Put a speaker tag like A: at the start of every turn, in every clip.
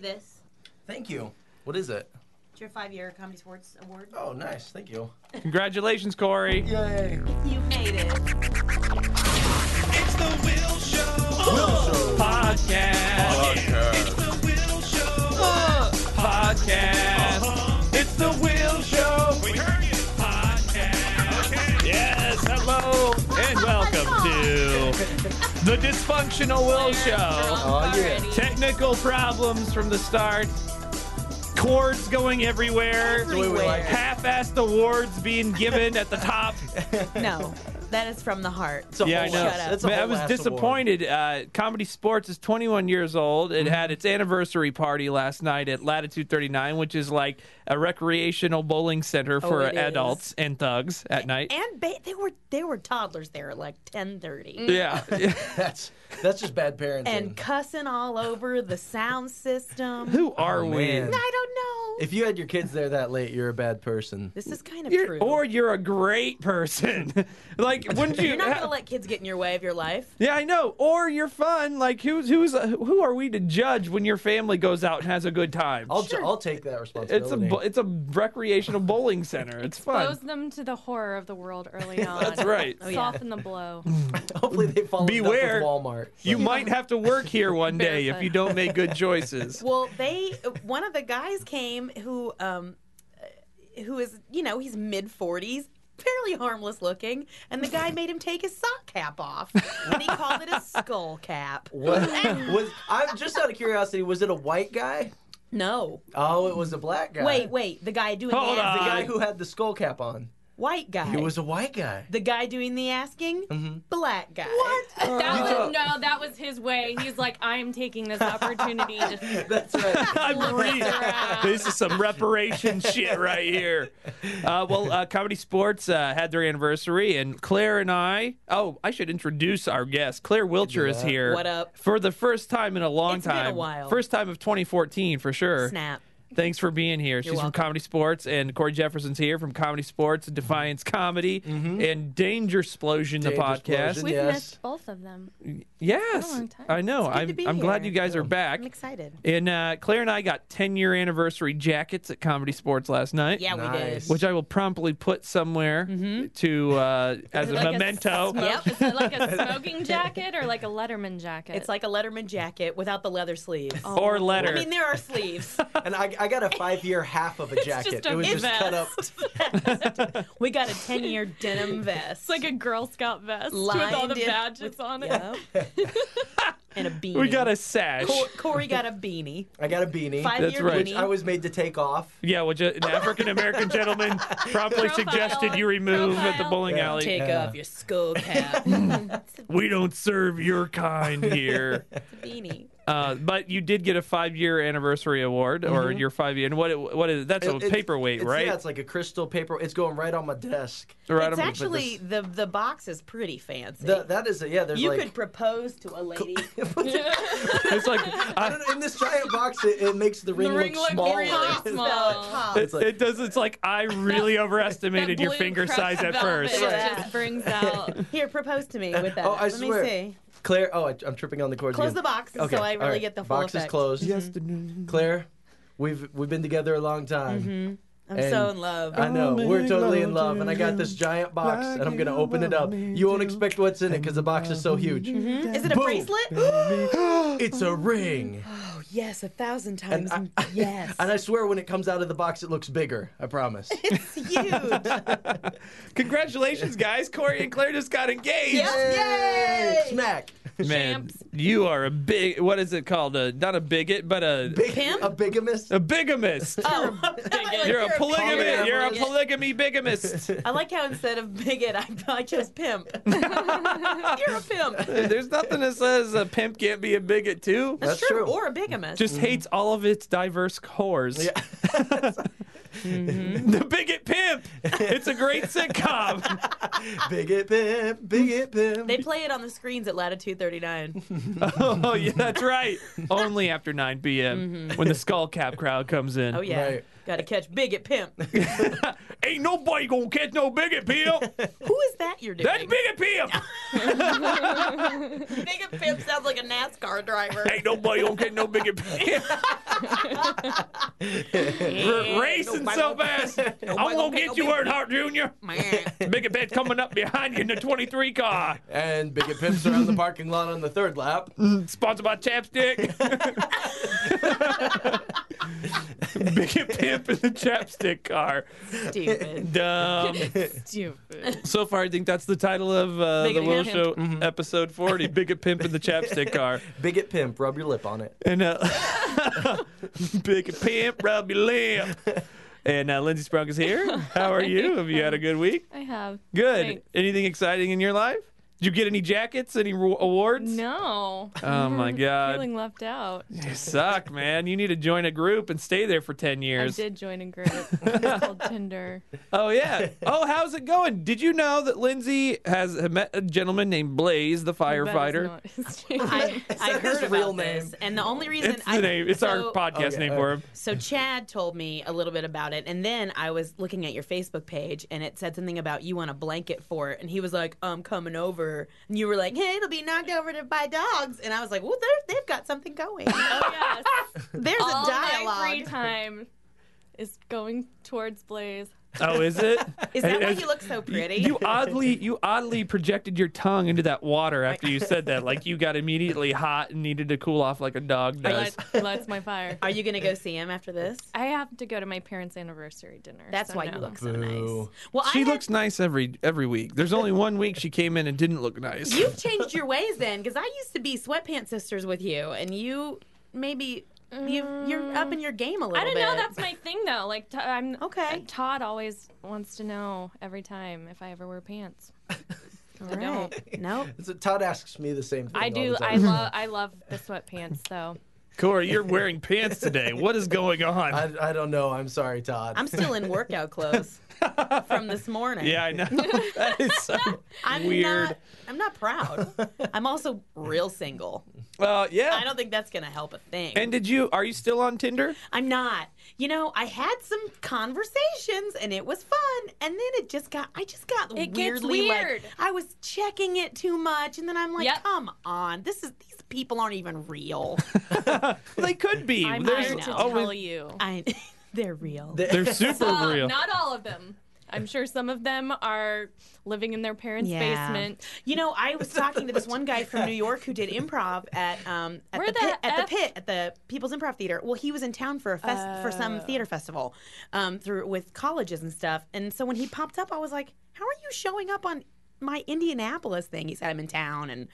A: this.
B: Thank you. What is it?
A: It's your five-year comedy sports award.
B: Oh, nice. Thank you.
C: Congratulations, Corey.
B: Yay.
A: You made it.
D: It's the Will Show.
C: Podcast.
D: It's the Will Show. Uh-huh.
C: Podcast. It's the Will Show.
D: We heard you.
C: Podcast. Yes, hello, and welcome to the Dysfunctional Will Show.
B: Oh, yeah.
C: Technical problems from the start. Chords going everywhere.
A: way we like it.
C: Half-assed awards being given at the top.
A: No, that is from the heart.
B: It's a
C: yeah, I
B: whole
C: know.
B: ass-
A: Shut up.
B: that's a
C: Man, I
B: whole
C: was
B: ass
C: disappointed. Uh, Comedy Sports is 21 years old.
A: Mm-hmm.
C: It had its anniversary party last night at Latitude 39, which is like a recreational bowling center for
A: Oh, it is.
C: adults and thugs at night.
A: And ba- they were they were toddlers there at like ten thirty.
C: Mm. yeah.
B: award. That's that's just bad parenting.
A: And cussing all over the sound system.
C: Who
A: Oh,
C: are we?
A: I
B: man.
A: don't know.
B: if you had your kids there that late, you're a bad person.
A: this is kind of
C: You're-
A: true.
C: or you're a great person. like, wouldn't you?
A: you're not
C: ha-
A: gonna let kids get in your way of your life.
C: yeah, I know. Or you're fun. Like, who's who's who are we to judge when your family goes out and has a good time?
B: I'll I'll take that responsibility.
C: it's a bo- it's a recreational bowling center. It's fun.
E: expose them to the horror of the world early on. Oh,
C: That's right.
A: yeah.
E: Soften the blow.
B: Hopefully they follow
C: Beware.
B: Up with Walmart.
C: You might have to work here one day if you don't make good choices.
A: Well, they one of the guys came who um uh, who is you know he's mid forties. Fairly harmless looking, and the guy made him take his sock cap off, and he called it a skull cap.
B: What was I'm just out of curiosity, was it a white guy?
A: No,
B: Oh, it was a black guy.
A: Wait, wait. The guy doing
C: Hold
A: the
B: The
A: asking.
B: guy who had the skull cap on.
A: White guy.
B: It was a white guy.
A: the guy doing the asking. Black guy. Oh,
E: That was, no, that was his way. He's like, I'm taking this opportunity to
B: That's right.
C: I'm re- this is some reparation shit right here. Uh, well, uh, Comedy Sports uh, had their anniversary, and Claire and I. Oh, I should introduce our guest. Claire Wilcher is
B: Yeah.
C: here.
A: What up?
C: For the first time in a long
A: It's been a
C: time.
A: while.
C: First time of 2014 for sure.
A: Snap.
C: Thanks for being here. She's
A: welcome.
C: from Comedy Sports, and Corey Jefferson's here from Comedy Sports, Defiance Comedy, and Danger Explosion, the
B: Danger
C: podcast.
B: Splosion.
E: We've
B: Yes.
E: missed both of them.
C: Yes,
E: long time.
C: I know.
A: It's good to
C: I'm,
A: be
C: I'm glad
A: here.
C: you guys are back.
A: I'm excited.
C: And uh, Claire and I got 10 year anniversary jackets at Comedy Sports last night.
A: Yeah,
B: Nice.
A: we did.
C: Which I will promptly put somewhere to uh, as a
E: Mm-hmm. Like a
C: memento.
E: smoke-
A: Yep.
E: Is it like a smoking jacket or like a Letterman jacket?
A: It's like a Letterman jacket without the leather sleeves.
C: or letter.
A: I mean, there are sleeves.
B: And I, I got a five year half of a jacket.
E: just a
B: it was just cut up.
A: we got a 10 year denim vest.
E: it's like a Girl Scout vest with all
A: Lined
E: the
A: in-
E: badges on it.
A: Yep. and a beanie.
C: we got a sash.
A: Cor- Corey got a beanie.
B: I got a beanie.
A: Five
C: That's
A: year
C: right.
A: beanie.
B: I was made to take off.
C: Yeah, which uh, an African American gentleman promptly
E: Profile.
C: suggested you remove at the
E: Profile.
C: bowling
B: Yeah.
C: alley.
A: Take
B: Yeah.
A: off your skull cap.
C: Mm-hmm. We don't serve your kind here.
A: beanie.
C: Uh, but you did get a five-year anniversary award, or your five-year. And what? It, what is? That's a
B: It- it's-
C: paperweight,
B: it's-
C: right?
B: Yeah, it's like a crystal paper. It's going right on my desk.
C: Right
A: It's
C: on-
A: actually, the, the box is pretty fancy.
B: That that is a, yeah. There's
A: you
B: like
A: could propose to a lady.
C: it's like
B: I don't know, in this giant box. It, it makes the ring,
E: ring
B: look
E: look
B: smaller.
E: really small.
A: Top.
C: It, it does. It's like I really
E: That
C: overestimated your
E: blue
C: finger
E: crushed
C: size at
E: velvet
C: first.
A: Right.
E: just brings out.
A: Here, propose to me with that.
B: Oh, I
A: Let
B: swear.
A: me see.
B: Claire, oh, I, I'm tripping on the cord.
A: Close the box
B: Okay,
A: so I
B: all
A: really
B: right.
A: get the full
B: box
A: effect.
B: is closed.
C: Yesterday.
B: Claire, we've we've been together a long time.
A: Mm-hmm. I'm
B: And
A: so in love.
B: I know
C: I'm
B: we're
C: in
B: totally in
C: love
B: love, and I got this giant box,
C: like
B: and I'm gonna
C: you
B: open it
C: love
B: up.
C: me
B: You won't
C: do.
B: expect what's in it because the box is so huge.
A: Mm-hmm. is it a
B: Boom.
A: bracelet?
B: It's a ring,
A: Oh, yes, a thousand times.
B: I-
A: yes.
B: and I swear when it comes out of the box, it looks bigger. I promise.
A: it's huge. yep.
C: Congratulations, guys! Corey and Claire just got engaged.
A: Yay!
B: Smack.
C: Man,
E: Champs.
C: you are a big. What is it called? A, not a bigot, but a
B: Big,
A: Pimp?
B: A bigamist.
C: a bigamist.
A: Oh, like,
C: You're a polygamist.
B: polygamist.
C: You're a polygamy bigamist.
A: I like how instead of bigot, I, I chose pimp. You're a pimp.
C: There's nothing that says a pimp can't be a bigot too.
B: That's true.
A: Or a bigamist.
C: Just hates all of its diverse cores.
B: Yeah.
C: The Bigot Pimp. It's a great sitcom.
F: bigot pimp, bigot pimp.
A: They play it on the screens at latitude 39.
C: oh, yeah, that's right. Only after 9 p.m. when the skull cap crowd comes in.
A: Mm-hmm. Oh yeah,
F: Right.
A: got to catch bigot pimp.
C: Ain't nobody gonna catch no Bigot Pimp.
A: Who is that you're doing?
C: That's Bigot Pimp.
A: bigot pimp sounds like a NASCAR driver.
C: Ain't nobody gonna catch no Bigot Pimp.
A: Yeah,
C: Racing
A: nobody
C: so
A: gonna-
C: fast. I'm
A: nobody
C: gonna
A: catch
C: get
A: no
C: you,
A: bigot
C: Earnhardt Jr.
A: pimp. Meh.
C: Bigot Pimp coming up behind you in the 23 car.
F: and bigot pimps around the parking lot on the third lap.
C: Sponsored by Chapstick. Bigot Pimp in the Chapstick car.
A: Stupid.
C: Dumb.
E: Stupid.
C: So far, I think that's the title of uh,
A: Bigot
C: the Will
A: Pimp.
C: Show, episode 40, Bigot Pimp in the Chapstick car.
F: Bigot pimp, rub your lip on it.
C: And uh, Bigot Pimp, rub your lamp. And uh, Lindsay Sprunk is here. How are you? Have you had a good week?
E: I have.
C: Good.
E: Thanks.
C: Anything exciting in your life? Did you get any jackets? Any ro- awards?
E: No.
C: Oh my god.
E: Feeling left out.
C: You suck, man. You need to join a group and stay there for 10 years.
E: I did join a group It's called Tinder.
C: Oh, yeah. Oh, how's it going? Did you know that Lindsay has met a gentleman named Blaze, the
E: That is
C: firefighter?
E: not his name.
A: I, I
F: that
A: heard
F: his
A: about
F: real
A: this,
F: name?
A: and the only reason
C: It's
A: I
C: the name. It's
A: so-
C: our podcast
F: Okay,
C: name
F: all
C: for
F: right.
C: him.
A: So Chad told me a little bit about it, and then I was looking at your Facebook page, and it said something about you want a blanket for it, and he was like, "I'm coming over," and you were like, "Hey, it'll be knocked over to by dogs," and I was like, "Well, they're- they've got something going.
E: oh yes.
A: There's
E: All
A: a
E: my free
A: dialogue.
E: time is going towards Blaze.
C: Oh, is it?
A: Is that why
C: It's-
A: you look so pretty?
C: You oddly, you oddly projected your tongue into that water after you said that. Like you got immediately hot and needed to cool off like a dog does.
E: Lights, lights my fire.
A: Are you gonna go see him after this?
E: I have to go to my parents' anniversary dinner.
A: That's
E: so
A: why
E: no.
A: you look so nice.
F: Boo.
A: Well, I
C: She
A: had-
C: looks nice every every week. There's only one week she came in and didn't look nice.
A: You've changed your ways then, because I used to be sweatpants sisters with you, and you maybe you you're up in your game a little
E: I don't
A: bit.
E: know. That's my thing though. Like t- I'm
A: Okay.
E: Todd always wants to know every time if I ever wear pants.
A: All right. Nope.
F: So Todd asks me the same thing.
E: I
F: all
E: do.
F: the
E: I
F: time.
E: love. I love the sweatpants though.
C: Corey, you're wearing pants today. What is going on?
F: I, I don't know. I'm sorry, Todd.
A: I'm still in workout clothes from this morning.
C: yeah, I know. that is so.
A: I'm
C: weird.
A: Not, I'm not proud. I'm also real single.
C: Well, yeah.
A: I don't think that's going to help a thing.
C: and did you? Are you still on Tinder?
A: I'm not. You know, I had some conversations and it was fun, and then it just got. I just got
E: It gets
A: weirdly
E: weird.
A: like I was checking it too much, and then I'm like,
E: Yep.
A: come on, this is these people aren't even real.
C: They could be.
E: I'm
C: There's
E: here to
C: always-
E: tell you.
A: I, they're real.
C: They're super
E: Some,
C: real.
E: Not all of them. I'm sure some of them are living in their parents'
A: Yeah.
E: basement.
A: You know, I was talking to this one guy from New York who did improv at um at
E: Where
A: the,
E: the
A: pit, at the
E: F-
A: pit at the People's Improv Theater. Well, he was in town for a fest for some
E: Oh.
A: theater festival, um through with colleges and stuff. And so when he popped up, I was like, "How are you showing up on my Indianapolis thing?" He said, "I'm in town." And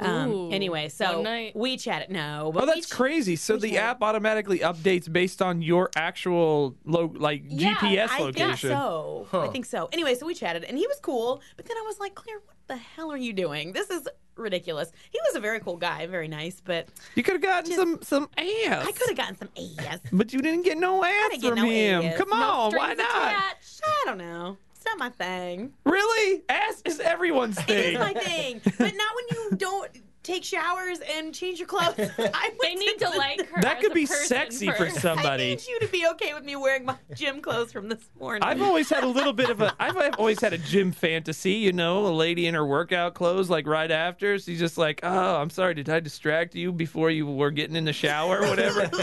A: um,
E: Ooh,
A: anyway, so
E: one night.
A: we chatted. No, but
C: Oh,
A: we
C: that's
A: ch-
C: crazy. So the app automatically updates based on your actual lo- like
E: Yeah,
C: GPS
A: I
C: location.
A: think so. I think so. Anyway, so we chatted, and he was cool. But then I was like, Claire, what the hell are you doing? This is ridiculous. He was a very cool guy, very nice, but
C: You could have gotten some some ass.
A: I could have gotten some ass.
C: But you didn't get no ass
A: didn't get
C: from
A: no
C: him.
A: ass.
C: Come
A: No
C: on, Oh, why
E: Strings
C: not?
E: attached.
A: I don't know. It's not my thing.
C: Really? Ass is everyone's thing.
A: It's my thing, but not when you don't take showers and change your clothes. I
E: They
A: went
E: need
A: to
E: to
A: the-
E: like her.
C: that
E: as
C: could
E: a
C: be
E: person
C: sexy for
E: first.
A: I
C: somebody.
A: need you to be okay with me wearing my gym clothes from this morning.
C: I've always had a little bit of a. I've, I've always had a gym fantasy, you know, a lady in her workout clothes, like right after. She's just like, oh, I'm sorry, did I distract you before you were getting in the shower or whatever?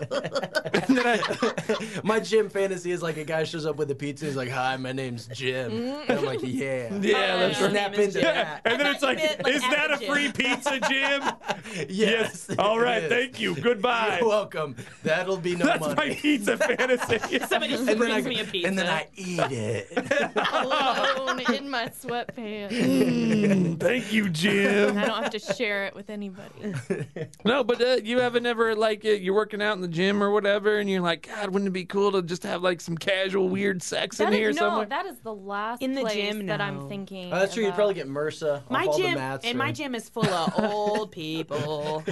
C: and then I,
F: My gym fantasy is like a guy shows up with a pizza. He's like, "Hi, my name's Jim." And I'm like, "Yeah,
C: yeah, that's
A: His
C: right.
F: Snap
A: name is
F: into
A: Jim.
F: that.
C: And then
A: I
C: it's
A: thought
C: like,
A: you meant, like,
C: is that a
A: at the gym."
C: free pizza, Jim?
F: yes." it
C: All right,
F: is.
C: thank you. Goodbye.
F: You're welcome. That'll be no
C: That's
F: money.
C: my pizza fantasy.
A: Somebody just
F: and then I,
A: brings me a pizza.
F: and then I eat it.
E: Alone in my sweatpants.
C: Mm, thank you, Jim.
E: I don't have to share it with anybody.
C: No, but uh, you haven't ever like uh, you're working out in the gym or whatever, her and you're like, God, wouldn't it be cool to just have like some casual weird sex
E: That
C: in
E: is-
C: here
E: no,
C: somewhere?
E: that is the last
A: In the
E: place
A: gym,
E: that
A: no.
E: I'm thinking.
F: Oh, that's true. You'd
E: about.
F: probably get MRSA off
A: My
F: all
A: gym
F: the mats.
A: and my gym is full of old people.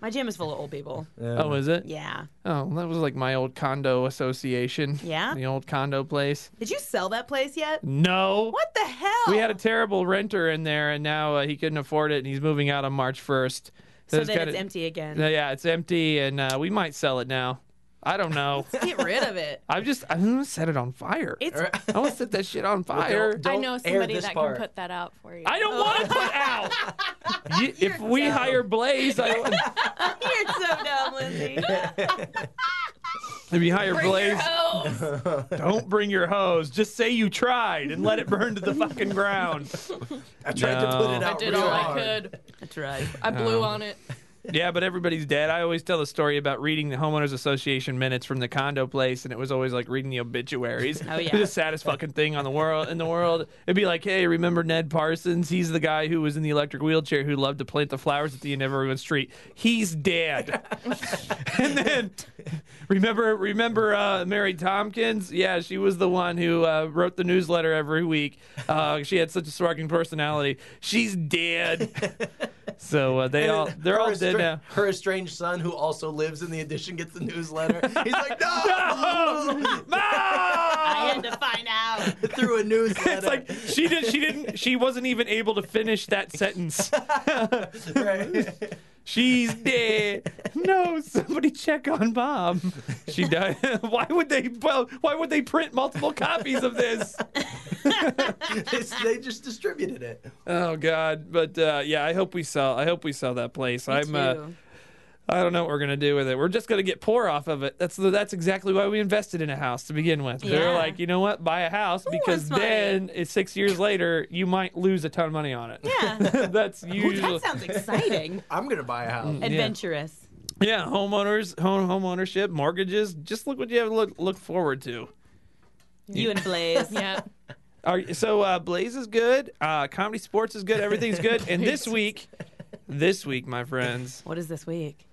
A: my gym is full of old people.
C: oh, is it?
A: Yeah.
C: Oh, that was like my old condo association.
A: Yeah?
C: The old condo place.
A: Did you sell that place yet?
C: No.
A: What the hell?
C: We had a terrible renter in there, and now uh, he couldn't afford it, and he's moving out on March 1st.
A: so that
C: it's kinda-
A: it's empty again.
C: Uh, yeah, it's empty, and uh, we might sell it now. I don't know.
A: Get rid of it.
C: I'm just, I'm going to set it on fire.
A: It's
C: I want to set that shit on fire.
E: I
F: Don't
E: know
F: air
E: somebody
F: this
E: that
F: part.
E: can put that out for you.
C: I don't want to put out. You, if we hire Blaze, I want,
A: you're so dumb, Lindsay.
C: if you hire
E: Bring your
C: Blaze,
E: hose.
C: don't bring your hose. Just say you tried and let it burn to the fucking ground.
F: I tried to put
C: No.
F: it
C: I
F: out
E: I did
F: real
E: all
F: hard.
E: I could.
A: That's right.
E: I blew
C: No.
E: on it.
C: Yeah, but everybody's dead. I always tell the story about reading the homeowners association minutes from the condo place, and it was always like reading the obituaries.
A: Oh, yeah.
C: It was the saddest fucking thing on the world in the world. It'd be like, hey, remember Ned Parsons? He's the guy who was in the electric wheelchair who loved to plant the flowers at the end of everyone's street. He's dead. and then remember, remember uh, Mary Tompkins? Yeah, she was the one who uh, wrote the newsletter every week. Uh, she had such a sparking personality. She's dead. So uh, they
F: And
C: all
F: then
C: they're
F: her
C: all
F: estra-
C: dead now.
F: Her estranged son, who also lives in the addition, gets the newsletter. He's like, no,
A: I had to find out.
F: through a newsletter.
C: It's like she did. She didn't. She wasn't even able to finish that sentence.
F: Right.
C: She's dead. No, somebody check on Bob. She died. Why would they? Well, why would they print multiple copies of this?
F: It's- they just distributed it.
C: Oh God. But uh, yeah, I hope we sell. I hope we sell that place. I'm. Uh,
A: Too.
C: I don't know what we're gonna do with it. We're just gonna get poor off of it. That's the, that's exactly why we invested in a house to begin with. They're
A: Yeah.
C: like, you know what, buy a house because
A: wants money?
C: then it's six years later you might lose a ton of money on it.
A: Yeah.
C: that's
A: That
C: usually
A: sounds exciting.
F: I'm gonna buy a house.
A: Adventurous.
C: yeah. Homeowners, home home ownership, mortgages. Just look what you have to look look forward to.
A: You and Blaze.
E: Yeah.
C: Are, so uh, Blaze is good. Uh, comedy sports is good. Everything's good. and this week, this week, my friends,
A: What is this week?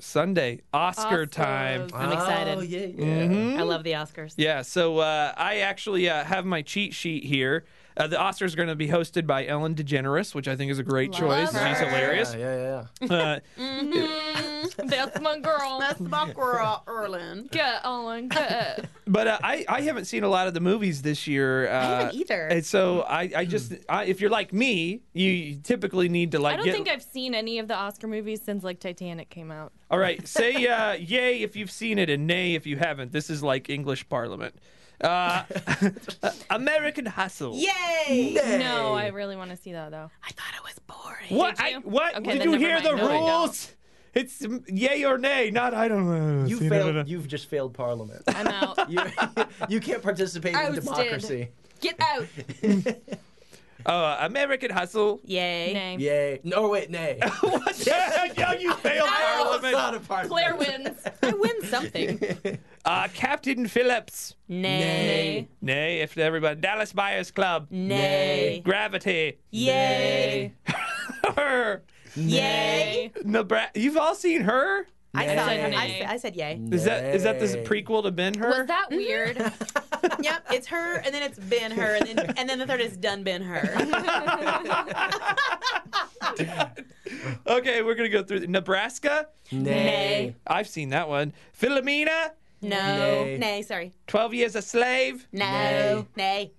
C: Sunday Oscar time.
E: Oscars. I'm excited.
F: Oh, yeah, yeah.
C: Mm-hmm.
A: I love the Oscars.
C: Yeah, so uh, I actually uh, have my cheat sheet here. Uh, the Oscars are going to be hosted by Ellen DeGeneres, which I think is a great
E: Love
C: choice. She's
E: her.
C: hilarious.
F: Yeah, yeah, yeah.
C: Uh,
E: Mm, that's my girl.
A: Bakura Erland.
E: Get Owen. Get.
C: but uh, I, I haven't seen a lot of the movies this year. Uh,
A: haven't either.
C: And so I, I just, I, if you're like me, you typically need to like
E: I don't
C: get.
E: think I've seen any of the Oscar movies since like Titanic came out.
C: All right, say uh, yay if you've seen it and nay if you haven't. This is like English Parliament. Uh, American Hustle.
A: Yay!
E: No, I really want to see that though.
A: I thought it was boring.
C: What?
E: Did
C: I,
E: you?
C: what?
E: Okay,
C: Did
E: then
C: you
E: never
C: hear
E: mind.
C: the
E: No, I don't.
C: rules? It's um, yay or nay, not I don't know.
F: You
C: See, no, no,
F: failed.
C: no.
F: You've just failed Parliament.
E: I'm out.
F: You, you can't participate in
E: Ousted.
F: democracy.
E: Get out.
C: Uh, American Hustle.
A: Yay.
E: Name.
F: Yay! No, wait, nay.
C: What the heck? Yeah, Oh, you failed
F: Parliament's
C: Parliament.
F: not a parliament.
E: Claire wins.
A: I win something.
C: Uh, Captain Phillips.
A: Nay.
C: Nay, if everybody. Dallas Buyers Club.
A: Nay.
C: Gravity.
A: Yay.
C: Her.
A: Yay.
C: Nebra- You've all seen her.
A: I
F: Nay.
A: said, I,
E: Nay.
A: said, I said yay.
C: Is that is that this
F: Nay.
C: prequel to Ben Hur?
E: Was that weird?
A: Yep, it's her, and then it's Ben Her, and then and then the third is done Ben Her.
C: okay, we're gonna go through Nebraska.
F: Nay.
C: I've seen that one. Philomena.
A: No,
F: Nay.
A: nay, sorry,
C: Twelve Years a Slave.
A: no, nay,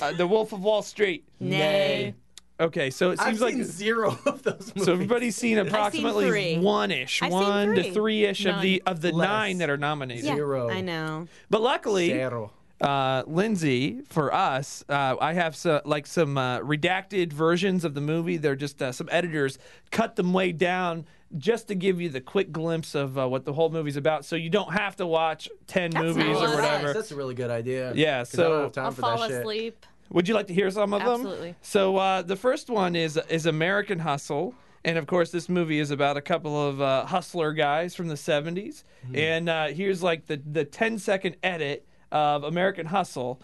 C: Uh, the Wolf of Wall Street.
A: nay.
C: Okay, so it
F: I've
C: seems like
F: seen zero of those movies.
C: So everybody's seen approximately
A: three.
C: one-ish,
A: I've seen
C: one to
A: three.
C: three-ish of the of the
F: Less.
C: nine that are nominated.
A: Yeah,
F: Zero.
A: I know.
C: But luckily,
F: Zero.
C: uh, Lindsay, for us, uh, I have so, like some uh, redacted versions of the movie. They're just uh, some editors cut them way down just to give you the quick glimpse of uh, what the whole movie's about, so you don't have to watch ten movies
A: nice.
C: or whatever.
F: Nice, That's a really good idea.
C: Yeah,
F: 'Cause I don't
C: so-
F: have time
E: I'll
F: for
E: fall
F: that shit.
E: asleep.
C: Would you like to hear some of them?
E: Absolutely.
C: So uh, the first one is is American Hustle, and of course this movie is about a couple of uh, hustler guys from the '70s.
B: Mm-hmm.
C: And uh, here's like the the 10 second edit of American Hustle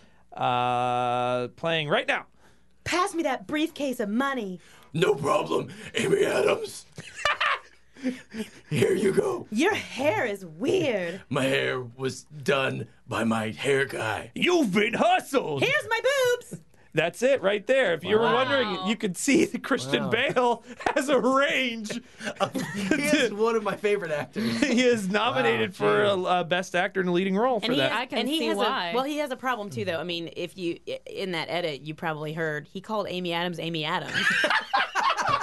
C: uh, playing right now.
A: Pass me that briefcase of money.
F: No problem, Amy Adams.
B: Here you go.
A: Your hair is weird.
B: My hair was done by my hair guy.
C: You've been hustled.
A: Here's my boobs.
C: That's it right there. If you were
E: Wow.
C: wondering, you could see that Christian
B: Wow.
C: Bale has a range.
B: He is one of my favorite actors.
C: he is nominated
B: Wow,
C: for
B: dude.
C: uh, best actor in a leading role for
A: And he,
C: that.
A: has,
E: I can
A: and he
E: see
A: has
E: why.
A: A, well, he has a problem too, though. I mean, if you i- in that edit, you probably heard he called Amy Adams Amy Adams.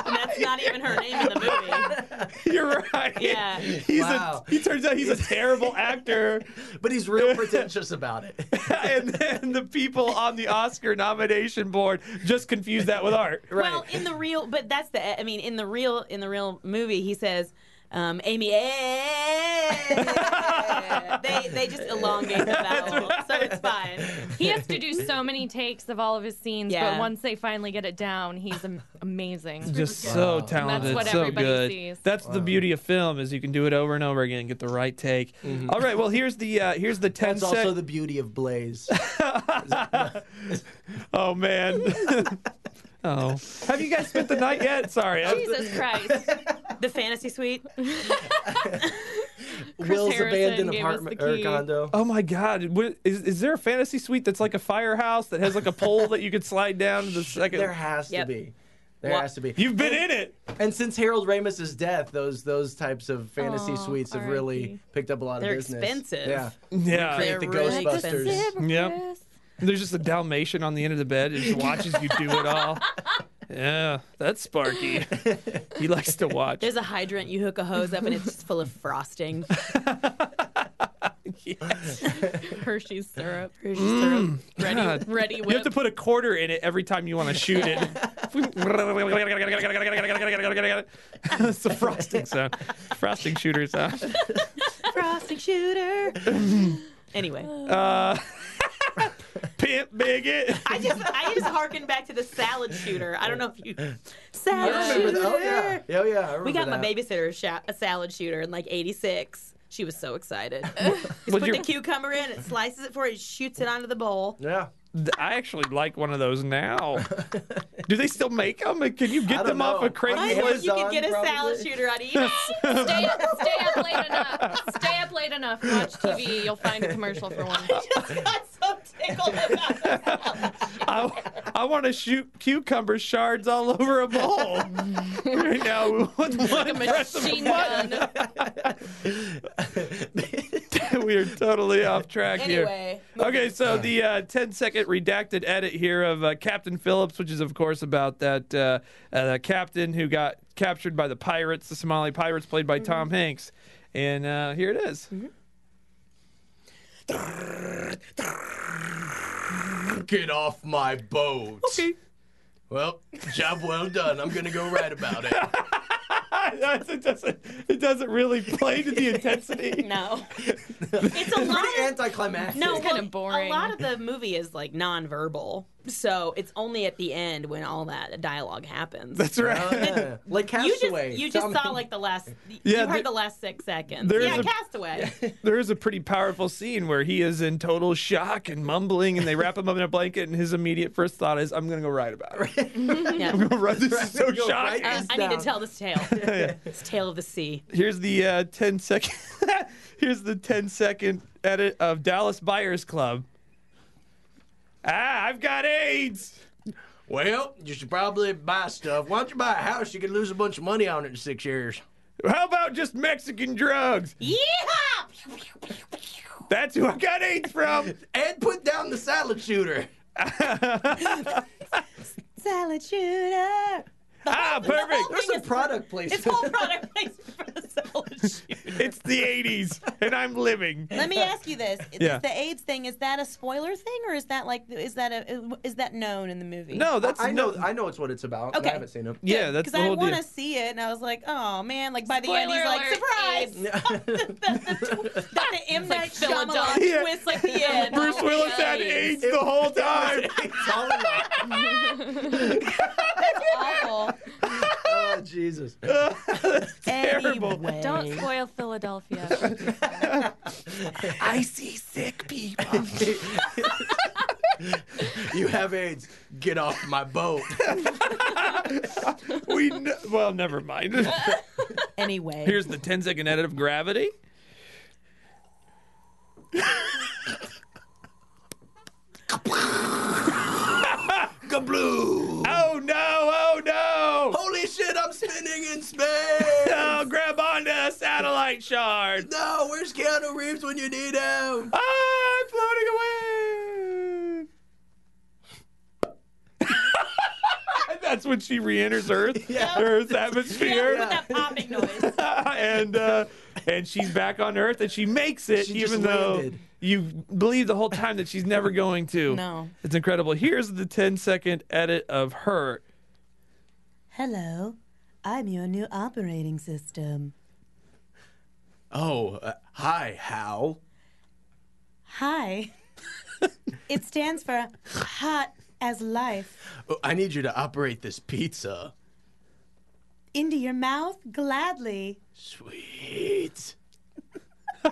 A: and that's not even her name in the movie.
C: You're right.
A: Yeah.
C: He's
B: Wow.
C: a, he turns out he's a terrible actor.
B: But he's real pretentious about it.
C: and then the people on the Oscar nomination board just confuse that with art.
A: Well, in the real, but that's the. I mean, in the real, in the real movie, he says, um, "Amy." eh." they they just elongate the vowel, so it's fine.
E: He has to do so many takes of all of his scenes,
A: Yeah.
E: but once they finally get it down, he's am- amazing.
C: Just so
B: Wow.
C: talented,
E: That's what
C: so
E: everybody
C: good.
E: sees.
C: That's the beauty of film is you can do it over and over again, get the right take. All right, well here's the uh, here's the ten
B: Mm-hmm. That's
C: sec-
B: also the beauty of Blaze.
C: Oh man. oh, have you guys spent the night yet? Sorry, I-
E: Jesus Christ.
A: The fantasy suite.
B: Will's
E: Harrison
B: abandoned
E: gave us
B: apartment
E: the
B: or
E: key.
B: condo.
C: Oh my God! What, is is there a fantasy suite that's like a firehouse that has like a pole that you could slide down to the second?
B: There has
A: Yep.
B: to be. There has to be.
C: You've been in it.
B: And since Harold Ramis's death, those those types of fantasy
E: Aw,
B: suites have
E: R.I.P..
B: really picked up a lot
A: They're
B: of business.
A: expensive.
B: Yeah.
C: Yeah.
B: Create the
A: They're really
B: Ghostbusters.
A: expensive.
C: Yep. There's just a Dalmatian on the end of the bed and just watches you do it all. Yeah, that's Sparky. He likes to watch.
A: There's a hydrant. You hook a hose up, and it's just full of frosting.
E: Hershey's syrup.
A: Here's just syrup.
C: God.
E: Mm. Ready
C: You have
E: whip.
C: to put a quarter in it every time you want to shoot it. it's a frosting sound. Frosting shooter sound.
B: Mm.
A: frosting shooter. anyway,
C: Uh, pimp bigot.
A: I just I just harken back to the salad shooter. I don't know if you salad
E: I
B: Remember
A: shooter.
B: that? Oh yeah. Oh yeah. I remember
A: We got my
B: that.
A: babysitter a, sha- a salad shooter in like '86. She was so excited. Just
C: Would
A: put
C: you-
A: the cucumber in, it slices it for you, shoots it onto the bowl.
B: Yeah.
C: I actually like one of those now. Do they still make them? Can you
B: I
C: get
B: don't
C: them off
B: know.
C: of
A: I
C: Craigslist?
A: think you
B: Amazon,
A: could get a salad
B: probably.
A: shooter on eBay.
E: Stay, stay up late enough. Stay up late enough. Watch TV. You'll find a commercial for one.
A: just got so tickled about the salad shooter.
C: I, I want to shoot cucumber shards all over a bowl right now. With one press of a
E: Machine
C: button.
E: gun.
C: we are totally off track here.
A: Anyway,
C: Okay, so the uh, 10 second redacted edit here of uh, Captain Phillips, which is, of course, about that uh, uh, the captain who got captured by the pirates, the Somali pirates, played by
B: Mm-hmm.
C: Tom Hanks. And uh, here it is.
B: Get off my boat. Well, job well done. I'm gonna go write about it.
C: it, doesn't, it doesn't really play to the intensity.
A: no, it's a lot
B: Pretty
A: of
B: anticlimactic.
A: No,
E: It's kinda
A: well,
E: boring.
A: A lot of the movie is like nonverbal, so it's only at the end when all that dialogue happens.
C: That's right.
B: Oh, Yeah. like
A: you just
B: Castaway.
A: you just
B: Tom
A: saw
B: Hanks.
A: like the last you
C: Yeah,
A: heard
C: there-
A: the last six seconds.
C: there's
A: Yeah,
C: a-
A: Castaway.
C: There is a pretty powerful scene where he is in total shock and mumbling, and they wrap him up in a blanket, and his immediate first thought is, "I'm gonna go write about it.
A: Yeah.
C: I'm gonna write. This is so
B: Right, go write
A: Uh,
C: shocking."
A: I need to
B: down.
A: tell this tale. This tale of the sea.
C: Here's the uh, 10 second. here's the 10 second edit of Dallas Buyers Club. Ah, I've got AIDS.
B: Well, you should probably buy stuff. Why don't you buy a house? You could lose a bunch of money on it in six years.
C: How about just Mexican drugs?
A: Yeehaw!
C: That's who I got AIDS from.
B: And put down the salad shooter.
A: Salad shooter.
C: Ah, perfect.
B: There's some product
A: It's
B: placement.
A: whole product placement for the salad shooter.
C: It's the 80s, and I'm living.
A: Let me ask you this:
C: Yeah.
A: the AIDS thing is that a spoiler thing, or is that like is that a is that known in the movie?
C: No, that's
B: I know.
C: no-
B: I know it's what it's about. and
A: Okay.
B: I haven't seen it.
C: Yeah, that's the
A: because I
C: whole
A: want
C: deal.
A: to see it, and I was like, oh man, like by the end, he's
E: Spoiler
A: like,
E: alert,
A: surprise!
E: AIDS.
A: That's the M Night Shyamalan
E: Philadelphia.
A: twist at the end.
C: Bruce Willis had AIDS the whole time.
B: It's all about-
A: Awful.
B: oh Jesus!
C: Terrible.
A: Anyway.
E: Don't spoil Philadelphia.
C: I see sick people.
B: You have AIDS. Get off my boat.
C: we kn- well, never mind.
A: anyway.
C: Here's the 10 second edit of Gravity.
F: Kabloo!
C: Oh no! Oh no!
F: Holy shit, I'm spinning in space!
C: No! Grab onto a satellite shard.
F: No, where's Keanu Reeves when you need him?
C: Ah, I'm floating away. That's when she re-enters Earth, Earth's atmosphere,
A: with that popping noise.
C: and uh, and she's back on Earth, and she makes it,
F: She just
C: even though
F: landed.
C: you believe the whole time that she's never going to.
A: No.
C: it's incredible. Here's the 10 second edit of her.
A: Hello, I'm your new operating system.
F: Oh, uh, hi, Hal.
A: Hi. it stands for hot as life.
F: Oh, I need you to operate this pizza.
A: Into your mouth gladly.
F: Sweet.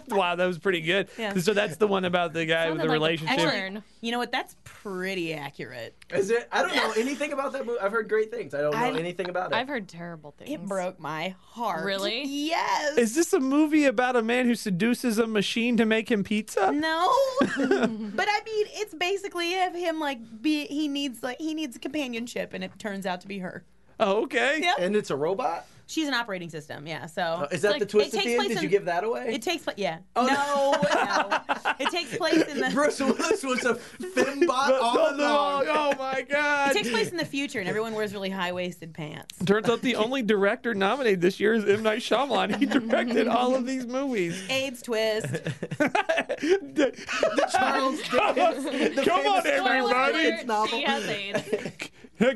C: Wow, that was pretty good.
A: Yeah.
C: So that's the one about the guy with the relationship.
E: Porn.
A: You know what? That's pretty accurate.
B: Is it? I don't know anything about that movie. I've heard great things. I don't know
A: I've-
B: anything about it.
E: I've heard terrible things.
A: It broke my heart.
E: Really?
A: Yes.
C: Is this a movie about a man who seduces a machine to make him pizza?
A: no. but I mean, it's basically of him like be he needs like he needs companionship and it turns out to be her.
C: Oh, okay.
A: Yep.
B: and it's a robot.
A: She's an operating system, yeah. So
B: Oh, Is that
A: like,
B: the twist
A: it
B: at
A: takes
B: the end?
A: place
B: Did
A: in-
B: you give that away?
A: It takes place, yeah. no, no. It takes place in the
F: Bruce Willis was a fembot all
C: Oh,
F: along.
C: oh my
A: It
C: god.
A: takes place in the future, and everyone wears really high waisted pants.
C: Turns out the only director nominated this year is M. Night Shyamalan. He directed all of these movies.
A: AIDS twist.
B: Charles Dickens. the
C: Come on,
B: famous Charles
C: everybody.
B: Dickens novel.
E: She has AIDS.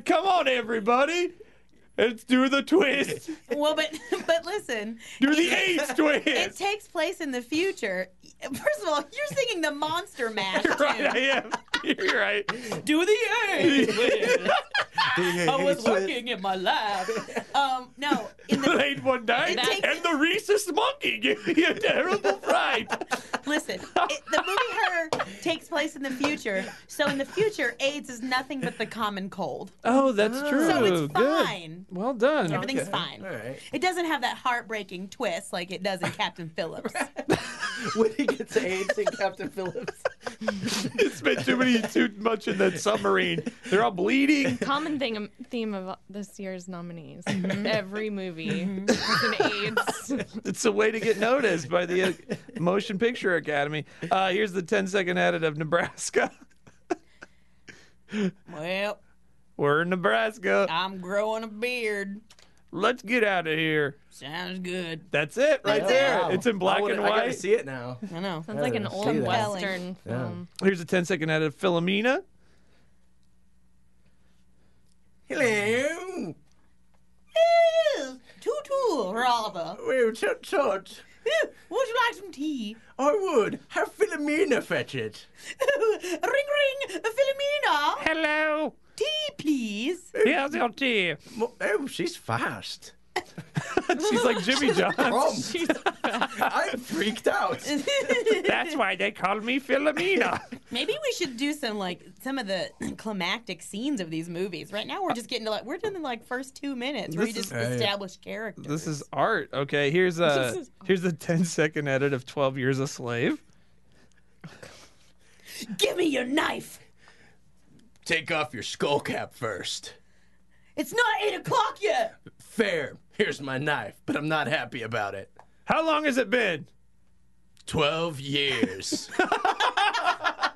C: Come on, everybody. Let's do the twist.
A: Well, but but listen,
C: Do the AIDS
A: it
C: twist.
A: takes place in the future. First of all, you're singing the Monster Mash
C: You're right, I
A: tune.
C: am. You're right.
A: Do the AIDS. twist. I was
F: It's a-
A: working in my lab. Um, no, in the
C: Late one night,
A: It takes-
C: and the rhesus monkey gave me a terrible fright.
A: listen, it, the movie Her takes place in the future. So in the future, AIDS is nothing but the common cold.
C: Oh, that's true.
A: So it's
C: Good.
A: fine.
C: Well done.
A: Everything's fine.
F: All right.
A: It doesn't have that heartbreaking twist like it does in Captain Phillips.
B: when he gets AIDS in Captain Phillips.
C: It's been too many, too much in that submarine. They're all bleeding.
E: Common thing, theme of this year's nominees.
A: Mm-hmm.
E: Every movie has an AIDS.
C: It's a way to get noticed by the uh, Motion Picture Academy. Uh, here's the 10 second edit of Nebraska.
A: Well,
C: We're in Nebraska.
A: I'm growing a beard.
C: Let's get out of here.
A: Sounds good.
C: That's it right
A: That's
C: there.
B: Wow.
C: It's in black
B: I wanna-
C: and
B: I gotta
C: white.
B: see it now.
A: I know.
E: Sounds like an
B: I see
E: old
B: that.
E: western
B: Yeah.
A: Um,
E: film.
C: Here's a 10 second edit of Philomena.
F: Hello.
A: Tutu, rather.
F: Well, tut tut.
A: Would you like some tea?
F: I would. Have Philomena fetch it.
A: ring, ring, Philomena.
C: Hello.
A: ah. Tea, please.
C: Here's your tea.
F: Mo- Oh, she's fast.
C: She's like Jimmy John.
B: "Oh,
F: Prom. I'm freaked out.
C: That's why they call me Philomena.
A: Maybe we should do some like some of the climactic scenes of these movies. Right now, we're just getting to like we're doing the like first two minutes where you
C: This
A: just
F: is-
A: establish characters.
C: This is art. Okay, here's a
E: This is
C: here's the 10 second edit of 12 Years a Slave.
A: Give me your knife.
F: Take off your skull cap first.
A: It's not eight o'clock yet.
F: Fair. Here's my knife, but I'm not happy about it.
C: How long has it been?
F: 12 years.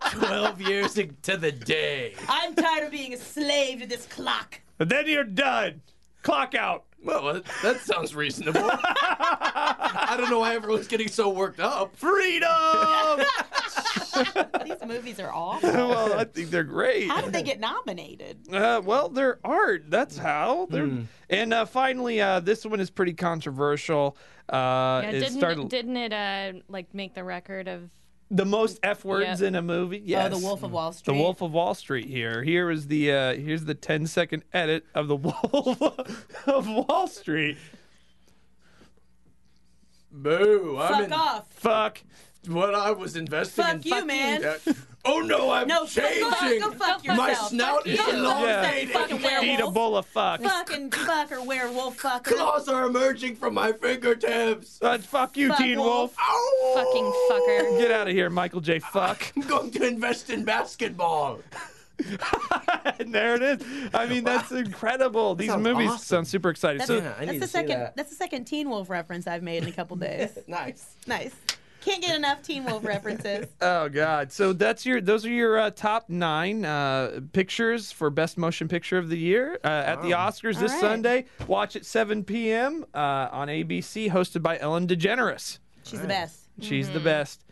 F: 12 years to the day.
A: I'm tired of being a slave to this clock.
C: And then you're done. Clock out.
F: Well, that- that sounds reasonable. I don't know why everyone's getting so worked up.
C: Freedom.
A: These movies are awful.
C: well, I think they're great.
A: How did they get nominated? Oh,
C: Uh, well, they're art. That's how. They're... And uh, finally, uh, this one is pretty controversial. Uh,
E: Yeah,
C: it
E: didn't
C: started
E: didn't it uh, like make the record of
C: the most f words
E: Yeah.
C: in a movie. Yes.
A: Oh, The Wolf of Wall
C: The
A: Street.
C: Wolf of Wall Street here. Here is the uh here's the 10 second edit of The Wolf of Wall Street.
F: Boo. I'm
A: Fuck
F: in-
A: off.
C: Fuck
F: what I was investing in.
A: Fuck you, man.
F: Uh, oh no, I'm
A: No, fuck,
F: changing.
A: fuck, go fuck
E: Go fuck
A: yourself.
F: My
E: yourself.
F: snout
E: Fuck
F: is
E: you.
F: elongated.
A: Yeah. Fucking werewolf.
C: Eat a bowl of fuck.
A: Fucking fucker, werewolf fucker.
F: Claws are emerging from my fingertips.
C: Uh, fuck you,
E: Fuck
C: Teen Wolf.
E: Wolf.
F: Ow!
E: Fucking fucker.
C: Get out of here, Michael J. Fuck.
F: I'm going to invest in basketball.
C: and there it is. I mean, that's incredible. These
F: sounds
C: movies
F: awesome.
C: sound super exciting.
A: That's,
C: So,
F: Yeah, I
A: that's
F: need
A: the
F: to see
A: second.
B: that.
A: That's the second Teen Wolf reference I've made in a couple days.
B: Nice.
A: nice. Can't get enough Teen Wolf references.
C: oh god. So that's your. Those are your uh, top nine uh, pictures for best motion picture of the year uh, at the Oscars this
A: right.
C: Sunday. Watch at 7 p.m. Uh, on ABC, hosted by Ellen DeGeneres.
A: She's the best.
C: She's
F: Mm-hmm.
C: the best.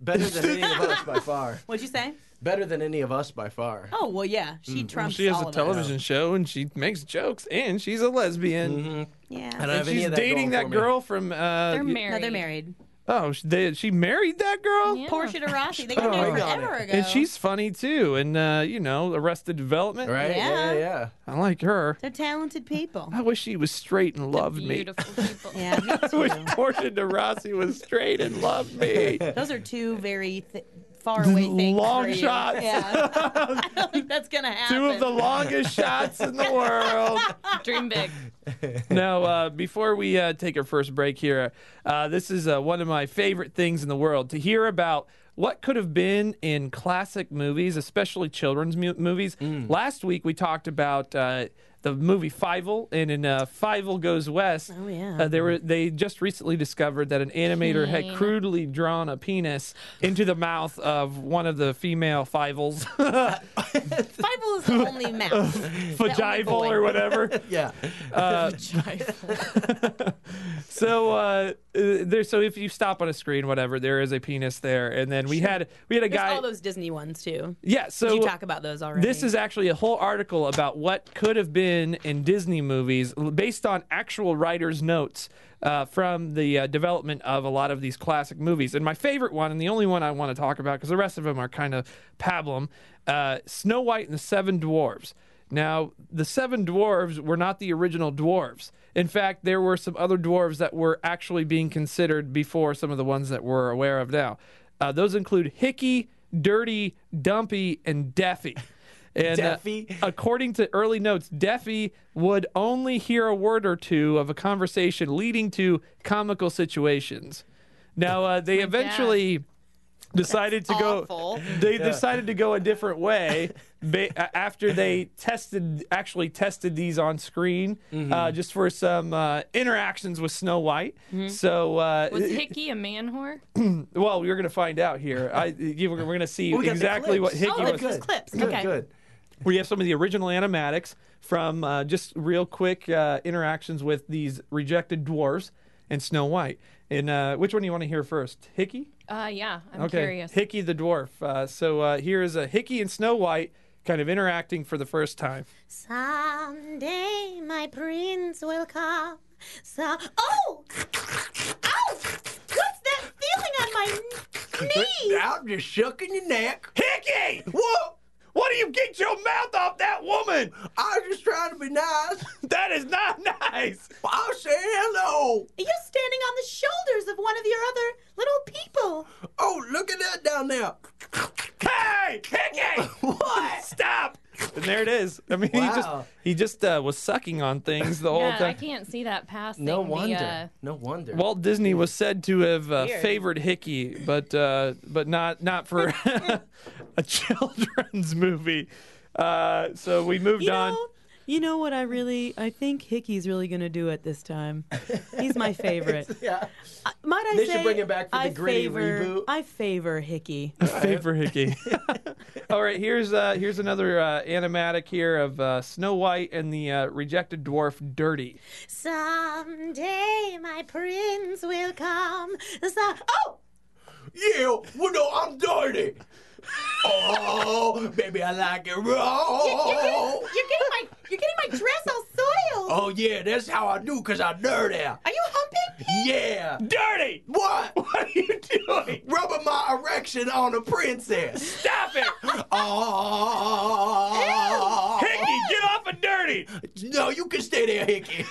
F: Better than any of us by far.
A: What'd you say?
F: Better than any of us by far.
A: Oh well, yeah. She trumps.
C: Mm. She has
A: all
C: a
A: of
C: television show and she makes jokes and she's a lesbian.
F: Mm-hmm.
A: Us. Yeah.
F: I don't
C: And
F: have any
C: she's
F: of that
C: dating
F: going
C: that
F: for me.
C: girl from. Uh,
E: They're
C: y-
E: married.
A: No, they're married.
C: Oh, she, they, she married that
A: Oh,
C: girl.
E: Yeah.
A: Portia de Rossi. They got
F: Oh,
A: married
F: I got
A: forever ago.
C: And she's funny too, and uh, you know, Arrested Development.
F: Right? Yeah,
A: Yeah.
F: yeah.
C: I like her.
A: They're talented people.
C: I wish she was straight and loved me.
E: Beautiful people.
A: Yeah, me
C: I wish
A: too.
C: Portia de Rossi was straight and loved me.
A: Those are two very th- far away things.
C: Long
A: for you.
C: shots.
A: Yeah. I don't think that's gonna happen.
C: Two of the longest shots in the world.
E: Dream big.
C: Now, uh, before we uh, take our first break here, uh, this is uh, one of my favorite things in the world to hear about what could have been in classic movies, especially children's mu- movies. Last week we talked about uh, the movie Fievel, and in uh, Fievel Goes West,
A: Oh, yeah.
C: uh, they were they just recently discovered that an animator had crudely drawn a penis into the mouth of one of the female Fievels,
A: Fievel is the only mouse.
C: Fajival or
A: boy.
C: whatever.
F: Yeah.
C: Uh, So uh, uh, there. So if you stop on a screen, whatever, there is a penis there. And then we had we had a
A: There's
C: guy.
A: all those Disney ones too.
C: yeah. So
A: Did you talk about those already?
C: this is actually a whole article about what could have been in Disney movies l- based on actual writers' notes uh, from the uh, development of a lot of these classic movies. And my favorite one, and the only one I want to talk about, because the rest of them are kind of pablum, uh, Snow White and the Seven Dwarves. Now, the seven dwarves were not the original dwarves. In fact, there were some other dwarves that were actually being considered before some of the ones that we're aware of now. Uh, those include Hickey, Dirty, Dumpy, and Deffy. And uh,
F: Daffy?
C: according to early notes, Deffy would only hear a word or two of a conversation leading to comical situations. Now uh, they eventually decided to
A: awful.
C: go. They decided to go a different way ba- a- after they tested, actually tested these on screen, uh,
F: Mm-hmm.
C: just for some uh, interactions with Snow White. So, uh,
E: Was Hickey a man whore?
C: well, we're gonna find out here. I, you, we're gonna see
F: We got the
C: exactly what
F: clips.
C: Hickey
A: Oh,
C: was.
A: it's those clips.
F: Good,
A: okay.
F: good.
C: We have some of the original animatics from uh, just real quick uh, interactions with these rejected dwarves and Snow White. And uh, which one do you want to hear first? Hickey?
E: Uh, yeah, I'm curious.
C: Hickey the dwarf. Uh, so uh, here is a Hickey and Snow White kind of interacting for the first time.
A: Someday my prince will come. So, oh, ow! What's that feeling on my knee?
F: Out just shucking your neck.
C: Hickey!
F: Whoa!
C: What do you get your mouth off that woman?
F: I was just trying to be nice.
C: That is not nice.
F: I say hello.
A: You're standing on the shoulders of one of your other little people.
F: Oh, look at that down there.
C: Hey, Hickey!
F: What?
C: Stop! And there it is. I mean, he just
F: Wow.
C: he just uh, was sucking on things the whole
E: Yeah, I
C: time.
E: can't see that passing.
F: No
E: the,
F: wonder.
E: uh,
F: No wonder.
C: Walt Disney was said to have uh,
A: Weird.
C: favored Hickey, but uh, but not not for a children's movie. Uh, so we moved on.
A: you know what I really, I think Hickey's really gonna do it this time. He's my favorite.
B: Yeah.
A: Might I
B: They should say bring it back for the I gritty favor- reboot.
A: I favor Hickey.
C: Favor Hickey. All right, here's uh, here's another uh, animatic here of uh, Snow White and the uh, rejected dwarf Dirty.
A: Someday my prince will come. So- oh,
F: Yeah, well, no, I'm dirty. oh, baby, I like it
B: Oh.
F: raw.
A: you're getting my you're getting my dress all soiled.
F: Oh, yeah, that's how I do, because I'm dirty.
A: Are you humping?
F: Yeah.
C: Dirty!
F: What?
C: What are you doing?
F: Rubbing my erection on a princess.
C: Stop it!
F: Oh.
C: Hickey, get off of Dirty!
F: No, you can stay there, Hickey.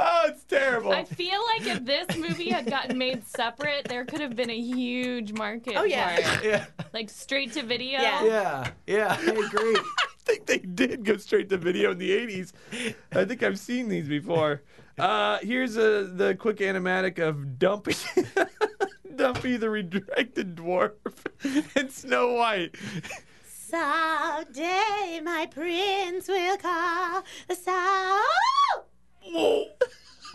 C: Oh, it's
F: terrible.
E: I feel like if this movie had gotten made separate, there could have been a huge market.
A: Oh, yeah.
E: for it.
F: yeah,
E: like straight to video.
A: Yeah.
B: Yeah, yeah, I agree.
C: I think they did go straight to video in the 80s. I think I've seen these before. Uh, here's a, the quick animatic of Dumpy. Dumpy the redirected dwarf and Snow White.
A: Someday my prince will oh, call. So-
F: Whoa.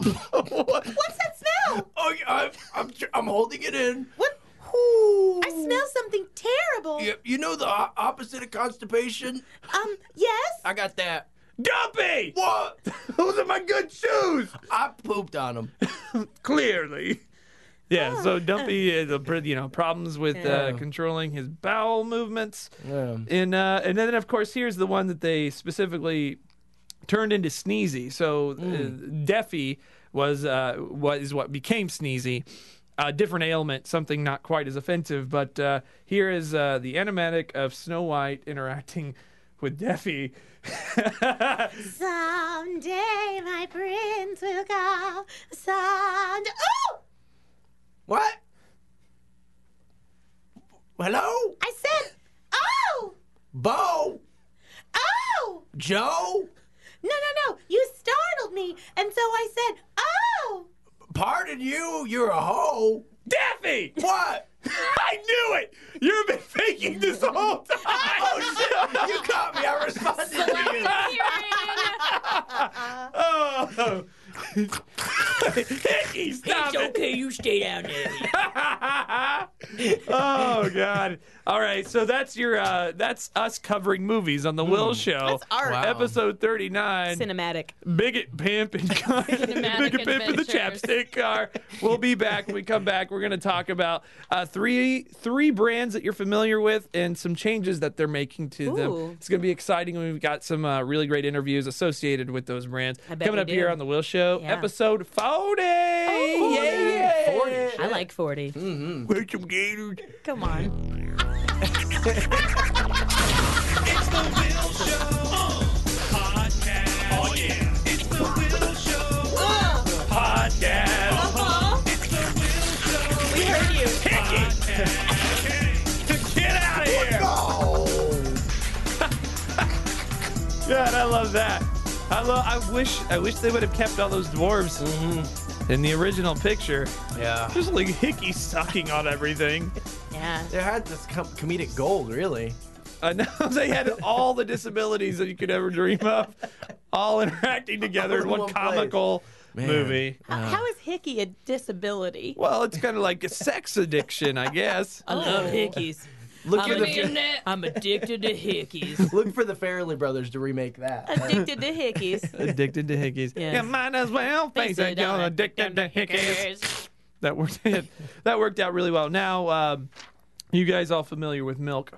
F: what?
A: What's that smell?
F: Oh, yeah, I'm, I'm, tr- I'm holding it in.
A: What?
F: Ooh.
A: I smell something terrible.
F: Yeah, you know the o- opposite of constipation?
A: Um, yes?
F: I got that.
C: Dumpy!
F: What?
C: Those are my good shoes!
F: I pooped on him.
C: Clearly. Yeah, so Dumpy is a, pr- you know problems with uh, controlling his bowel movements. And uh, and then of course here's the one that they specifically turned into Sneezy. So uh, Deffy was uh, what is what became Sneezy. A different ailment, something not quite as offensive. But uh, here is uh, the animatic of Snow White interacting with Deffy.
A: Someday my prince will call. Someday. Oh!
F: What? Hello?
A: I said, oh!
F: Bo?
A: Oh!
F: Joe?
A: No, no, no. You startled me. And so I said, oh!
F: Pardon you? You're a hoe.
C: Deffy!
F: What?
C: I knew it! You've been faking this the whole time!
F: Oh, shit. You caught me. I responded to you.
C: Oh!
E: Hearing.
C: Hickey, stop it!
G: you stay down there.
C: oh god! All right, so that's your uh, that's us covering movies on the
G: Mm.
C: Will Show,
A: That's art.
F: Wow.
C: episode thirty nine.
A: Cinematic.
C: Bigot Pimp and Bigot Pimp and the
E: Adventures.
C: Chapstick Car. We'll be back. When we come back, we're gonna talk about uh, three three brands that you're familiar with and some changes that they're making to
A: Ooh.
C: them. It's gonna be exciting. We've got some uh, really great interviews associated with those brands
A: I bet
C: coming
A: we
C: up here
A: do.
C: on the Will Show,
A: Yeah. Oh,
C: episode forty. yeah,
A: I like 40.
C: Mm.
F: Wear some gators.
A: Come on.
H: It's the Will Show. Podcast. Oh yeah. It's the Will Show.
A: We heard you.
C: Get out of here! God, I love that. I love. I wish. I wish they would have kept all those dwarves
B: Mm-hmm.
C: in the original picture.
H: Ah.
F: Yeah.
C: Just like Hickey sucking on everything.
A: Yeah.
B: There had this com- comedic gold, really.
C: I know Uh, they had all the disabilities that you could ever dream of, all interacting together in
B: in
C: one,
B: one place.
C: comical movie.
A: How- how is Hickey a disability?
C: Well, it's kind of like a sex addiction, I guess.
A: Oh.
G: I love hickeys.
B: Look
G: I'm
B: for the
G: addicted, I'm addicted to hickeys.
B: look for the Farrelly brothers to remake that.
A: Addicted to Hickeys.
C: Addicted to hickeys.
G: Yes.
C: Yeah, might as well face it. You're addicted to hickeys. That worked. that worked out really well. Now, um, you guys all familiar with milk?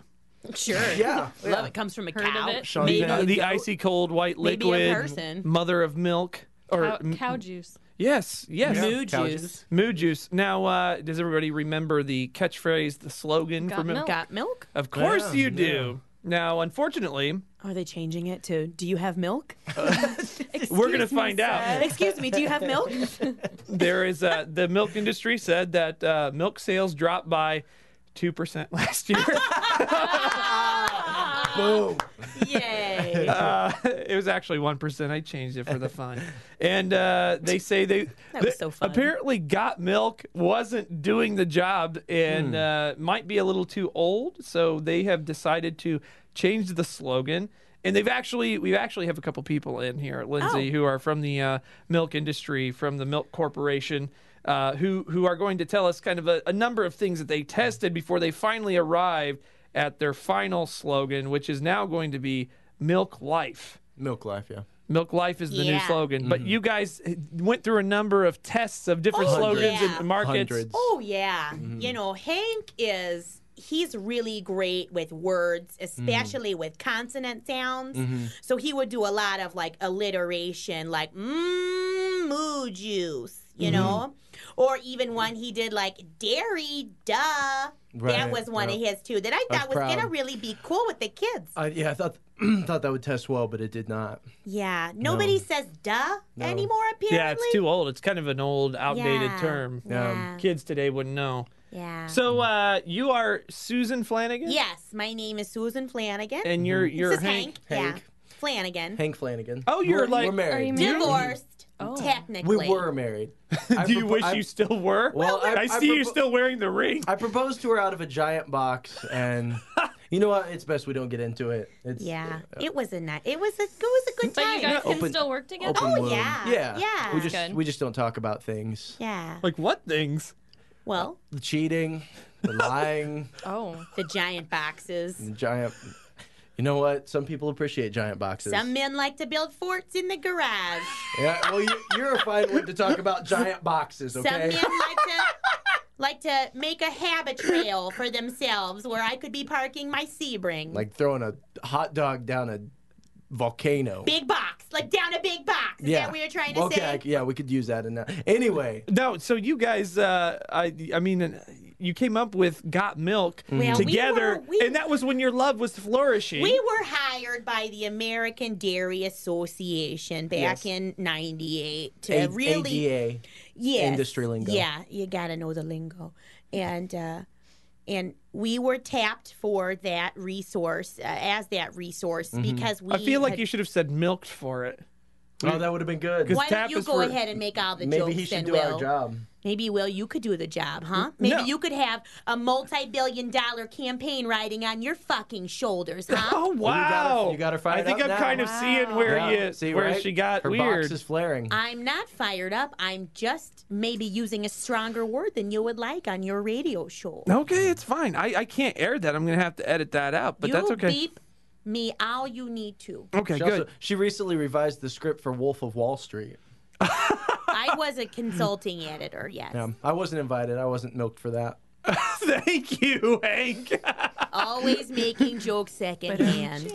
A: Sure.
B: yeah, yeah.
A: Love it comes from a
E: Heard of
A: cow.
E: it?
B: Sean
A: Maybe
B: Penn.
A: a
C: Uh, the
A: goat.
C: icy cold white
A: Maybe a
C: liquid,
A: person.
C: mother of milk, or
E: Cow,
B: Mm.
C: m-
E: cow juice.
C: yes, yes,
G: Moo
B: Cow
G: juice.
C: Moo juice. Now, uh, does everybody remember the catchphrase, the slogan
E: Got
C: for milk?
E: milk.
A: Got milk?
C: Of course
B: Yeah,
C: you do. Now, unfortunately,
A: Are they changing it to Do you have milk?
C: we're going to find out.
A: Excuse me, do you have milk?
C: There is uh, the milk industry said that uh, milk sales dropped by two percent last year.
B: Boom.
A: Yay.
C: uh, it was actually one percent. I changed it for the fun. And uh, they say they
A: That was so fun.
C: apparently got milk wasn't doing the job and uh, might be a little too old, so they have decided to change the slogan. And they've actually we actually have a couple people in here, Lindsay,
A: Oh.
C: who are from the uh, milk industry, from the milk corporation. Uh, who who are going to tell us kind of a, a number of things that they tested before they finally arrived at their final slogan, which is now going to be "Milk Life."
B: Milk life, yeah.
C: Milk Life is the new
A: Yeah.
C: slogan. But
B: Mm-hmm.
C: you guys went through a number of tests of different
A: Oh,
C: slogans
A: yeah.
C: and markets.
B: Hundreds.
A: Oh yeah. You know, Hank is he's really great with words, especially with consonant sounds. So he would do a lot of like alliteration, like mmm moo juice, "Mm, you know? Or even one he did like Dairy Duh.
B: Right,
A: That was one
B: yeah.
A: of his too that I
B: was
A: thought was, gonna
B: proud. Uh,
A: really be cool with the kids.
B: I, yeah, I thought thought that would test well, but it did not.
A: yeah. Nobody says duh
B: No.
A: anymore apparently.
C: Yeah, it's too old. It's kind of an old, outdated
A: Yeah. Uh-huh.
C: term.
A: Yeah.
C: Kids today wouldn't know.
A: Yeah.
C: So uh, you are Susan Flanagan,
A: yes, my name is Susan Flanagan.
C: and you're
B: Mm-hmm.
A: this
C: you're
A: is Hank. Yeah.
B: Hank.
A: Flanagan.
B: Hank Flanagan.
C: Oh, you're
B: We're-
C: like-
B: we're married.
E: Are you married?
A: Divorced
E: Oh.
A: technically.
B: We were married. I
C: Do you
B: propo-
C: wish
B: I-
C: you still were?
B: Well, I-
C: I,
B: I
C: see you're
B: propo-
C: still wearing the ring.
B: I proposed to her out of a giant box, and you know what? It's best we don't get into it. It's,
A: Yeah. It was a night. It was a it was a good
E: But
A: time.
E: you guys
B: Open-
E: can still work together.
B: open
A: Oh,
B: wound.
A: yeah. Yeah.
B: yeah, We
A: That's
B: just
E: good.
B: we just don't talk about things.
A: yeah.
C: like what things?
A: Well,
B: The cheating, the lying,
E: Oh.
A: the giant boxes.
B: the giant. You know what? Some people appreciate giant boxes.
A: Some men like to build forts in the garage.
B: Yeah, well, you, you're a fine one to talk about giant boxes,
A: Some men
B: okay?
A: like to like to make a habit trail for themselves where I could be parking my Sebring.
B: Like throwing a hot dog down a volcano.
A: big box, like down a big box. Is
B: yeah,
A: that what you're trying to
B: okay,
A: say?
B: I- yeah, we could use that in that. Anyway,
C: No, so you guys, uh, I I mean, uh, you came up with "Got Milk"
A: Well, we
C: together,
A: were- we-
C: and that was when your love was flourishing.
A: We were hired by the American Dairy Association back
B: Yes.
A: in '98 to
B: A-
A: really,
B: ADA.
A: yes,
B: industry lingo.
A: Yeah, you gotta know the lingo, and uh, and we were tapped for that resource uh, as that resource
B: Mm-hmm.
A: because we.
C: I feel like
A: had-
C: you should have said "milked" for it.
B: Oh, that would have been good.
A: Why
C: tap
A: don't you
C: is
A: go
C: for-
A: ahead and make all the
B: Maybe
A: jokes?
B: he should
A: then,
B: do
A: Will.
B: our job.
A: Maybe Will, you could do the job, huh? Maybe
C: no.
A: you could have a multi-billion-dollar campaign riding on your fucking shoulders, huh?
C: Oh wow!
B: you gotta find
C: I think
B: out
C: I'm
B: now.
C: kind of
E: Wow.
C: seeing where
B: Yeah,
C: you
B: see,
C: where
B: right?
C: she got
B: Her
C: weird.
B: box is flaring.
A: I'm not fired up. I'm just maybe using a stronger word than you would like on your radio show.
C: Okay, it's fine. I, I can't air that. I'm gonna have to edit that out, but
A: you
C: that's okay.
A: beep me all you need to.
C: Okay,
B: She,
C: good.
B: also, she recently revised the script for Wolf of Wall Street.
A: I was a consulting editor, yes.
B: Yeah,
C: Um,
B: I wasn't invited. I wasn't milked for that.
C: Thank you, Hank.
A: Always making jokes secondhand.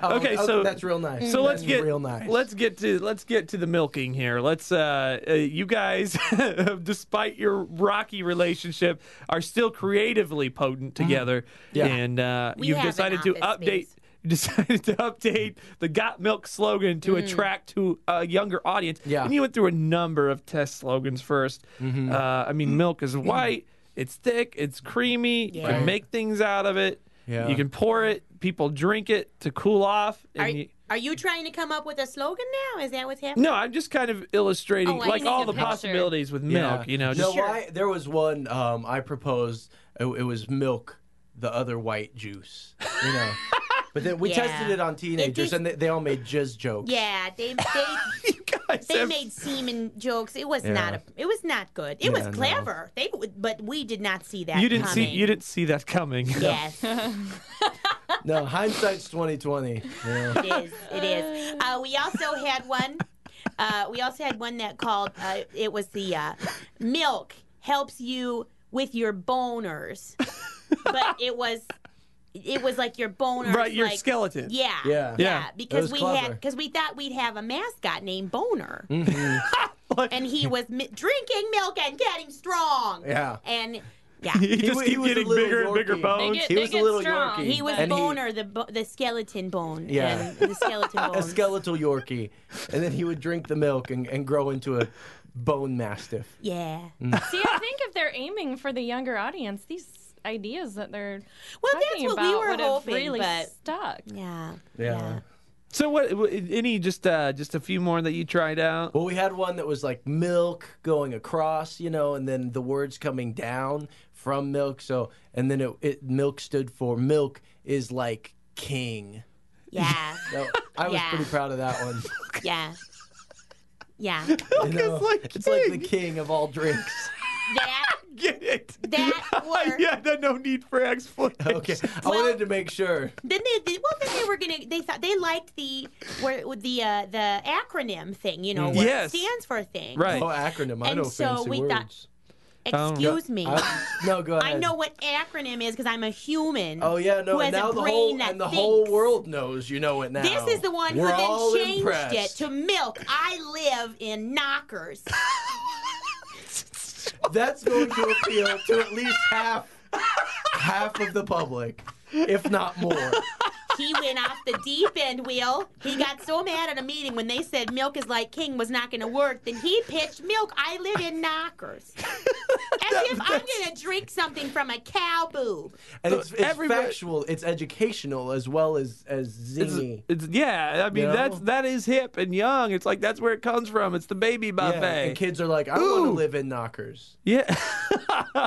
B: Oh,
C: Okay,
B: oh,
C: so-
B: that's real nice.
C: so let's
B: That's
C: get
B: real nice.
C: let's get to let's get to the milking here. Let's uh, uh you guys despite your rocky relationship are still creatively potent together
B: Mm-hmm. Yeah.
C: and uh
A: We
C: you've
A: have an
C: decided to
A: office
C: update
A: space.
C: you decided to update the got milk slogan to
A: Mm.
C: attract to a younger audience
B: Yeah. Mm-hmm.
C: and you went through a number of test slogans 1st uh, i mean milk is white it's thick it's creamy you
A: Yeah.
C: can make things out of it
B: Yeah.
C: you can pour it people drink it to cool off and
A: Are,
C: you,
A: are you trying to come up with a slogan now? Is that what's happening?
C: no, I'm just kind of illustrating
A: Oh, I
C: like
A: see
C: all
A: the
C: the
E: picture.
C: possibilities with
B: Yeah.
C: milk, you know.
B: no,
C: Just,
B: I, there was one um, I proposed. It, it was milk, the other white juice. You know, but then we
A: Yeah.
B: tested it on teenagers,
A: just-
B: and they, they all made jizz jokes.
A: Yeah, they they,
C: you guys
A: they
C: have-
A: made semen jokes. It was
B: Yeah.
A: not a, it was not good. It
B: Yeah, no.
A: was clever. They would- but we did not see that.
C: you didn't see
A: coming.
C: you didn't see that coming.
A: Yes.
B: No, hindsight's twenty twenty. Yeah.
A: it is. It is. Uh, we also had one. Uh, we also had one that called. Uh, it was the uh, milk helps you with your boners, but it was it was like your boners,
C: right, your
A: like,
C: skeleton.
A: Yeah, yeah,
B: Yeah.
C: Yeah,
A: Because
B: was
A: we had
B: clever. Mm.
A: because we thought we'd have a mascot named Boner,
C: Like-
A: and he was mi- drinking milk and getting strong.
B: Yeah.
A: and
C: He
A: yeah.
C: just
B: wa- he
C: keep
B: was a
C: getting
B: little
C: bigger and bigger
B: Yorkie.
E: They
C: bones.
E: get,
B: He
E: they
B: Oh, was a
E: get
B: little
E: strong.
B: Yorkie.
A: He was
E: but-
B: And he-
A: boner, the bo- the skeleton bone,
B: Yeah.
A: and the skeleton bone.
B: a skeletal Yorkie, and then he would drink the milk and, and grow into a bone mastiff.
A: yeah.
B: Mm.
E: See, I think if they're aiming for the younger audience, these ideas that they're
A: Well, that's
E: talking
A: what
E: about
A: we were
E: would have
A: hoping,
E: really
A: but
E: stuck.
A: yeah,
B: Yeah.
C: So what w- any just uh just a few more that you tried out?
B: Well, we had one that was like milk going across, you know, and then the words coming down from milk. So, and then it, it milk stood for milk is like king.
A: yeah,
B: So, I was
A: Yeah.
B: pretty proud of that one.
A: yeah, yeah.
B: You know, it's like the king of all drinks.
A: That
C: Get it.
A: that or
C: yeah, that no need for explanation.
B: Okay, I
A: Well-
B: wanted to make sure.
A: then they, they well then they were gonna they thought they liked the where with the uh, the acronym thing you know where
C: Mm. Yes.
A: it stands for thing
C: Right.
B: Oh, acronym. I
A: And
B: know
A: so
B: fancy
A: we
B: words.
A: thought-
B: Oh.
A: Excuse me.
B: I- no, go ahead.
A: I know what acronym is because I'm a human.
B: Oh yeah, no.
A: who
B: And
A: has
B: now
A: a
B: the
A: brain
B: whole
A: that
B: and the whole
A: thinks.
B: world knows you know it now.
A: This is the one
B: We're
A: who then
B: all
A: changed
B: impressed.
A: it to milk. I live in knockers.
B: that's going to appeal to at least half half of the public, if not more.
A: He went off the deep end, Will. He got so mad at a meeting when they said milk is like king was not going to work, then he pitched milk. I live in knockers. As if I'm going to drink something from a cow boob.
B: And it's, it's
C: everybody-
B: factual, it's educational as well as as
C: It's,
B: zingy.
C: it's- yeah, I mean
B: You know?
C: that's that is hip and young. It's like that's where it comes from. It's the baby buffet.
B: Yeah, and kids are like, I want to
C: Ooh.
B: live in knockers.
C: Yeah.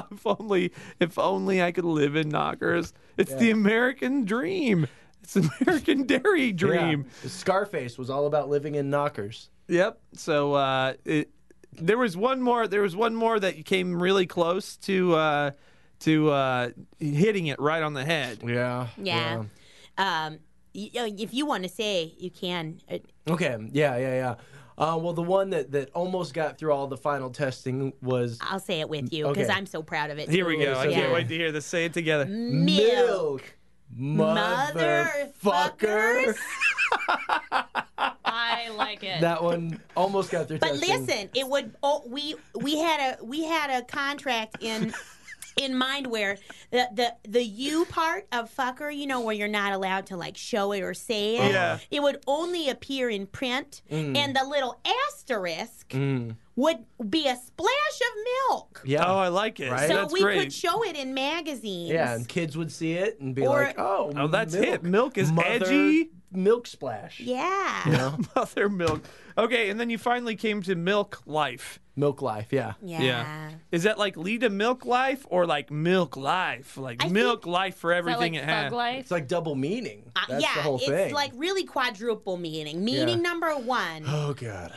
C: if only if only I could live in knockers. It's the American dream. It's the American dairy dream.
B: Yeah. Scarface was all about living in knockers.
C: Yep. So uh, it, there was one more. There was one more that came really close to uh, to uh, hitting it right on the head.
B: Yeah.
A: Yeah. Um, y- uh, if you want to say, you can. Uh,
B: Okay. Yeah, yeah, yeah. Uh, well, the one that, that almost got through all the final testing was
A: I'll say it with you because
B: Okay.
A: I'm so proud of it.
C: Here we
A: too.
C: go. I
A: Yeah.
C: can't wait to hear this. Say it together.
A: Mm. Milk.
B: Motherfucker.
A: Motherfuckers.
E: I like it.
B: That one almost got through
A: But
B: testing.
A: listen, it would. Oh, we we had a we had a contract in in mind where the the the you part of fucker, you know, where you're not allowed to like show it or say
B: Uh-huh.
A: it.
C: Yeah.
A: It would only appear in print,
B: Mm.
A: and the little asterisk
C: Mm.
A: would be a splash of milk.
B: Yeah.
C: Oh, I like it.
B: Right?
A: So
C: That's
A: we
C: great.
A: could show it in magazines.
B: Yeah, and kids would see it and be
A: Or-
B: like, "Oh,
C: Oh, that's
B: milk.
C: hip. Milk is edgy.
B: Milk splash.
A: Yeah.
B: You know?
C: Mother milk. Okay, and then you finally came to milk life.
B: milk life. Yeah.
A: Yeah.
C: Is that like lead to milk life or like milk life? Like
A: I
C: milk life for
E: Is that
C: everything
E: like
C: it
E: thug
C: has.
E: life?
B: It's like double meaning.
A: Uh,
B: That's
A: yeah,
B: the whole
A: it's
B: thing.
A: like really quadruple meaning. Meaning number one.
B: oh god.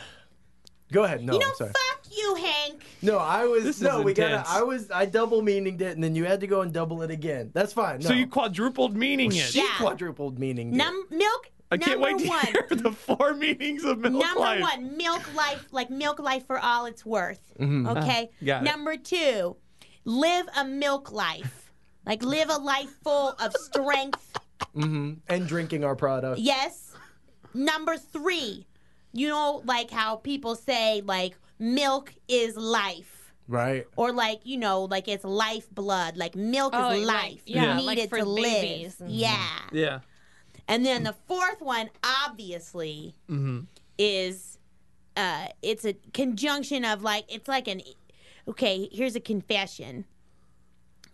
B: Go ahead. No,
A: you know,
B: I'm sorry.
A: fuck you, Hank.
B: No, I was.
C: This
B: no,
C: is
B: we
C: intense.
B: gotta. I was. I double meaninged it, and then you had to go and double it again. That's fine. No.
C: So you quadrupled meaning it.
B: she
A: Yeah.
B: quadrupled meaning.
A: Num- milk.
C: I can't
A: number
C: wait to
A: one.
C: hear the four meanings of milk
A: Number
C: life.
A: one, milk life, like milk life for all it's worth. Okay.
C: Mm-hmm. Uh-huh. got it.
A: Number two, live a milk life. Like live a life full of strength.
C: Mm-hmm.
B: and drinking our product.
A: Yes. Number three, you know, like how people say, like, milk is life.
B: Right.
A: Or like, you know, like it's life blood. Like milk
E: Oh,
A: is
E: like-
A: life.
E: yeah,
A: you need
E: like
A: it
E: for
A: to
E: babies.
A: live.
E: Mhm.
A: Yeah.
C: Yeah.
A: And then the fourth one, obviously,
B: Mm-hmm.
A: is uh, it's a conjunction of like it's like an okay. Here's a confession.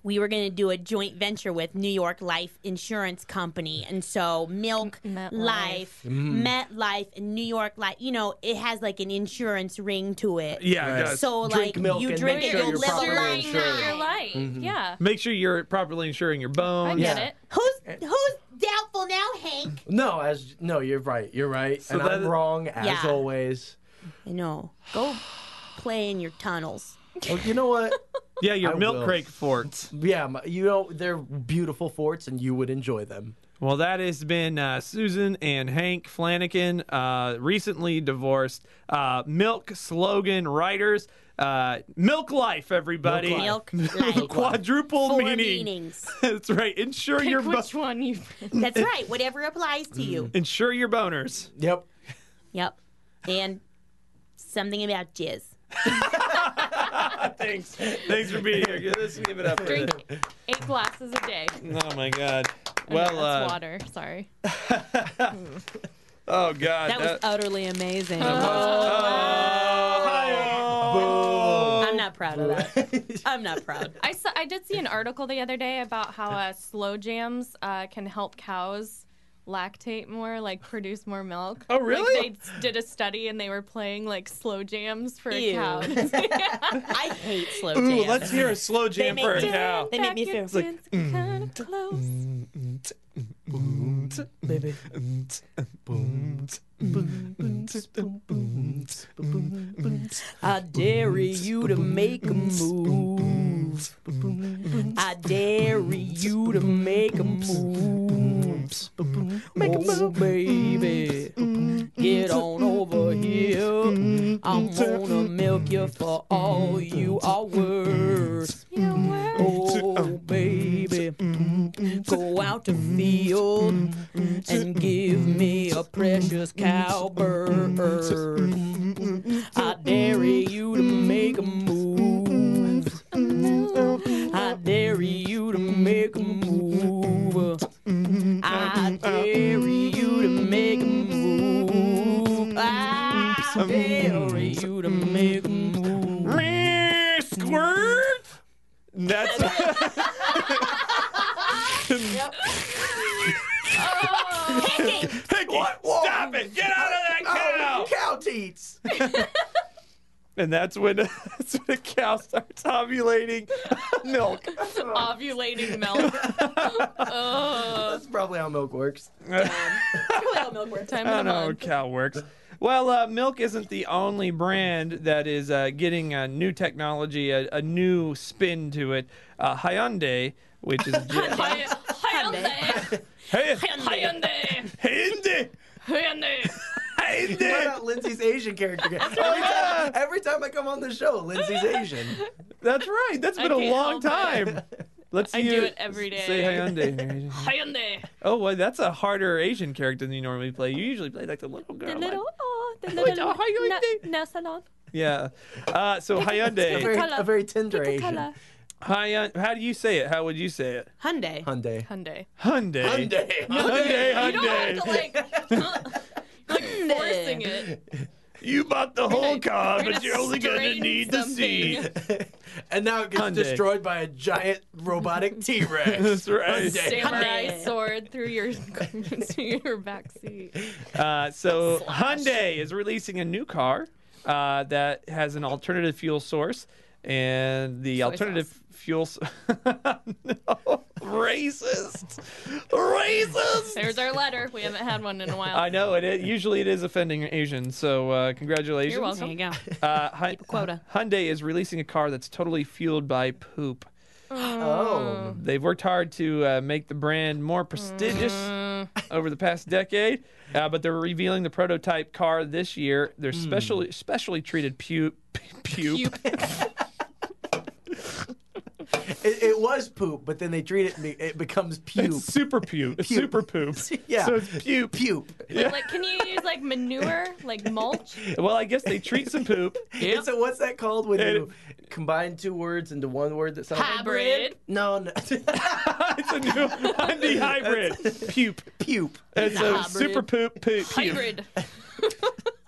A: We were going to do a joint venture with New York Life Insurance Company, and so Milk
E: MetLife.
A: Life,
B: Mm-hmm.
A: Met Life, and New York Life. You know, it has like an insurance ring to it.
C: Yeah, it
B: Right.
C: does.
A: So
B: Drink
A: like
B: milk
A: you
B: and
A: drink
B: make
A: it,
B: sure
A: you'll
B: you're
A: live a
B: properly
A: life.
E: Insuring your
A: high.
E: life. Yeah.
C: Make sure you're properly insuring your
E: I
C: bones.
E: get
B: Yeah.
E: it.
A: Who's who's doubtful now, Hank?
B: No, as no, you're right. You're right, and
C: that
B: I'm
C: is-
B: wrong as
A: Yeah.
B: always.
A: I know. Go play in your tunnels.
B: Well, you know what?
C: Yeah, your
B: I
C: milk
B: will.
C: crate forts.
B: yeah, my, you know they're beautiful forts, and you would enjoy them.
C: Well, that has been uh, Susan and Hank Flanagan, uh, recently divorced uh, milk slogan writers. Uh, milk life, everybody.
A: Milk life.
C: Quadruple
A: Four
C: meaning.
A: meanings.
C: That's right. Ensure
E: Pick
C: your bo-
E: which one you.
A: That's right. Whatever applies to you.
C: ensure your boners.
B: Yep.
A: Yep. And something about jizz.
C: Thanks. Thanks for being here. Let's give it up. For
E: Drink eight glasses a day.
C: this. Oh my God.
E: Well,
C: Well, uh,
E: water. Sorry.
C: oh God.
G: That was utterly amazing.
A: Oh.
C: oh, Ohio.
A: Oh. I'm not proud of
B: Oh,
A: that. I'm not proud.
E: I saw. I did see an article the other day about how uh, slow jams uh, can help cows lactate more, like produce more milk.
C: Oh,
E: Like,
C: really?
E: they did a study and they were playing like slow jams for
A: Ew.
E: a cow.
A: I hate slow
C: Ooh,
A: jams.
C: let's hear a slow jam
A: make
C: for a
A: me-
C: cow.
A: They make me feel-
E: It's kind of close.
B: Baby.
G: I dare you to make a move. I dare you to make a move. Make a move, baby. Get on over here. I'm gonna milk you for all you are worth. Oh, baby.
B: mm,
G: Go out to field
B: mm,
G: and give me a precious
B: mm, mm,
G: cowbird. I dare you to make a move.
B: mm, mm, mm,
C: And That's
A: Picking.
C: what? Stop it! Get out of that
B: Oh,
C: cow!
B: cow teats.
C: And that's when that's when a cow starts ovulating milk.
E: Ovulating milk. Oh. Ugh.
B: That's probably how milk works.
E: Time
C: I
E: of the
C: don't know how
E: month.
C: cow works. Well, uh, milk isn't the only brand that is uh, getting uh, new technology, a, a new spin to it. Uh, Hyundai, which is
E: Hy- Hyundai.
C: hey,
E: Hyundai.
C: Hyundai,
E: Hyundai.
B: What
C: Hyundai.
B: about Lindsay's Asian character? Every time, every time I come on the show, Lindsay's Asian.
C: That's right. That's been
E: I
C: a
E: can't
C: long
E: help it.
C: time. Let's see
E: I do
C: you
E: it every day.
C: Say Hyundai.
E: Hyundai.
C: oh, well, that's a harder Asian character than you normally play. You usually play like the little girl.
E: The
C: like-
E: little, oh, the
C: Wait,
E: little
C: oh, Hyundai.
E: na- nail salon.
C: Yeah. Uh, so
B: A
C: Hyundai.
B: very,
E: Color.
B: a very tender Asian.
E: Color.
C: Hyundai. How do you say it? How would you say it?
A: Hyundai.
B: Hyundai.
E: Hyundai.
C: Hyundai.
I: Hyundai.
C: Hyundai.
E: You don't have to
C: Hyundai.
E: like, like forcing it.
C: You bought the whole
E: We're
C: car,
E: gonna
C: but you're only gonna
E: strain
C: need the
E: something.
C: seat.
B: and now it gets
C: Hyundai.
B: destroyed by a giant robotic T Rex.
C: That's right.
I: Hyundai.
E: Samurai
A: Hyundai.
E: sword through your through your backseat.
C: Uh, so Hyundai is releasing a new car uh, that has an alternative fuel source, and the alternative fuel. s- no, racist, racist.
E: There's our letter. We haven't had one in a while.
C: I know it, it. Usually, it is offending Asians. So, uh, congratulations.
E: You're
A: There you
E: welcome.
A: go.
C: Uh, Hy-
E: quota.
C: Hyundai is releasing a car that's totally fueled by poop.
B: Oh.
C: They've worked hard to uh, make the brand more prestigious
B: Mm.
C: over the past decade, uh, but they're revealing the prototype car this year. They're
B: Hmm.
C: specially specially treated pu- puke.
B: It, it was poop, but then they treat it and be- it becomes puke.
C: It's super puke. It's super poop.
B: Yeah.
C: So it's puke.
B: Puke.
E: Like, can you use like manure, like mulch?
C: Well, I guess they treat some poop.
B: And so what's that called when
C: And-
B: you combine two words into one word that sounds like
E: Hybrid.
B: No, no.
C: it's a new Hyundai hybrid. Puke.
B: puke.
C: It's a super poop poop. puke.
E: Hybrid.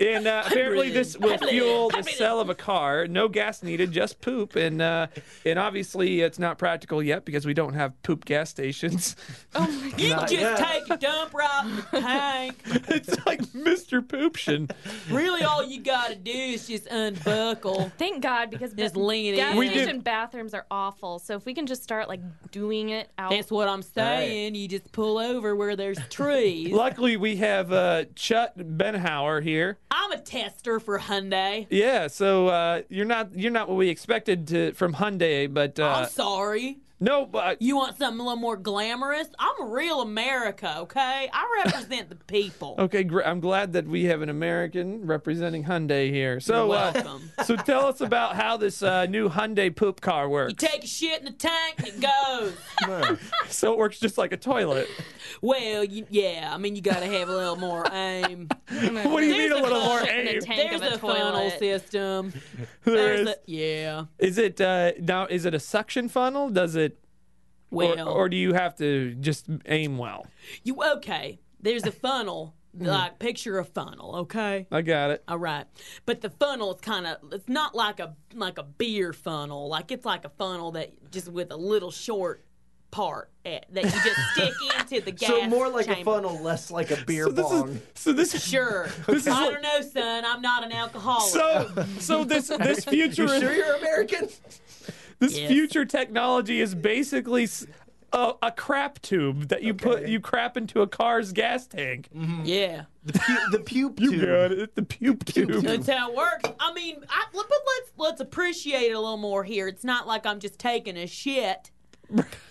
C: And uh, apparently, this will
E: Hybrid.
C: fuel the
E: Hybrid.
C: sale of a car. No gas needed, just poop. And uh, and obviously, it's not practical yet because we don't have poop gas stations.
J: You
B: Not
J: just
B: yet.
J: take a dump right in the tank.
C: it's like Mr. Pooption.
J: Really, all you gotta do is just unbuckle.
E: Thank God, because
J: Just
E: ba-
J: lean
E: gas
J: in. We
E: station
C: did-
E: bathrooms are awful. So if we can just start like doing it out,
J: That's what I'm saying. You just pull over where there's trees.
C: Luckily, we have uh, Chut Benhauer here.
J: I'm a tester for Hyundai.
C: Yeah, so uh, you're not you're not what we expected to, from Hyundai, but uh,
J: I'm sorry.
C: no, but
J: You want something a little more glamorous? I'm a real America, okay? I represent the people.
C: okay. Gr- I'm glad that we have an American representing Hyundai here. So.
J: You're
C: Uh,
J: welcome.
C: so tell us about how this uh, new Hyundai poop car works.
J: you take a shit in the tank and it goes.
C: so it works just like a toilet.
J: well, you, yeah, I mean, you gotta have a little more aim.
C: what do you need a little more
E: shit in a
C: aim?
E: tank.
J: There's
E: of a
J: a, funnel
E: toilet.
J: system.
C: There
J: There's
C: is,
J: a, yeah.
C: is it uh, now? Is it a suction funnel? Does it, or,
J: Well,
C: or do you have to just aim well?
J: you okay? There's a funnel. Like picture a funnel, okay?
C: I got it.
J: All right, but the funnel is kind of it's not like a like a beer funnel. Like it's like a funnel that just with a little short part at, that you just stick into the gas.
B: So more like a
J: chamber.
B: funnel, less like a beer
C: So this
B: bong.
C: is so this is
J: Sure.
C: This is
J: I
C: what-
J: don't know, son. I'm not an alcoholic.
C: so so this this future
B: You sure you're American?
C: this
J: Yes.
C: future technology is basically s- a, a crap tube that you put you crap into a car's gas tank.
J: yeah,
B: The, pu- the puke
C: You
B: tube.
C: got it. The puke tube.
J: that's how it works. I mean, I, but let's let's appreciate it a little more here. It's not like I'm just taking a shit.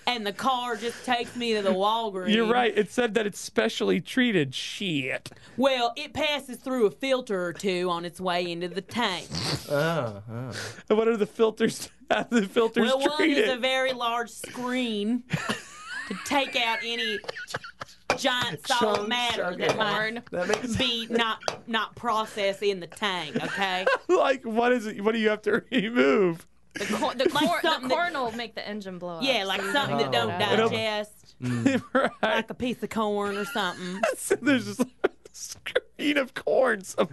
J: And the car just takes me to the Walgreens.
C: You're right. It said that it's specially treated. Shit.
J: Well, it passes through a filter or two on its way into the tank.
B: Ah, ah.
C: And What are the filters? How do the filters
J: Well, one
C: treated?
J: is a very large screen to take out any giant solid
B: Chunks,
J: matter
B: okay.
J: that might
B: That makes
J: be not not processed in the tank. Okay,
C: like what is it what do you have to remove
E: The, cor- the,
J: Like
E: cor- the
J: something that-
E: corn will make the engine blow up.
J: yeah, like something that don't
E: Oh.
J: digest,
C: right
J: Hmm. like a piece of corn or something.
C: so there's just like a screen eat of corns.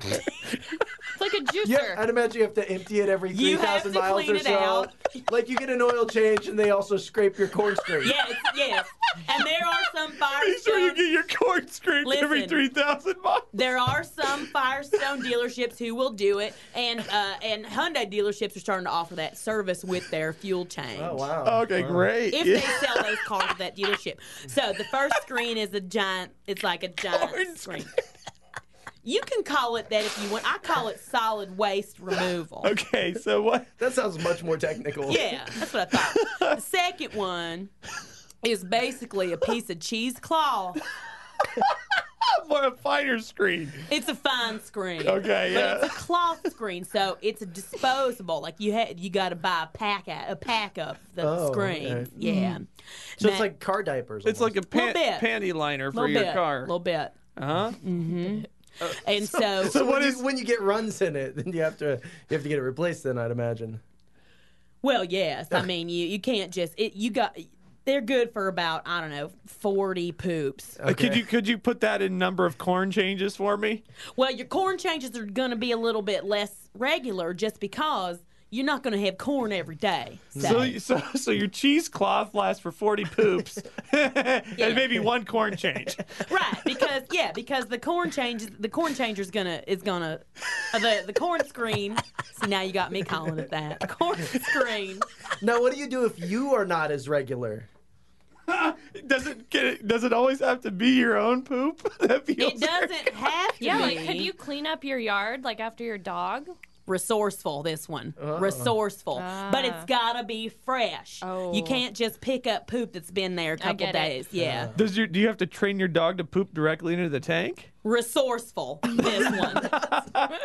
E: It's like a juicer.
B: Yeah, I'd imagine you have to empty it every
J: You have
B: 3,000
J: to
B: miles
J: clean
B: or
J: it
B: so.
J: out.
B: Like you get an oil change and they also scrape your corn straight.
J: Yes, yes. And there are some
C: Make sure you
J: Firestone.
C: get your corn scraped every
J: Listen.
C: 3,000 miles.
J: There are some Firestone dealerships who will do it, and uh, and Hyundai dealerships are starting to offer that service with their fuel change.
B: Oh, wow.
C: Okay, great.
J: If
C: Yeah.
J: they sell those cars at that dealership. So the first screen is a giant. It's like a giant
C: Corn
J: screen. You can call it that if you want. I call it solid waste removal.
C: Okay, so what?
B: That sounds much more technical.
J: Yeah, that's what I thought. the second one is basically a piece of cheesecloth.
C: More a finer screen.
J: It's a fine screen.
C: Okay,
J: But
C: yeah.
J: it's a cloth screen, so it's a disposable. Like you had, you got to buy a pack a, a pack of the
B: Oh,
J: screen.
B: okay.
J: Yeah,
B: So it's
J: Now-
B: like car diapers.
C: It's like a pan-
J: Little bit.
C: panty liner for
J: little
C: your
J: bit,
C: car. Uh-huh.
J: little bit.
C: Huh?
J: And so,
B: So what is when you get runs in it, then you have to you have to get it replaced. Then I'd imagine.
J: well, yes. I mean, you you can't just it. You got. They're good for about I don't know forty poops.
C: Uh, Could you could you put that in number of corn changes for me?
J: Well, your corn changes are going to be a little bit less regular, just because you're not going to have corn every day. So,
C: So so so your cheesecloth lasts for forty poops, and maybe one corn change.
J: right, because yeah, because the corn changes. The corn changer's gonna is gonna uh, the the corn screen. See, now you got me calling it that corn screen.
B: Now, what do you do if you are not as regular?
C: Does it get it? Does it always have to be your own poop? That feels
J: It doesn't have to
E: Yeah,
J: be
E: like could you clean up your yard like after your dog?
J: resourceful. This one
C: Uh-uh.
J: resourceful, but it's gotta be fresh.
E: Ah. Oh.
J: You can't just pick up poop that's been there a couple
E: get it.
J: days. Yeah,
C: Does your do you have to train your dog to poop directly into the tank?
J: resourceful. This one,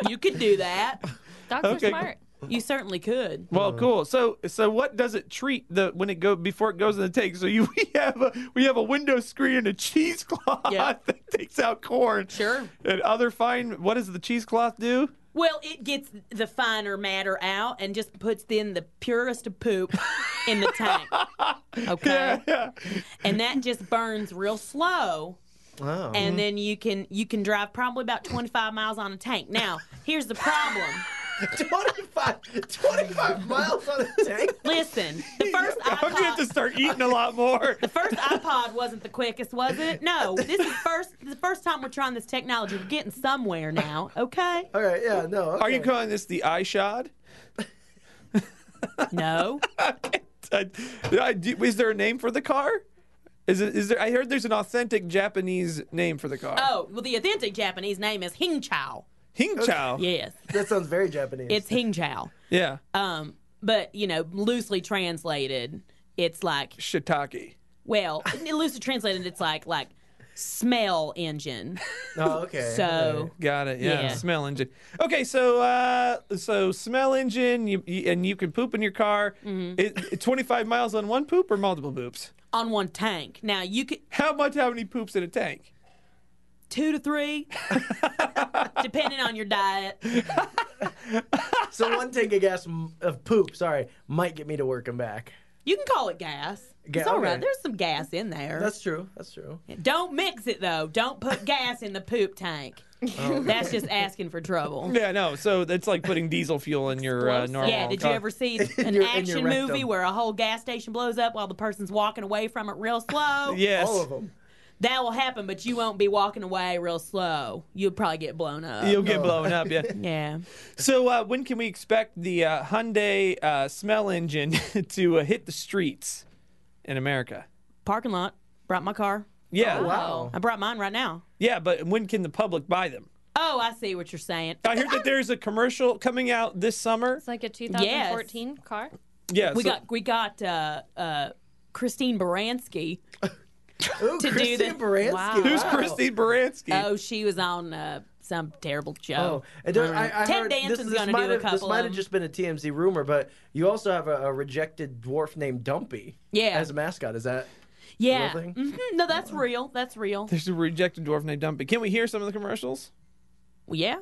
J: you could do that.
E: Dogs
C: Okay.
E: are smart.
J: You certainly could.
C: Well, cool. So, so what does it treat the when it go before it goes in the tank? So you we have a we have a window screen and a cheesecloth
J: Yeah.
C: that takes out corn.
J: Sure.
C: And other fine. What does the cheesecloth do?
J: Well, it gets the finer matter out and just puts in the purest of poop in the tank. Okay.
C: Yeah.
J: And that just burns real slow.
B: Oh.
C: Mm-hmm.
J: And then you can you can drive probably about 25 miles on a tank. Now, here's the problem.
B: 25, 25 miles on a tank.
J: Listen, the first
C: I'm gonna have to
J: iPod,
C: start eating a lot more.
J: the first iPod wasn't the quickest, was it? No, this is first the first time we're trying this technology. We're getting somewhere now, okay?
B: All right, yeah, no.
C: Are you
B: okay.
C: calling this the eye shod?
J: No.
C: I- Uh, I- do- Is there a name for the car? Is it? Is there? I heard there's an authentic Japanese name for the car.
J: Oh, well the authentic Japanese name is Hing Chao.
C: Hing Chao.
J: Yes.
B: That sounds very Japanese.
J: It's Hing Chao.
C: Yeah.
J: Um, but you know, loosely translated, it's like
C: Shiitake.
J: well, loosely translated, it's like like smell engine.
B: oh, okay.
J: So
C: Got it. Yeah.
J: Yeah.
C: Smell engine. Okay, so uh, so smell engine, you, you, and you can poop in your car.
J: Mm-hmm.
C: It, 25 miles on one poop or multiple poops?
J: on one tank. Now you could
C: How much? How many poops in a tank?
J: two to three, depending on your diet.
B: so one tank of gas m- of poop, sorry, might get me to work and back.
J: You can call it gas.
B: Ga-
J: it's all right.
B: okay.
J: There's some gas in there.
B: That's true. That's true.
J: Don't mix it though. Don't put gas in the poop tank.
B: Oh.
J: That's just asking for trouble.
C: Yeah, no. So that's like putting diesel fuel in your uh,
E: Explosive.
C: normal.
J: Yeah, did you
C: car.
J: ever see an
B: your- in your
J: action
B: rectum.
J: movie where a whole gas station blows up while the person's walking away from it real slow?
C: Yes.
B: All of them.
J: that will happen, but you won't be walking away real slow. You'll probably get blown up.
C: You'll get blown up, yeah.
J: yeah.
C: So, uh, when can we expect the uh, Hyundai uh, smell engine to uh, hit the streets in America?
J: Parking lot. Brought my car.
C: Yeah,
G: Oh,
B: Wow.
J: I brought mine right now.
C: yeah, but when can the public buy them?
J: Oh, I see what you're saying.
C: I heard that there's a commercial coming out this summer.
E: It's like a 2014 car.
C: Yeah,
J: We
C: so-
J: got we got uh, uh, Christine Baranski.
B: Ooh,
J: do
B: Christine
J: the-
B: Baranski.
E: Wow.
C: Who's
B: wow.
C: Christine Baranski?
J: Oh, she was on uh, some terrible show.
B: Oh, and don't- I, I
J: Ted
B: heard
J: Danson's
B: this, this
J: gonna do
B: might
J: a
B: have, This
J: couple
B: might
J: of
B: have
J: 'em.
B: just been a TMZ rumor, but you also have a, a rejected dwarf named Dumpy
J: Yeah.
B: as a mascot. Is that
J: yeah.
B: real thing?
J: Mhm. No, that's real. That's real.
C: There's a rejected dwarf named Dumpy. Can we hear some of the commercials?
J: Yeah,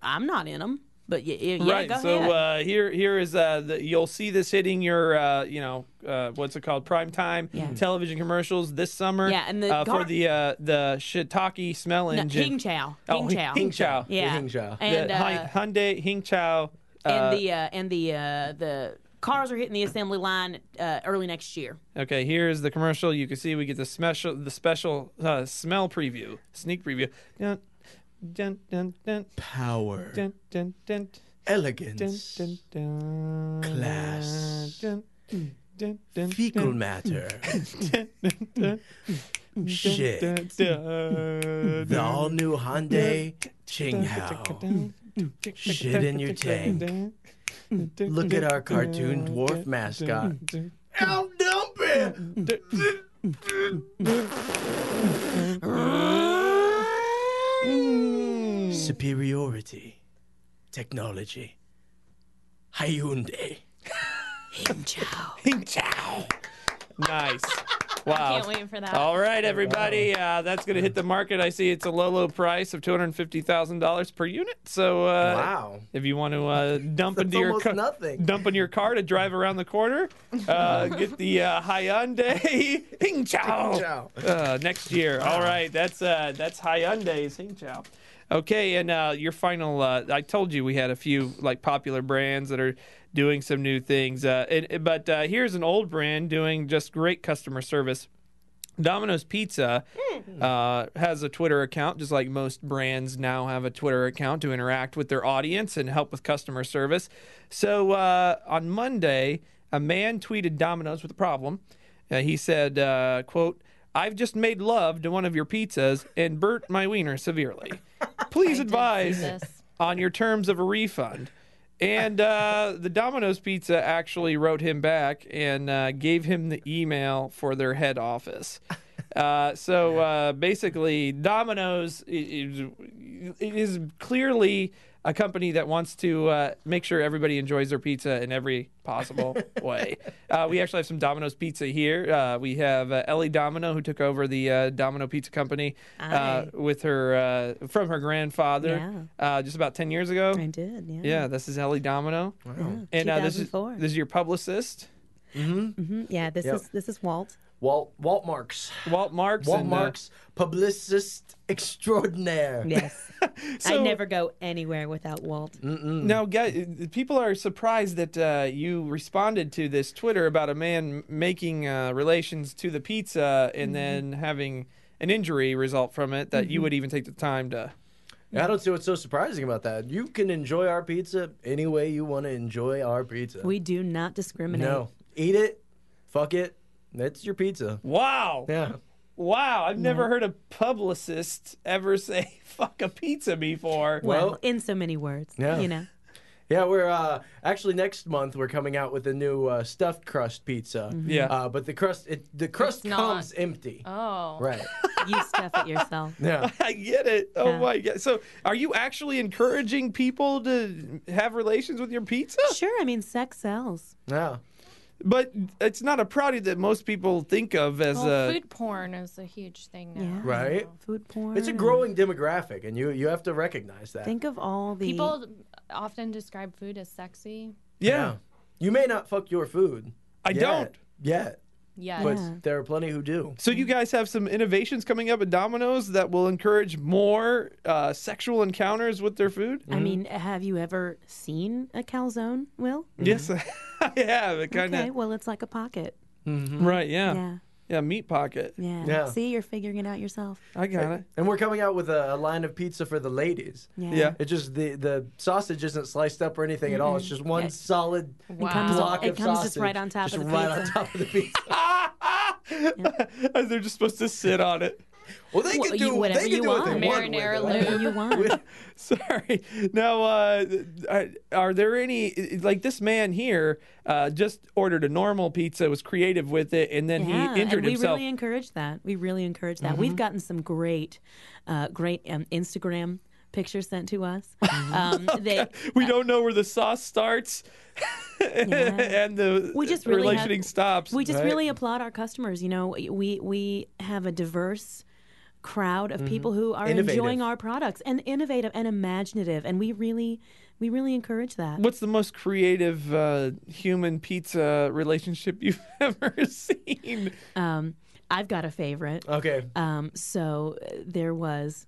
J: I'm not in them,
G: But yeah, yeah, yeah,
C: right.
G: go
C: so
G: ahead.
C: Uh, here, here is uh, the, you'll see this hitting your, uh, you know, uh, what's it called, prime time
G: Yeah.
C: television commercials this summer.
G: Yeah, and the
C: uh,
G: gar-
C: for the uh, the shiitake smell
G: no,
C: engine.
G: Hing Chow.
C: Oh,
G: Hing
C: Hing-
G: Chow.
C: Hing Chow.
B: The
G: Yeah.
B: Hing Chow.
C: The
G: And, uh,
C: Hy- Hyundai Hing Chow. uh,
G: and the uh, and the uh, the cars are hitting the assembly line uh, early next year.
C: Okay, here's the commercial. You can see we get the special, the special uh, smell preview, sneak preview. Dun, dun, dun, dun,
B: Power.
C: dun, dun, dun, dun,
B: Elegance.
C: dun, dun,
B: Class.
C: Dun, dun, dun, dun,
B: Fecal matter. Shit.
C: dun, dun,
B: The all new Hyundai Qinghao. Shit in your tank. Look at our cartoon dwarf mascot.
F: I'll dump it.
B: Superiority. Technology. Hyundai.
G: Hing Chow.
C: Nice. Wow.
E: Can't wait for that.
B: Oh.
C: All right, everybody. Uh, that's going to hit the market. I see it's a low, low price of two hundred fifty thousand dollars per unit. So, uh,
B: Wow.
C: if you want to uh, dump into your
B: almost
C: car,
B: nothing.
C: dump in your car to drive around the corner, uh, get the uh, Hyundai Hing Chow
B: Chow.
C: uh, next year. All right, that's uh, that's Hyundai's Hing Chow. Okay, and uh, your final. Uh, I told you we had a few like popular brands that are doing some new things. Uh, and, but uh, here's an old brand doing just great customer service. Domino's Pizza uh, has a Twitter account, just like most brands now have a Twitter account to interact with their audience and help with customer service. So uh, on Monday, a man tweeted Domino's with a problem. Uh, he said, uh, "quote I've just made love to one of your pizzas and burnt my wiener severely. Please advise
E: this.
C: on your terms of a refund." And uh, the Domino's Pizza actually wrote him back and uh, gave him the email for their head office. Uh, so uh, basically, Domino's i- is, is clearly a company that wants to uh, make sure everybody enjoys their pizza in every possible way. Uh, we actually have some Domino's pizza here. Uh, we have uh, Ellie Domino, who took over the uh, Domino Pizza Company uh,
G: Aye.
C: with her uh, from her grandfather uh, just about ten years ago.
G: I did. Yeah.
C: Yeah, this is Ellie Domino.
B: Wow.
C: And uh, this is
A: 2004.
C: this is your publicist,
A: Mhm. Yeah, this
B: Yep.
A: is this is Walt.
B: Walt Walt Marks.
C: Walt Marks.
B: Walt
C: and, uh,
B: Marks, publicist extraordinaire.
A: Yes.
C: So- Mm.
A: I never go anywhere without Walt.
C: Now, guy- people are surprised that uh, you responded to this Twitter about a man making uh, relations to the pizza
A: Mm-hmm.
C: and then having an injury result from it. That you would even take the time to.
B: I don't see what's so surprising about that. You can enjoy our pizza any way you want to enjoy our pizza.
A: We do not discriminate.
B: no. Eat it. Fuck it. That's your pizza.
C: Wow!
B: Yeah.
C: Wow! I've never heard a publicist ever say "fuck a pizza" before.
A: Well,
B: Well-
A: in so many words.
B: Yeah.
A: You know.
B: Yeah, we're uh, actually next month we're coming out with a new uh, stuffed crust pizza.
C: Yeah.
B: Uh, but the crust it the crust
E: not.
B: comes empty.
E: Oh.
B: Right.
A: You stuff it yourself.
B: Yeah.
C: I get it. Oh
A: Yeah.
C: my god! So, are you actually encouraging people to have relations with your pizza?
A: Sure, I mean sex sells.
B: Yeah.
C: But it's not a product that most people think of as
E: Well,
C: a.
E: food porn is a huge thing now.
A: Yeah.
B: uh, Right.
A: Food porn.
J: Mm.
B: It's a growing demographic and you you have to recognize that.
A: Think of all the
E: People often describe food as sexy.
C: yeah.
B: You may not fuck your food.
C: I
B: yet-
C: don't.
B: Yet.
E: Yes.
B: But
A: Yeah.
B: there are plenty who do.
C: So you guys have some innovations coming up at Domino's that will encourage more uh, sexual encounters with their food.
A: I mean, have you ever seen a calzone, Will?
C: Yes, I have. It kind of
A: Okay, well it's like a pocket.
C: right. Yeah. yeah,
A: Yeah.
C: Meat pocket.
A: Yeah.
B: Yeah.
A: See, you're figuring it out yourself.
C: I got it.
B: And we're coming out with a, a line of pizza for the ladies.
A: Yeah.
C: Yeah.
B: It's just the the sausage isn't sliced up or anything at all. It's just one
A: Yeah.
B: solid
E: Wow.
A: comes
B: block
A: on- it
B: of
A: comes
B: sausage.
A: just right on top of
B: Just
A: the
B: right on
A: pizza.
B: top of the pizza.
C: They're just supposed to sit on it.
B: well, they
A: Well,
B: can
A: you-
B: do
A: whatever
B: they can
A: you
B: do what they
A: want.
B: want with
E: Marinara
B: it.
E: lube.
A: Whatever you want.
C: Sorry. Now, uh, are, are there any like this man here uh, just ordered a normal pizza, was creative with it, and then
A: Yeah,
C: he injured
A: and we
C: himself. Mm-hmm.
A: really encourage that. We really encourage that. We've gotten some great, uh, great um, Instagram pictures sent to us.
C: Mm-hmm.
A: Um, they,
C: we don't know where the sauce starts and the
A: We just really
C: relationing
A: have-
C: stops.
A: we just
C: right?
A: really applaud our customers. You know, we we have a diverse crowd of people who are
C: Mm-hmm.
B: Innovative.
A: enjoying our products and innovative and imaginative, and we really
J: We really encourage that.
C: What's the most creative uh, human pizza relationship you've ever seen?
J: Um, I've got a favorite.
C: Uh
B: Okay,
J: Um, so uh, there was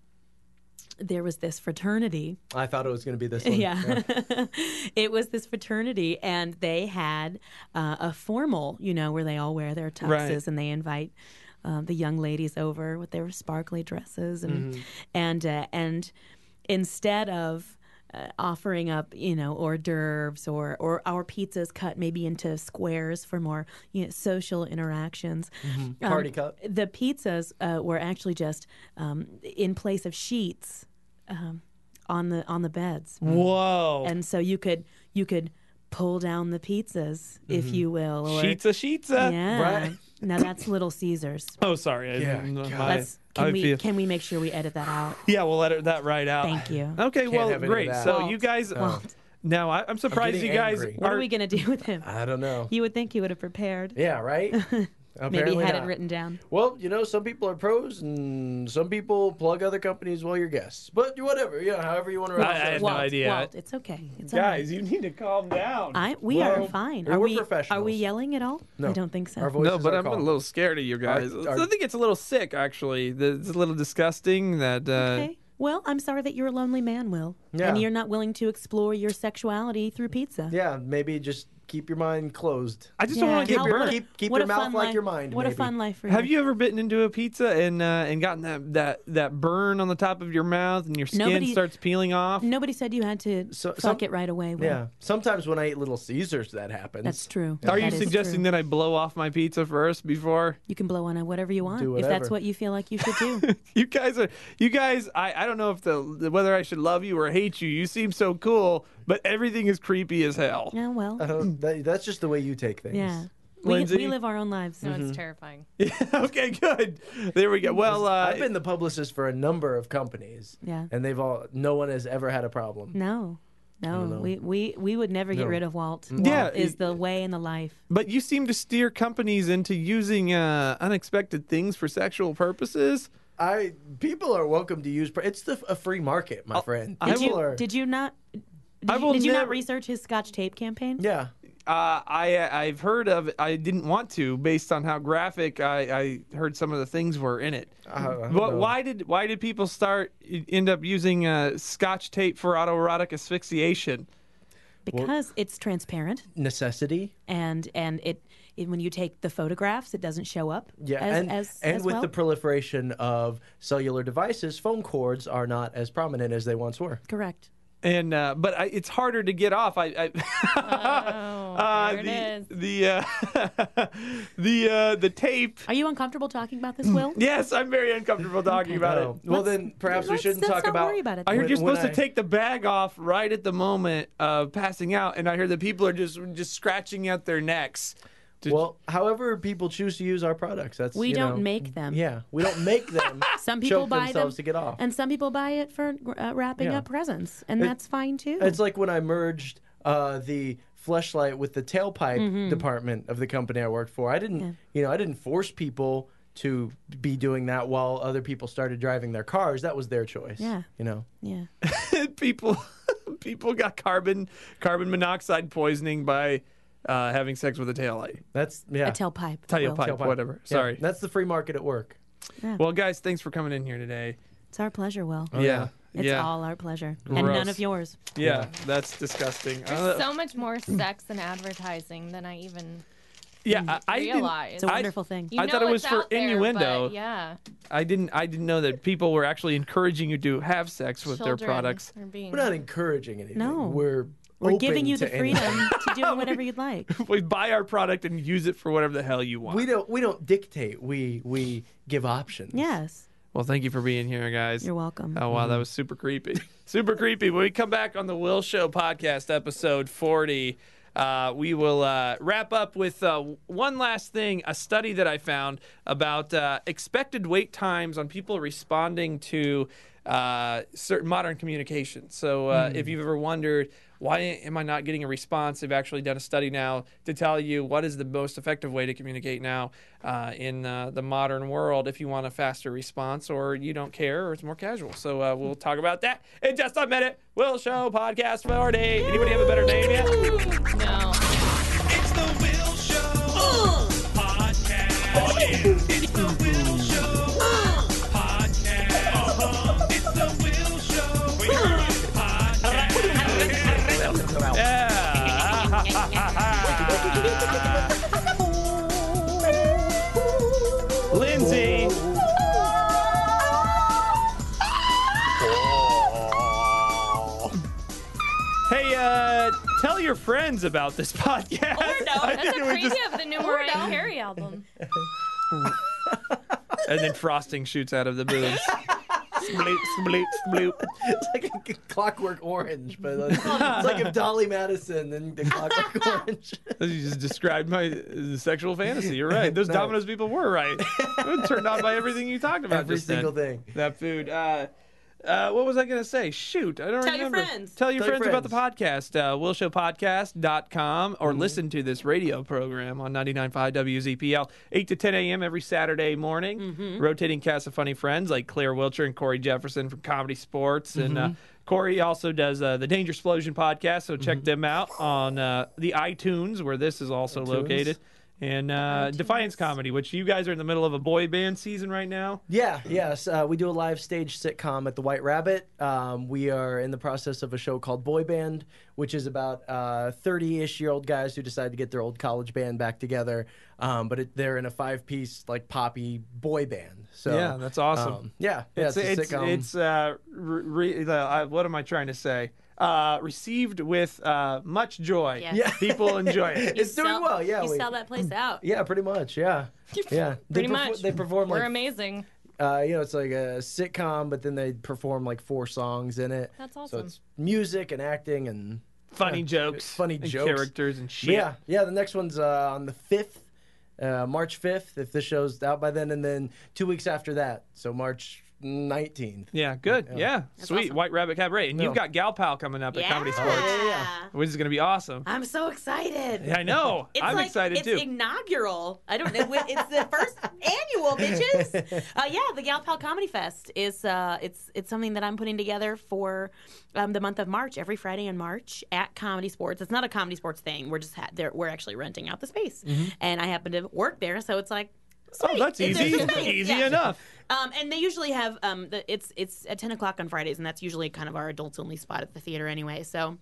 J: there was this fraternity.
B: I thought it was going to be this one.
J: Yeah, it was this fraternity, and they had uh, a formal, you know, where they all wear their tuxes
C: Right.
J: and they invite uh, the young ladies over with their sparkly dresses and and uh, and instead of uh, offering up, you know, hors d'oeuvres or or our pizzas cut maybe into squares for more you know, social interactions. um,
B: Party cup.
J: the pizzas uh, were actually just um, in place of sheets um, on the on the beds,
C: Whoa.
J: and so you could you could pull down the pizzas, if you will. Or,
C: Sheetza, sheetza.
J: yeah.
B: Mm-hmm. Right.
J: Now that's Little Caesars.
C: Oh, sorry. I-
B: Yeah,
C: my-
J: That's,
C: I
J: can we
C: feel-
J: can we make sure we edit that out?
C: yeah, we'll let it, that right out.
J: Thank you.
C: Okay, well,
B: have any of
C: great.
B: that.
C: So
J: Walt.
C: you guys,
J: Walt.
C: now I, I'm surprised you
B: getting
C: guys
B: angry.
J: What
C: are
J: are we gonna do with him?
B: I don't know.
J: You would think he would have prepared.
B: Yeah, right.
J: Maybe he
B: Apparently
J: had
B: not.
J: it written down.
B: Well, you know, some people are pros, and some people plug other companies while you're guests. But whatever, yeah, however you want to.
C: I had no
J: Walt,
C: idea.
J: Walt, it's okay. It's all right.
C: guys. You need to calm down.
J: I we
B: Well,
J: are fine.
B: we're
J: Are we are we
B: professionals.
J: yelling at all?
B: No.
J: I don't think so.
B: Our voices
C: no, but
B: are
C: I'm
B: calm.
C: a little scared of you guys.
B: Our- our-
C: I think it's a little sick, actually. The- It's a little disgusting that. Uh,
J: Okay. Well, I'm sorry that you're a lonely man, Will.
B: Yeah.
J: And you're not willing to explore your sexuality through pizza.
B: Yeah, maybe just keep your mind closed.
C: I just don't want to
J: Yeah.
C: get
J: How-
C: burned.
B: Keep- keep
J: what
B: your
J: a
B: mouth
J: fun
B: like
J: life-
B: your mind,
J: What
B: maybe.
J: a fun life for you.
C: Have you ever bitten into a pizza and uh, and gotten that, that that burn on the top of your mouth and your skin
J: Nobody-
C: starts peeling off?
J: Nobody said you had to
B: So-
J: fuck
B: some-
J: it right away. Will.
B: Yeah. Sometimes when I eat Little Caesars, that happens.
J: That's true.
C: Are you
J: That is
C: suggesting
J: true.
C: that I blow off my pizza first before
J: you can blow on it whatever you want
B: Do
J: if
B: whatever.
J: that's what you feel like you should do?
C: you guys are you guys? I, I don't know if the whether I should love you or hate you. You seem so cool, but everything is creepy as hell.
J: yeah, well,
B: I don't- that- that's just the way you take things.
J: yeah. We,
C: Lindsay?
J: we live our own lives.
E: No,
B: Hmm. Mm-hmm.
E: it's terrifying.
C: okay, good. There we go. Well, uh,
B: I've been the publicist for a number of companies.
J: Yeah.
B: And they've all, no one has ever had a problem.
J: No, no, we, we we would never get
B: No. Mm.
J: rid of Walt.
C: Yeah,
J: Walt is
C: it-
J: the way and the life.
C: But you seem to steer companies into using uh, unexpected things for sexual purposes.
B: I people are welcome to use. pr- It's the, a free market, my friend.
C: Oh, I
J: Did
B: People
J: you
B: are-
J: did you not? Did,
C: I
J: you,
C: will
J: did you not
C: never-
J: research his Scotch tape campaign?
B: yeah.
C: Uh, I I've heard of. it. I didn't want to, based on how graphic I, I heard some of the things were in it.
B: I- I don't
C: But
B: know.
C: why did why did people start e, end up using uh, Scotch tape for autoerotic asphyxiation?
J: Because it's transparent
B: necessity?
J: and and it, it when you take the photographs, it doesn't show up.
B: Yeah,
J: as,
B: and
J: as,
B: and
J: as
B: with
J: well.
B: the proliferation of cellular devices, phone cords are not as prominent as they once were.
J: correct.
C: And uh, but I, it's harder to get off. I, I
E: Oh,
C: uh,
E: there it
C: the
E: is.
C: the uh, the uh, the tape.
J: Are you uncomfortable talking about this, Will?
C: Yes, I'm very uncomfortable talking about it.
B: Oh, well, then perhaps we
J: Let's-
B: shouldn't
J: let's
B: talk
J: not
B: about.
J: worry about it
C: I heard
B: when-
C: you're
B: when
C: supposed
B: I-
C: to take the bag off right at the moment of passing out, and I heard that people are just just scratching at their necks.
B: Well, however people choose to use our products, that's
J: We
B: you
J: don't
B: know,
J: make them.
B: Yeah, we don't make them.
J: Some people
B: choke
J: buy
B: themselves
J: them
B: to get off.
J: and some people buy it for uh, wrapping
B: Yeah.
J: up presents, and that's fine too.
B: It's like when I merged uh, the fleshlight with the tailpipe
J: Mm-hmm.
B: department of the company I worked for. I didn't, you know, I didn't force people to be doing that while other people started driving their cars. That was their choice.
J: Yeah.
B: you know.
J: yeah,
C: people people got carbon carbon monoxide poisoning by uh, having sex with a taillight.
B: That's yeah.
J: a tailpipe. Will.
C: Tailpipe, whatever.
B: Yeah,
C: Sorry.
B: that's the free market at work.
C: Well, guys, thanks for coming in here today.
J: It's our pleasure, Will.
B: Uh,
C: yeah.
J: It's
C: yeah.
J: all our pleasure, and
C: Gross.
J: none of yours.
C: yeah. That's disgusting.
E: There's
C: Uh,
E: so much more sex in advertising than I even
C: yeah, I, I didn't,
E: realize.
J: It's a
C: I-
J: wonderful thing.
E: You
C: I thought
E: know
C: it was
E: it's
C: for
E: out there,
C: innuendo.
E: but yeah,
C: I didn't I didn't know that people were actually encouraging you to have sex with
E: children
C: their products.
E: Are being
B: We're not encouraging anything.
J: No.
B: we're
J: We're giving
B: open
J: you the
B: to anything.
J: freedom to do whatever you'd like.
C: we buy our product and use it for whatever the hell you want.
B: We don't we don't dictate. We we give options.
J: Yes,
C: Well, thank you for being here, guys.
J: you're welcome.
B: Uh,
C: Oh wow, that was super creepy. super creepy. When we come back on the Will Show podcast, episode forty, uh, we will uh, wrap up with uh, one last thing: a study that I found about uh, expected wait times on people responding to uh, certain modern communication. So, uh, if you've ever wondered why am I not getting a response? They've actually done a study now to tell you what is the most effective way to communicate now uh, in uh, the modern world if you want a faster response or you don't care or it's more casual. So uh, we'll talk about that in just a minute. We'll show podcast 40. Anybody have a better name yet?
E: No.
H: It's the Will Show podcast. It's the Will Show podcast. It's the Will Show podcast.
C: Yeah. Lindsay. Oh. Hey, uh, tell your friends about this podcast. I
E: Oh, That's a
C: think we
E: preview
C: just-
E: of the new Mariah Carey album.
C: and then frosting shoots out of the booze. Sploop, sploop, sploop.
B: It's like a Clockwork Orange, but like, it's like if Dolly Madison and the Clockwork Orange.
C: You just described my uh, sexual fantasy. You're right. Those
B: No.
C: Domino's people were right. I'm turned on by everything you talked about.
B: Every
C: just then.
B: single thing.
C: That food. Uh, uh, what was I going to say? Shoot, I don't
A: Tell your
C: remember.
A: friends.
C: Tell your
B: Tell your
C: friends about the podcast, uh, willshowpodcast.com, or listen to this radio program on 99.5 WZPL, 8 to 10 a.m. every Saturday morning. Rotating cast of funny friends like Claire Wilcher and Corey Jefferson from Comedy Sports. And uh, Corey also does uh, the Danger Explosion podcast, so check them out on uh, the iTunes, where this is also located. And uh, Defiance Comedy, which you guys are in the middle of a boy band season right now.
B: Yeah, yes. Uh, we do a live stage sitcom at the White Rabbit. Um, we are in the process of a show called Boy Band, which is about uh, 30-ish year old guys who decide to get their old college band back together. Um, but it, they're in a five-piece like poppy boy band. So
C: Yeah, that's awesome.
B: um, yeah, yeah, it's, a
C: it's,
B: sitcom.
C: it's, uh, re, re, uh, what am I trying to say? Uh, received with uh, much joy.
J: Yes.
B: Yeah.
C: People enjoy it.
B: It's doing
A: Sell-
B: well. Yeah,
A: you
B: we-
A: sell that place out.
B: yeah, pretty much. Yeah, yeah. they
E: Pretty
B: perfor-
E: much.
B: they perform
E: We're
B: like
E: amazing.
B: uh, you know, it's like a sitcom, but then they perform like four songs in it.
E: That's
B: So
E: awesome.
B: it's music and acting and
C: Funny
B: yeah,
C: jokes,
B: funny
C: and
B: jokes.
C: characters and shit.
B: yeah, yeah. The next one's uh, on the fifth, uh, March fifth. If this show's out by then, and then two weeks after that, so March nineteenth.
C: Yeah, good. Yeah, sweet.
A: awesome.
C: White Rabbit Cabaret, and you've
B: Yeah.
C: got Gal Pal coming up at Comedy Sports,
B: yeah.
C: which is going to be awesome.
J: I'm so excited.
C: Yeah, I know.
J: It's
C: I'm
J: like,
C: excited
J: it's
C: too.
J: inaugural. I don't know. It's the first annual, bitches. Uh, yeah, the Gal Pal Comedy Fest is uh, it's it's something that I'm putting together for um, the month of March. Every Friday in March at Comedy Sports. It's not a Comedy Sports thing. We're just ha- there. We're actually renting out the space,
C: Mm-hmm.
J: and I happen to work there, so it's like.
C: oh,
J: sweet.
C: that's
J: It's- it's
C: easy.
J: nice.
C: easy
J: Yeah.
C: enough.
J: Um, and they usually have um, the, it's it's at ten o'clock on Fridays, and that's usually kind of our adults only spot at the theater anyway. So,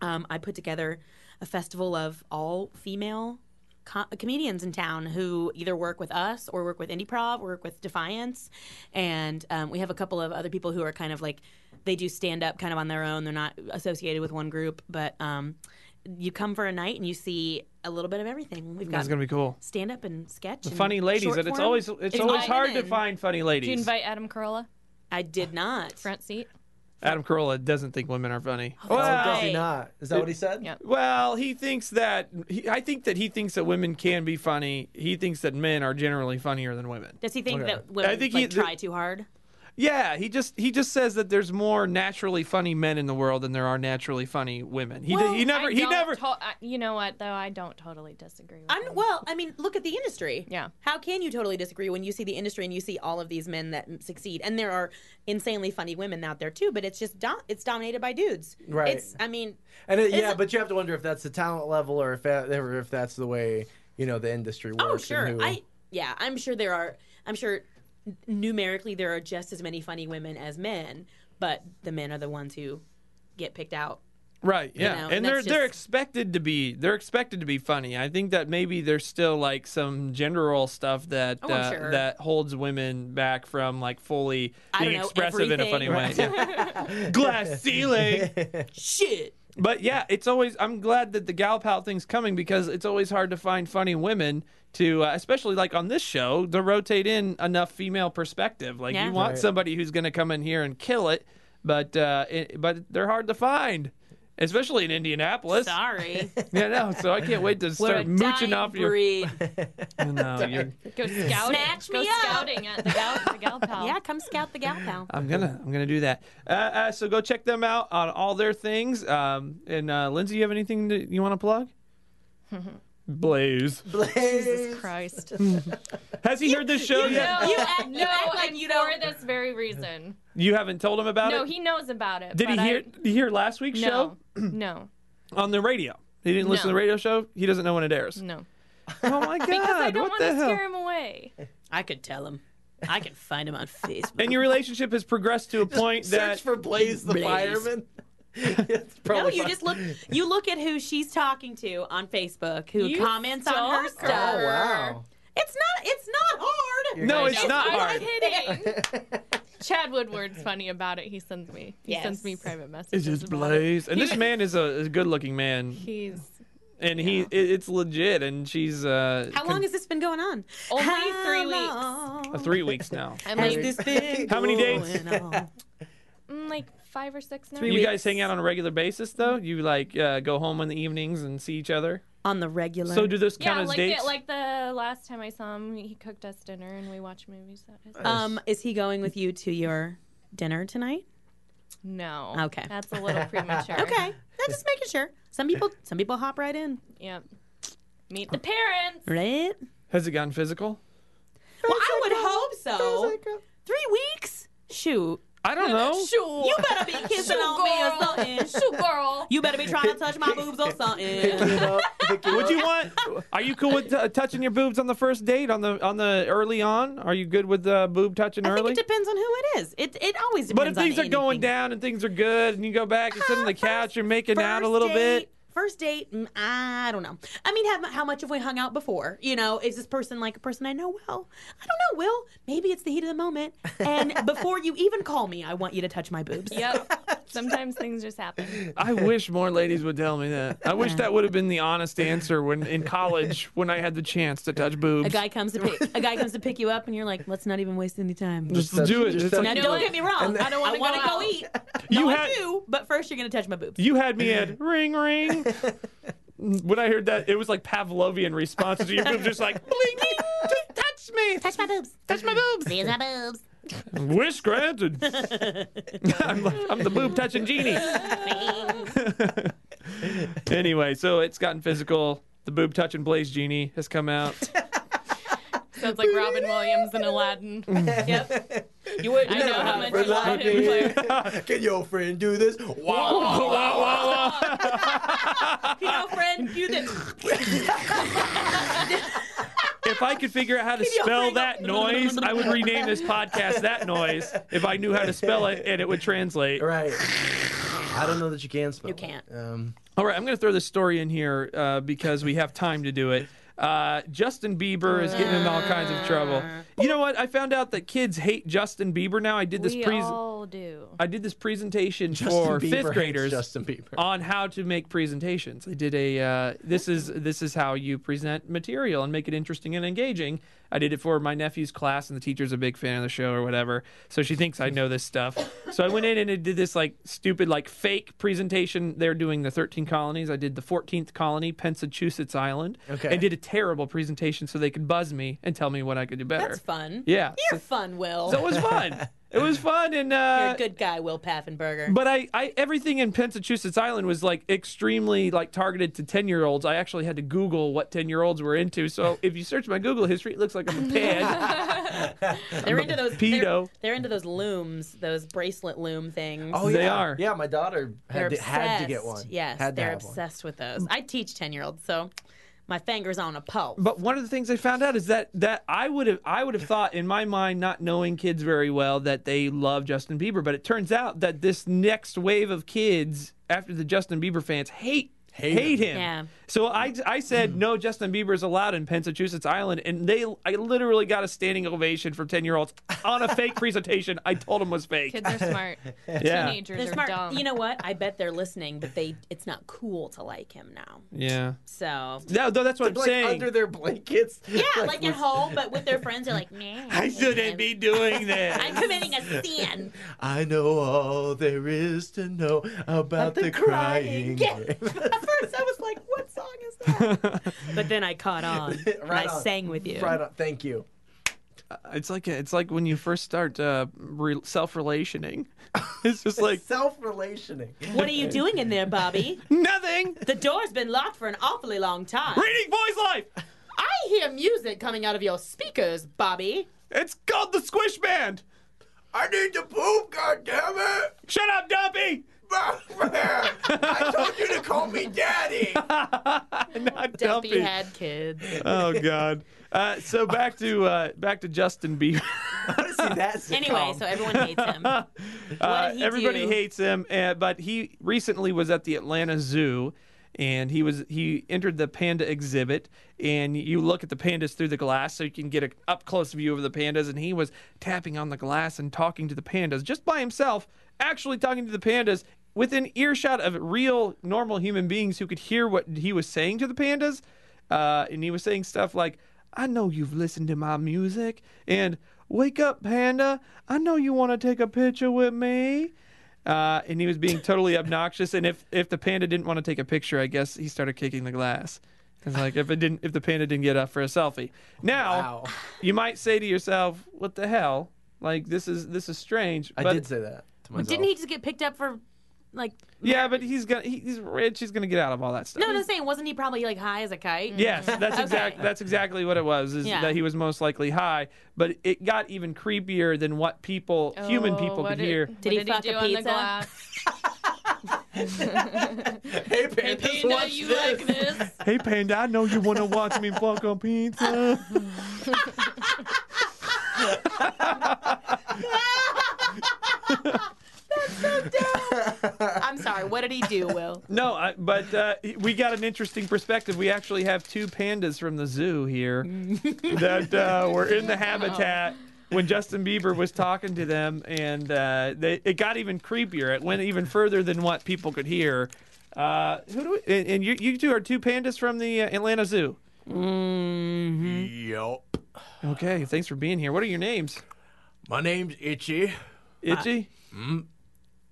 J: um, I put together a festival of all female co- comedians in town who either work with us or work with Indieprov, work with Defiance, and um, we have a couple of other people who are kind of like they do stand up kind of on their own. They're not associated with one group, but um, you come for a night and you see a little bit of everything. We've
C: That's
J: got
C: going to be cool.
J: stand up and sketch. and
C: Mm. Funny ladies,
J: short
C: and it's
J: form.
C: always it's always
J: all
C: hard to
J: women.
C: find funny
E: Did you
C: ladies.
E: invite Adam Carolla?
J: I did not.
E: Front seat.
C: Adam Carolla doesn't think women are funny.
J: Oh,
C: Well,
B: Does
J: Right.
B: he not? Is that what he said?
E: Yep.
C: Well, he thinks that he, I think that he thinks that women can be funny. He thinks that men are generally funnier than women.
J: Does he think
B: Okay.
J: that women
C: Oh, I think
J: like,
C: he-
J: try too hard?
C: Yeah, he just he just says that there's more naturally funny men in the world than there are naturally funny women. He
J: Well,
C: he never
E: Oh, I
C: he
E: don't
C: never
E: to- I- you know what though? I don't totally disagree with.
J: I'm,
E: him.
J: well, I mean, look at the industry.
E: Yeah.
J: How can you totally disagree when you see the industry and you see all of these men that m- succeed? And there are insanely funny women out there too, but it's just do- it's dominated by dudes.
B: Right.
J: It's I mean,
B: And it, yeah,
J: Is it-
B: but you have to wonder if that's the talent level or if that, or if that's the way you know the industry works.
J: oh
B: and
J: sure,
B: who-
J: I yeah, I'm sure there are. I'm sure n- numerically there are just as many funny women as men, but the men are the ones who get picked out.
C: Right. Yeah.
J: know,
C: and
J: and
C: they're
J: that's
C: they're
J: just-
C: expected to be they're expected to be funny. I think that maybe there's still like some gender role stuff that
J: Oh, I'm
C: uh,
J: sure.
C: that holds women back from like fully
J: I don't
C: being
J: know,
C: expressive in a funny way.
J: everything.
C: Yeah. Glass ceiling.
J: Shit.
C: But yeah, it's always. I'm glad that the gal pal thing's coming because it's always hard to find funny women to, uh, especially like on this show, to rotate in enough female perspective. Like
J: Yeah.
C: you want
B: Right.
C: somebody who's going to come in here and kill it, but uh, it, but they're hard to find. especially in Indianapolis.
K: Sorry.
C: Yeah, no. So I can't wait to
K: We're a
C: start mooching
K: dying
C: off your.
K: breed.
C: No, you're-
E: Go scouting.
K: Snatch
E: go
K: me up.
E: scouting at the gal, the gal pal.
K: Yeah, come scout the gal pal.
C: I'm gonna I'm gonna do that. Uh, uh, so go check them out on all their things. Um, and uh, Lindsay, you have anything that you want to plug? Blaze.
E: Jesus Christ.
C: Has he heard this show yet?
E: No,
K: You act- you
E: no,
K: act like
E: and
K: you
E: for
K: don't-
E: this very reason.
C: You haven't told him about
E: No,
C: it.
E: he knows about it.
C: Did he
E: but
C: hear? Did he hear last week's
E: I,
C: show
E: no, no,
C: on the radio? He didn't listen to the
E: No.
C: radio show. He doesn't know when it airs.
E: no.
C: Oh my god!
E: Because I don't
C: what
E: want
C: the
E: to
C: hell?
E: scare him away.
K: I could tell him. I could find him on Facebook.
C: And your relationship has progressed to a point that
B: Search for Blaze the
K: Blaze.
B: fireman. It's
J: No,
B: probably
J: you
B: fine.
J: just look. You look at who she's talking to on Facebook, who
E: You
J: comments on her
E: stalker.
J: stuff.
B: Oh wow!
J: It's not. It's not hard.
C: no,
B: You're
C: it's not
E: I'm
C: hard.
E: kidding. Chad Woodward's funny about it. He sends me. He
J: Yes.
E: sends me private messages.
C: It's just
E: about it.
C: Blaze, and this man is a, is a good-looking man,
E: He's
C: and he it, it's legit, and she's uh,
J: How
C: con-
J: long has this been going on?
E: Only
J: How
E: three weeks.
J: long
C: uh, three weeks now.
E: I'm
J: Has
E: like,
J: this been
C: How many dates?
J: going on?
E: mm, like five or six now.
J: Three
C: you
J: weeks.
C: guys hang out on a regular basis though. You like uh, go home in the evenings and see each other.
J: on the regular.
C: So do those count
E: Yeah,
C: as
E: like
C: dates?
E: the, like the last time I saw him, he cooked us dinner and we watched movies. At his
J: um, is he going with you to your dinner tonight?
E: no,
J: Okay.
E: that's a little premature.
J: Okay, I'm just making sure. Some people, some people hop right in,
E: Yep. Meet the parents.
J: right?
C: Has it gotten physical?
J: Well, I would hope so. Three weeks? Shoot,
C: I don't know.
E: Sure.
J: you better be kissing on me or something.
E: Shoe girl.
J: You better be trying to touch my boobs or something.
B: Picking up, picking
C: Would
B: up.
C: you want? Are you cool with uh, touching your boobs on the first date on the on the early on? Are you good with uh, boob touching
J: I think
C: early?
J: it depends on who it is. It it always depends.
C: but if
J: on
C: things are going
J: anything.
C: down and things are good, and you go back, you sit on the
J: Uh,
C: couch,
J: first-
C: you're making out a
J: First
C: little bit.
J: date- First date, mm, I don't know. I mean, have, how much have we hung out before? You know, is this person like a person I know well? I don't know, Will. Maybe it's the heat of the moment. And before you even call me, I want you to touch my boobs.
E: Yep. Sometimes things just happen.
C: I wish more ladies would tell me that. I wish that would have been the honest answer when in college when I had the chance to touch boobs.
J: A guy comes to pick a guy comes to pick you up, and you're like, let's not even waste any time.
C: just,
B: Just
C: do
B: touch-
C: it.
B: just
C: It's like-
J: now,
B: You know
J: don't
B: what?
J: get me wrong. I don't want to
E: wanna
J: go,
E: go out.
J: eat.
C: you
J: No,
C: had
J: I do, but first you're gonna touch my boobs.
C: you had me at ring ring. When I heard that, it was like Pavlovian response to your boobs, just like bling, bling, just touch me,
J: touch my boobs.
C: touch my boobs.
J: There's my boobs.
C: Wish granted. I'm, like- I'm the boob touching genie. anyway, so it's gotten physical. The boob touching Blaze Genie has come out.
E: Sounds like Robin Williams and Aladdin. yep.
J: You would.
E: I know how much
B: We're
E: Aladdin
B: laughing.
E: plays.
B: Can your friend do this? Wow!
C: Oh, Wow, wow, wow.
J: You know, friend, you did.
C: If I could figure out how to spell that noise, I would rename this podcast that noise if I knew how to spell it and it would translate.
B: Right. I don't know that you can spell. You
J: can't.
B: Um,
C: All right, I'm going to throw this story in here uh, because we have time to do it. Uh, Justin Bieber is getting in all kinds of trouble. You know what? I found out that kids hate Justin Bieber now. I did this
E: we
C: pre-
E: all do.
C: I did this presentation
B: Justin
C: for
B: Bieber hates
C: fifth graders
B: Justin Bieber.
C: on how to make presentations. I did a uh, this is this is how you present material and make it interesting and engaging. I did it for my nephew's class, and the teacher's a big fan of the show or whatever, so she thinks I know this stuff. So I went in and I did this like stupid like fake presentation. They're doing the 13 colonies. I did the 14th colony, Pensachusetts Island,
B: Okay.
C: and did a terrible presentation so they could buzz me and tell me what I could do better.
J: That's fun.
C: Yeah,
J: You're
C: so,
J: fun, Will.
C: so it was fun. It was fun, and uh,
J: You're a good guy, Will Paffenberger.
C: but I, I everything in Pensachusetts Island was like extremely like targeted to ten year olds. I actually had to Google what ten year olds were into. So if you search my Google history, it looks like I'm a pig.
J: they're into those
C: pedo.
J: They're, they're into those looms, those bracelet loom things.
B: Oh,
C: They
B: yeah.
C: are.
B: Yeah, my daughter
J: they're
B: had to, had to get
J: obsessed.
B: one.
J: Yes,
B: had to
J: they're
B: have one.
J: obsessed with those. I teach ten year olds, so my fingers on a pulse.
C: but one of the things I found out is that that I would have I would have thought in my mind, not knowing kids very well, that they love Justin Bieber. But it turns out that this next wave of kids after the Justin Bieber fans hate hate, him. Mm.
J: Yeah.
C: So I, I said no. Justin Bieber is allowed in Massachusetts Island, and they I literally got a standing ovation from ten year olds on a fake presentation. I told them was fake.
E: Kids are smart.
C: yeah,
E: Teenagers
J: They're
E: are
J: smart.
E: dumb.
J: You know what? I bet they're listening, but they it's not cool to like him now.
C: yeah.
J: So
C: No, no, that's what I'm
A: like
C: saying.
A: under their blankets.
J: yeah, like at home, but with their friends, they're like, man,
C: I shouldn't be doing this.
J: I'm committing a sin.
A: I know all there is to know about the, crying.
L: At first, I was like, "What song is that?"
J: But then I caught on.
A: Right
J: I
A: on.
J: sang with you.
A: Right on. Thank you.
C: It's like it's like when you first start uh, re- self relationing. It's just like
A: Self-relationing.
J: What are you doing in there, Bobby?
C: nothing.
J: The door's been locked for an awfully long time.
C: Reading boy's life.
J: I hear music coming out of your speakers, Bobby.
C: It's called the Squish Band.
B: I need to poop, goddammit!
C: Shut up, Dumpy.
B: I told you to call me daddy!
C: Not Dumpy.
J: kids.
C: Oh God. Uh, so back to uh, back to Justin Bieber.
A: See, that's
J: Anyway, so everyone hates him.
C: Uh,
J: did he
C: everybody
J: do?
C: hates him, uh, but he recently was at the Atlanta Zoo, and he was he entered the panda exhibit, and you look at the pandas through the glass, so you can get an up close view of the pandas, and he was tapping on the glass and talking to the pandas just by himself, actually talking to the pandas. Within earshot of real normal human beings who could hear what he was saying to the pandas, uh, and he was saying stuff like, I know you've listened to my music, and wake up, Panda. I know you want to take a picture with me. Uh, and he was being totally obnoxious. And if, if the panda didn't want to take a picture, I guess he started kicking the glass. It's like if it didn't, if the panda didn't get up for a selfie. Now,
A: Wow.
C: you might say to yourself, "What the hell? Like this is this is strange."
A: I
C: but-
A: did say that to myself.
J: Didn't he just get picked up for, like?
C: Yeah, but he's gonna he, he's rich. He's gonna get out of all that stuff.
J: No, no, I'm saying wasn't he probably like high as a kite?
C: Yes, that's exact. That's exactly what it was. Is
J: Yeah.
C: that he was most likely high, but it got even creepier than what people, human
E: Oh,
C: people,
E: what
C: could hear.
E: What
J: Did he fuck a
E: do on the
J: pizza?
E: glass?
A: Hey, Panthers,
E: Panda,
A: watch
E: you
A: this.
E: like this?
C: Hey, Panda, I know you want to watch me fuck on pizza.
J: I'm sorry. What did he do, Will?
C: no, I, but uh, we got an interesting perspective. We actually have two pandas from the zoo here that uh, were in the habitat. When Justin Bieber was talking to them, and uh, they, it got even creepier. It went even further than what people could hear. Uh, who do we, and, and you, you two are two pandas from the uh, Atlanta Zoo.
B: Yup.
C: Okay, thanks for being here. What are your names?
B: My name's Itchy.
C: Itchy?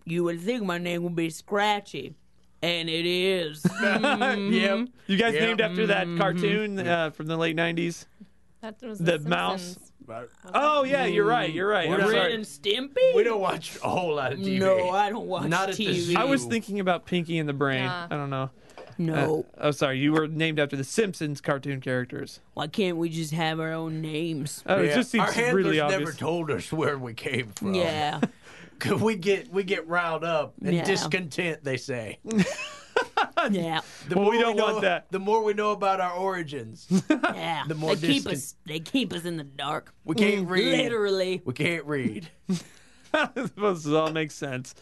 J: You would think my name would be Scratchy, and it is.
C: Uh,
B: Yep.
C: You guys
B: Yeah.
C: named after that cartoon uh, from the late 90s?
E: That was
C: The
E: the,
C: mouse?
E: Simpsons.
C: Oh, yeah, you're right. You're right. I'm
J: Ren
C: sorry.
J: and Stimpy?
B: We don't watch a whole lot of TV.
J: No, I don't watch
B: Not at the
J: TV.
B: zoo.
C: I was thinking about Pinky and the Brain.
E: Yeah.
C: I don't know.
J: no.
B: Uh,
C: Oh, sorry. You were named after the Simpsons cartoon characters.
J: Why can't we just have our own names?
C: Oh, it
B: Yeah.
C: just seems
B: Our handlers
C: really
B: never
C: obvious.
B: told us where we came from.
J: Yeah.
B: 'Cause we get we get riled up and
J: Yeah.
B: discontent. They say.
J: yeah.
B: The
C: Well,
B: more
C: we don't
B: know,
C: want that.
B: The more we know about our origins,
J: Yeah.
B: The more
J: they keep
B: distant- Mm.
J: us they keep us in the dark.
B: we can't read.
J: Literally.
B: We can't read.
C: this all makes sense.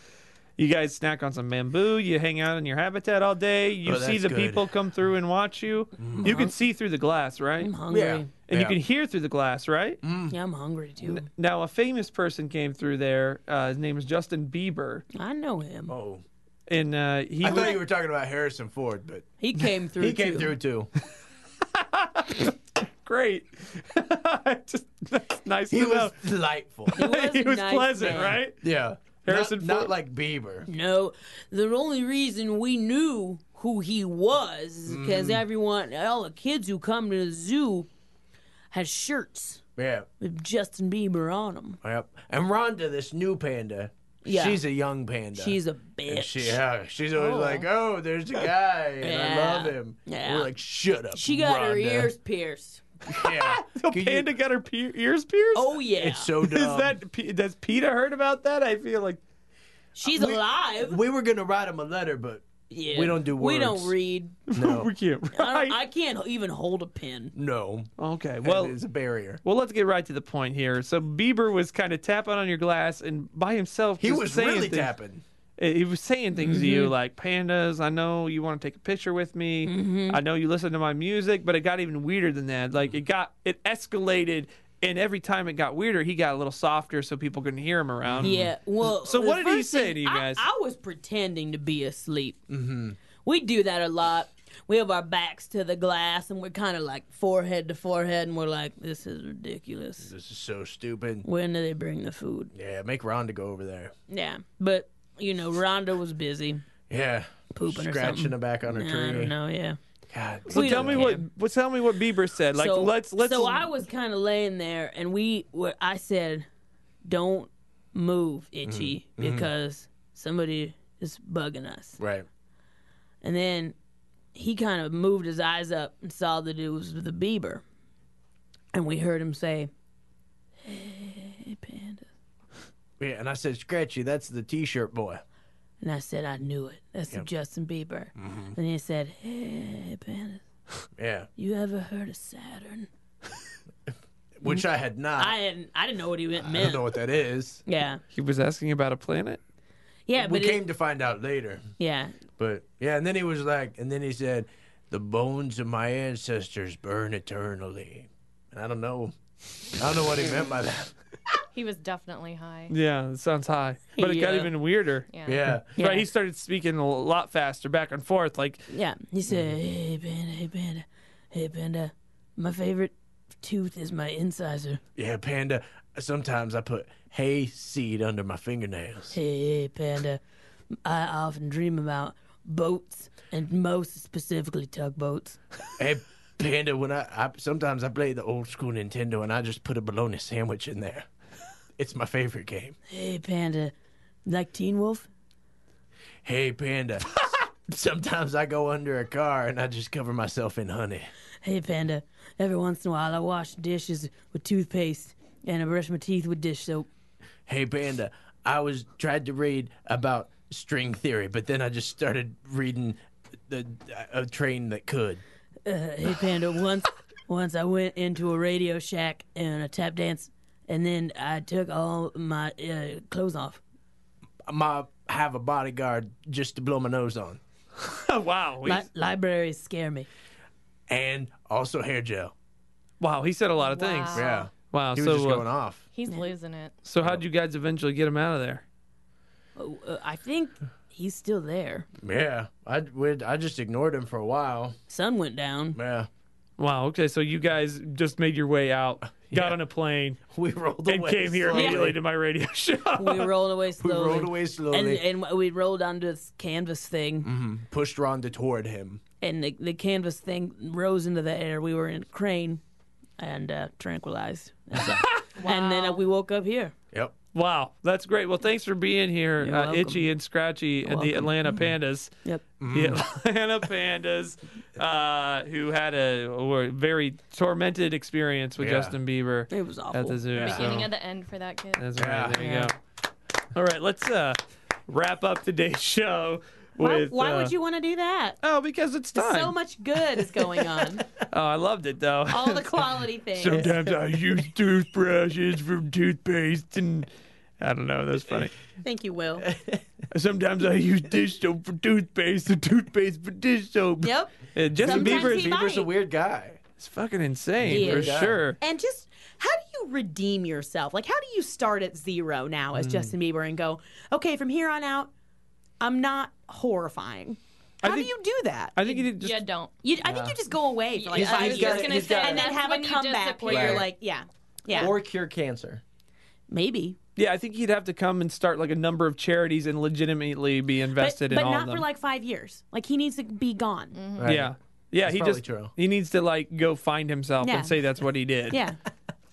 C: You guys snack on some bamboo. You hang out in your habitat all day. You
B: Oh,
C: see
B: that's
C: the
B: good. Mm-hmm.
C: people come through and watch you. You can see through the glass, right?
J: I'm hungry. Yeah,
C: And
B: Yeah. Mm-hmm.
C: you can hear through the glass, right?
J: I'm hungry too.
C: Now, a famous person came through there. Uh, his name is Justin Bieber,
J: I know him.
B: Oh,
C: and uh, he
B: I thought
C: was-
B: you were talking about Harrison Ford, but
J: He came through.
B: he came
J: too.
B: through too.
C: great. Just that's nice
B: He
C: to know.
B: was delightful.
J: was
C: he
J: a
C: was
J: nice
C: pleasant,
J: man.
C: right?
B: yeah,
C: Harrison
B: not, not
C: Ford.
B: like Bieber.
J: No, the only reason we knew who he was is because
B: Mm-hmm.
J: everyone, all the kids who come to the zoo, has shirts
B: Yeah,
J: with Justin Bieber on them.
B: yep. And Rhonda, this new panda,
J: Yeah.
B: she's a young panda.
J: She's a
B: And
J: bitch.
B: she, yeah, she's always like, "Oh, there's a guy, and I love
J: Yeah.
B: him."
J: Yeah.
B: We're like, "Shut up."
J: she got her
B: Rhonda."
J: ears pierced.
B: Yeah,
C: The
B: Could you-
C: panda got her pe- ears pierced.
J: Oh yeah,
B: It's so dumb.
C: is that P- does Peter heard about that? I feel like
J: she's
B: we-
J: alive.
B: We were gonna write him a letter, but
J: yeah.
B: we don't do
J: We don't
B: words.
J: read.
B: no,
C: we can't.
J: I, don't, I
C: Right?
J: can't even hold a pen.
B: no.
C: okay,
B: Well,
C: well,
B: it's a barrier.
C: well, let's get right to the point here. So Bieber was kind of tapping on your glass and by himself.
B: He
C: just
B: was
C: saying
B: really
C: things.
B: tapping. Mm-hmm.
C: it- he was saying things to you like pandas. I know you want to take a picture with me.
B: Mm-hmm.
C: I know you listen to my music, but it got even weirder than that. Like it got it escalated, and every time it got weirder, he got a little softer so people couldn't hear him around.
J: Yeah. Well.
C: So
J: the
C: what did he
J: first
C: say
J: thing-
C: to you
J: I-
C: guys?
J: I, was pretending to be asleep. Mm-hmm. We do that a lot. We have our backs to the glass, and we're kind of like forehead to forehead, and we're like, "This is ridiculous.
B: This is so stupid.
J: When do they bring the food?"
B: Yeah, make Rhonda go over there.
J: Yeah. But you know, Rhonda was busy
B: Yeah.
J: pooping or
M: Scratching
J: something.
M: the back on her tree.
J: I don't know. Yeah.
B: God.
C: So
J: We
C: tell
J: don't
C: me what, what tell me what Bieber said. Like
J: so,
C: let's let's
J: So I was kind of laying there, and we were. I said, "Don't move, Itchy,
C: Mm-hmm.
J: because somebody is bugging us."
B: Right.
J: And then he kind of moved his eyes up and saw that it was the Bieber, and we heard him say, "Hey, Panda."
B: Yeah, and I said, Scratchy, that's the t shirt boy.
J: And I said, "I knew it. That's Justin Bieber."
B: Mm-hmm.
J: And he said, "Hey, Panda,
B: Yeah.
J: you ever heard of Saturn?"
B: Which I had not.
J: I didn't. I didn't know what he meant.
B: I don't know what that is.
J: Yeah,
C: he was asking about a planet.
J: yeah,
B: we
J: but
B: came
J: it,
B: to find out later.
J: yeah,
B: But yeah, and then he was like, and then he said, the bones of my ancestors burn eternally. And I don't know. I don't know what he meant by that.
E: He was definitely high.
C: Yeah, it sounds high, but it got
J: Yeah.
C: even weirder.
E: Yeah.
B: Yeah.
C: Right, he started speaking a lot faster, back and forth. Like
J: Yeah, he said,
B: Mm-hmm.
J: "Hey Panda, hey Panda, hey Panda, my favorite tooth is my incisor.
B: Yeah, Panda. Sometimes I put hay seed under my fingernails.
J: Hey Panda, I often dream about boats and most specifically tugboats.
B: Hey, Panda, when I, I sometimes I play the old school Nintendo and I just put a bologna sandwich in there. It's my favorite game.
J: Hey Panda, like Teen Wolf?
B: Hey, Panda. sometimes I go under a car and I just cover myself in honey.
J: Hey Panda, every once in a while I wash dishes with toothpaste and I brush my teeth with dish soap.
B: Hey, Panda. I was tried to read about string theory, but then I just started reading the a train that could.
J: Uh, hey Panda, once once I went into a Radio Shack and a tap dance, and then I took all my uh, clothes off.
B: My have a bodyguard just to blow my nose on,
C: wow, he,
J: Li- libraries scare me.
B: and also hair gel.
C: wow, he said a lot of things.
E: Wow.
B: Yeah,
C: Wow,
B: he was
C: so
B: just
C: uh,
B: going off.
E: He's losing it.
C: so how'd you guys eventually get him out of there?
J: Oh, uh, I think he's still there.
B: Yeah, I would. I just ignored him for a while.
J: Sun went down.
B: Yeah,
C: Wow. Okay. So you guys just made your way out, got on a plane,
B: we rolled away.
C: and came here
B: slowly.
C: immediately to my radio show.
J: We rolled away
B: We
J: slowly.
B: rolled away slowly,
C: uh,
J: And, and we rolled onto this canvas thing,
B: pushed Rhonda toward him.
J: and the, the canvas thing rose into the air. We were in a crane and uh, tranquilized. That's all. And then uh, we woke up here.
B: Yep.
C: wow, that's great. Well, thanks for being here,
J: You're
C: uh,
J: welcome. Mm-hmm.
C: Itchy and Scratchy, and the Atlanta Pandas.
J: Yep.
C: The
B: Mm.
C: Atlanta Pandas, uh, who had a, were very tormented experience with
B: Yeah.
C: Justin Bieber
J: It was awful.
C: at the zoo.
E: Beginning
C: so-
E: of the end for that kid.
C: That's
B: Yeah.
C: right. There you go. All right, let's uh, wrap up today's show
A: Why,
C: with.
A: why
C: uh,
A: would you want to do that?
C: Oh, because it's time.
A: So much good is going on.
C: oh, I loved it though.
A: All the quality things.
C: Sometimes I use toothbrushes for toothpaste and. I don't know. That's funny.
A: Thank you, Will.
C: Sometimes I use dish soap for toothpaste and toothpaste for dish soap.
A: Yep.
C: Uh, Justin
A: Sometimes
C: Bieber
A: he
C: is
A: might-
M: Bieber's a weird guy.
C: it's fucking insane
J: He
C: for
J: is.
C: sure.
A: And just how do you redeem yourself? Like, how do you start at zero now as Justin Bieber and go, okay, from here on out, I'm not horrifying? How
C: think-
A: do you do that?
C: I think he did just.
E: yeah, don't.
A: You, I think you just go away for like
E: Yeah, I
A: five
E: was
A: years
E: just gonna
M: he's
E: say,
M: got-
A: and then
E: that's
A: have a
E: when you
A: comeback where
E: disappear.
A: you're like, yeah, yeah,
M: Or cure cancer.
A: maybe,
C: Yeah, I think he'd have to come and start like a number of charities and legitimately be
A: but,
C: invested
A: but
C: in all
A: not
C: of them.
A: for like five years. Like he needs to be gone.
M: Right.
C: Yeah. Yeah, he
M: probably
C: just
M: true.
C: he needs to like go find himself
A: Yeah.
C: and say that's what he did.
A: Yeah,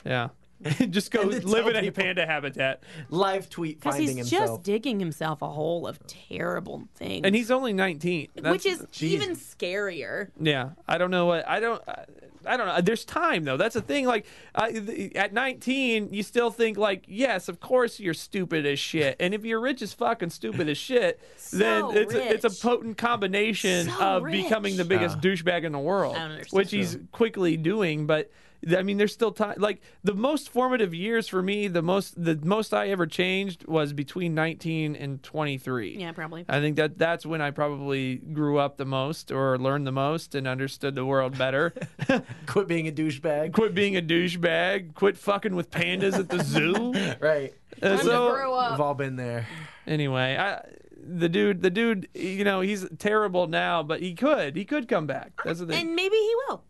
C: Yeah. just go
M: And then
C: live
M: tell
C: in a
M: people.
C: panda habitat.
M: Live tweet
A: because
M: finding
A: he's
M: himself.
A: just digging himself a hole of terrible things,
C: And he's only 19. That's-
A: which is even scarier.
C: Yeah, I don't know what I don't. I- I don't know. There's time though. That's the thing. Like I th at 19, you still think like, yes, of course you're stupid as shit. And if you're rich as fuck and stupid as shit,
A: So
C: then it's a, it's a
A: rich.
C: potent combination
A: So
C: of
A: rich.
C: becoming the biggest douchebag in the world,
J: I don't understand.
C: which he's quickly doing. But I mean, there's still time. Like the most formative years for me, the most the most I ever changed was between 19 and 23.
A: Yeah, probably.
C: I think that that's when I probably grew up the most or learned the most and understood the world better.
B: Quit being a douchebag.
C: quit being a douchebag. Quit fucking with pandas at the zoo.
B: Right.
C: Uh,
E: Time
C: so-
E: to grow
B: We've
E: up.
B: all been there.
C: anyway, I, the dude, the dude, you know, he's terrible now, but he could, he could come back. That's the thing.
A: And maybe he will.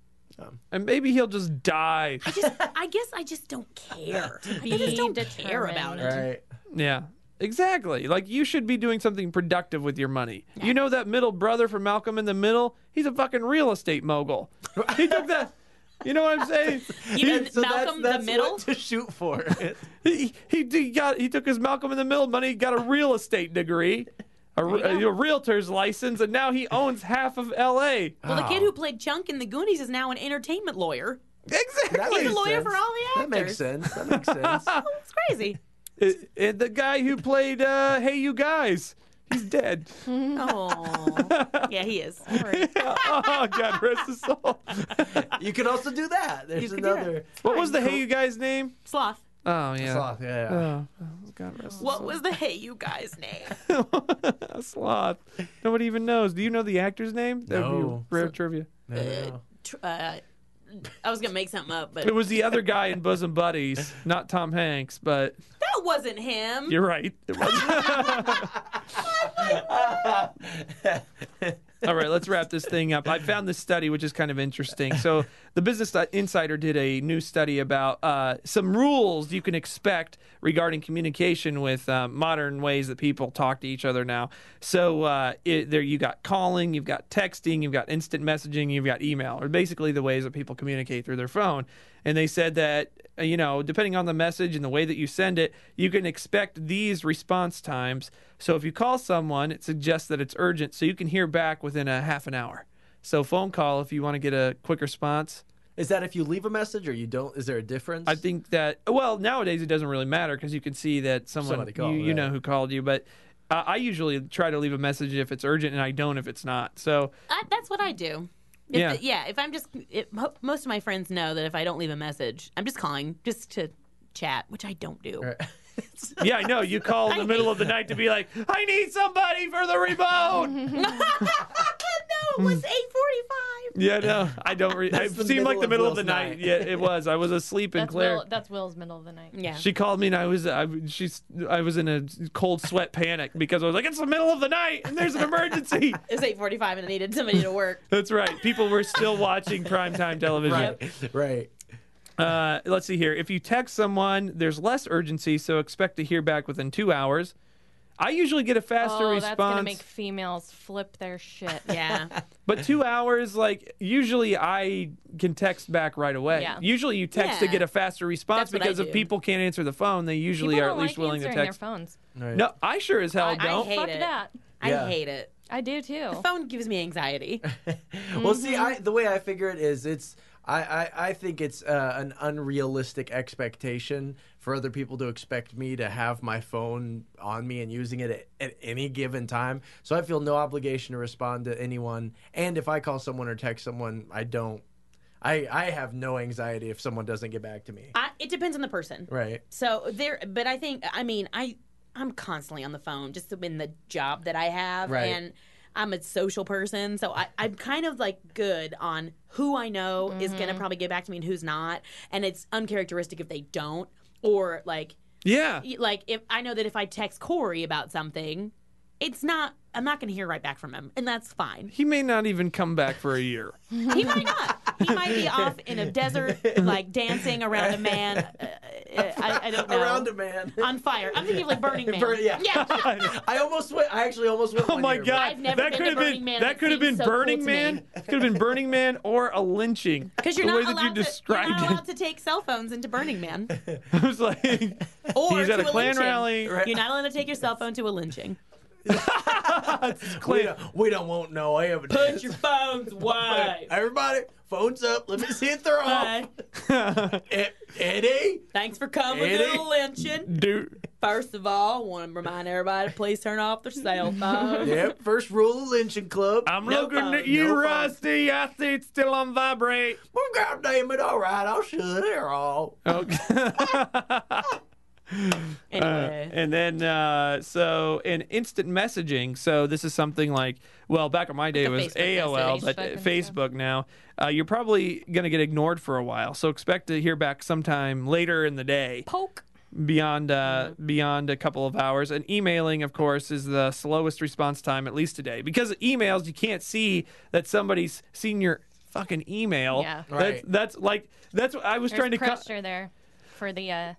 C: And maybe he'll just die.
A: I just, I guess I just don't care. I
E: Be
A: just don't care
E: determined.
A: about it.
B: Right.
C: Yeah. Exactly. Like you should be doing something productive with your money. You know that middle brother from Malcolm in the Middle? He's a fucking real estate mogul. He took that. You know what I'm saying?
A: You mean Malcolm
B: that's
A: the middle?
B: What to shoot for.
C: He, he he got he took his Malcolm in the Middle money, got a real estate degree, a, a realtor's license, and now he owns half of L.A.
A: Well, the kid who played Chunk in the Goonies is now an entertainment lawyer.
C: Exactly.
B: That
A: He's
B: makes
A: a lawyer
B: sense.
A: for all the
B: That
A: actors. Oh,
B: makes sense. That makes sense.
A: It's crazy.
C: It- it- the guy who played uh, Hey You Guys, he's dead.
A: Oh, yeah, he is. Sorry.
C: oh God, rest his soul.
B: you could also do that. There's
A: could do that.
B: another
C: What was the Hey You Guys name?
A: Sloth.
C: Oh yeah.
B: sloth. Yeah.
A: Uh,
B: yeah.
C: Oh, oh, God rest.
A: What was the hey you guys name?
C: a sloth. Nobody even knows. Do you know the actor's name? That would
N: No.
C: be rare trivia.
B: No, no, no.
A: Tr- Uh, I was gonna make something up, but
C: It was the other guy in Bosom Buddies, not Tom Hanks, but
A: that wasn't him.
C: you're right. It was- All right, let's wrap this thing up. I found this study, which is kind of interesting. So, the Business Insider did a new study about uh, some rules you can expect regarding communication with uh, modern ways that people talk to each other now. So, uh, it, there you got calling, you've got texting, you've got instant messaging, you've got email, or basically the ways that people communicate through their phone. And they said that uh, you know, depending on the message and the way that you send it, you can expect these response times. So if you call someone, it suggests that it's urgent, so you can hear back within a half an hour. So phone call if you want to get a quick response.
B: Is that if you leave a message or you don't? Is there a difference?
C: I think that well nowadays it doesn't really matter because you can see that someone
B: Somebody called,
C: you, you know
B: right.
C: who called you, but. Uh, I usually try to leave a message if it's urgent, and I don't if it's not. So
A: I, that's what I do. If
C: Yeah.
A: the- yeah. If I'm just, it, mo- most of my friends know that if I don't leave a message, I'm just calling just to chat, which I don't do.
C: yeah, I know you call in the middle of the night to be like, "I need somebody for the remote."
A: no, it was 8:45.
C: yeah, no, I don't. Re- it
B: That's the
C: seemed
B: middle
C: like the
B: of
C: middle of, the
B: Will's
C: night.
B: night.
C: Yeah, it was. I was asleep in
E: That's,
C: Claire.
E: Will, that's Will's middle of the night.
A: Yeah.
C: She called me and I was I she's I was in a cold sweat panic because I was like it's the middle of the night and there's an emergency.
A: It was 8:45, and I needed somebody to work.
C: That's right. People were still watching primetime television.
B: right.
C: Uh, let's see here. If you text someone, there's less urgency, so expect to hear back within two hours. I usually get a faster
E: oh,
C: response,
E: that's gonna make females flip their shit.
A: Yeah.
C: but two hours, like usually I can text back right away.
E: Yeah.
C: Usually you text to
A: Yeah.
C: get a faster response
A: That's what I
C: because if
A: do.
C: people can't answer the phone, they usually
E: People
C: are
E: don't
C: at least
E: like
C: willing to
E: answering
C: text.
E: their phones.
B: Right.
C: No, I sure as hell
E: I,
C: don't.
A: hate
E: fuck
A: it.
E: that.
B: Yeah.
A: I hate it.
E: I do too.
A: Phone gives me anxiety.
B: Well, see, I, the way I figure it is, it's I, I, I think it's uh, an unrealistic expectation for other people to expect me to have my phone on me and using it at, at any given time. So I feel no obligation to respond to anyone. And if I call someone or text someone, I don't. I, I have no anxiety if someone doesn't get back to me.
A: I, it depends on the person.
B: Right.
A: So there, but I think I mean I I'm constantly on the phone just in the job that I have,
B: Right.
A: and I'm a social person, so I, I'm kind of like good on who I know is gonna probably get back to me and who's not, and it's uncharacteristic if they don't, or like
C: Yeah.
A: y- like if I know that if I text Corey about something, it's not I'm not gonna hear right back from him, and that's fine.
C: He may not even come back for a year.
A: He might not. He might be off in a desert, like dancing around a man. Uh, uh, I, I don't know
B: Around a man.
A: on fire. I'm thinking of like Burning Man.
B: Burn- yeah. I almost went. I actually almost went.
C: Oh
B: one
C: my
B: year,
C: god,
A: I've never
C: that
A: been
C: could
A: to
C: have
A: Burning
C: been
A: Man,
C: that
A: it
C: could have been
A: seems so cool
C: Burning
A: to me.
C: Man. Could have been Burning Man or a lynching.
A: Because you're
C: the
A: not
C: way
A: allowed
C: that you
A: to-
C: described
A: you're not allowed
C: it,
A: to take cell phones into Burning Man.
C: I was like, he's
A: Or
C: at
A: to
C: a Klan
A: lynching.
C: rally.
B: Right.
A: You're not allowed to take your cell phone to a lynching.
B: We don't, we don't won't know. I haven't.
J: Put your phones wide.
B: Everybody, phones up. Let me see if they're off.
A: Bye.
B: Ed- Eddie.
A: Thanks for coming
B: Eddie?
A: to the lynching.
C: Dude,
A: First of all, want to remind everybody to please turn off their cell phones.
B: Yep, first rule of lynching club.
C: I'm
A: No
C: looking
A: phone,
C: at you,
B: no phone.
C: Rusty. I see it's still on vibrate.
B: Well, God damn it, all right, I'll shut her off.
C: Okay.
A: Anyway.
C: and then uh, so in instant messaging so this is something like well back in my day it was
E: Facebook
C: aol
E: message
C: but
E: back in the day.
C: facebook now uh, you're probably going to get ignored for a while so expect to hear back sometime later in the day
E: Poke.
C: beyond uh,
E: Mm-hmm.
C: beyond a couple of hours. And emailing, of course, is the slowest response time, at least today, because of emails you can't see that somebody's seen your fucking email.
E: Yeah.
B: Right.
C: That's, that's like that's what I was
E: There's
C: trying to cut
E: pressure there for the uh,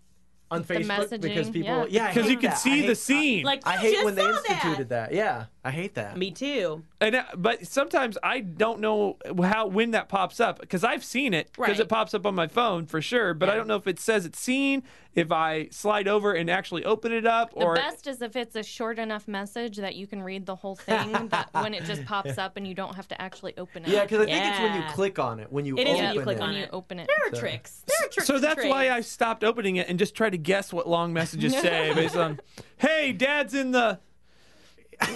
B: On
E: The
B: Facebook because
E: messaging,
B: people,
E: yeah.
B: yeah, I
C: because
B: hate
C: you can
B: that. I
C: see
B: hate- uh,
C: the scene.
A: like
B: I
A: you
B: hate
A: just
B: when they
A: saw
B: instituted that. Yeah, I hate that.
A: Me too.
C: And uh, but sometimes I don't know how when that pops up because I've seen it because
A: Right.
C: it pops up on my phone for sure. But I don't know if it says it's seen, if I slide over and actually open it up,
E: the
C: or
E: best is if it's a short enough message that you can read the whole thing that when it just pops up and you don't have to actually open it.
B: Yeah, because I think it's when you
A: Yeah.
B: click on it when you
A: It
B: open
A: is when you click
B: it.
A: on
E: when you
A: it.
E: open it.
A: There are tricks. There are tricks.
C: So
A: and
C: that's why I
A: trades.
C: stopped opening it and just try to guess what long messages say based on, hey, dad's in the.
B: Damn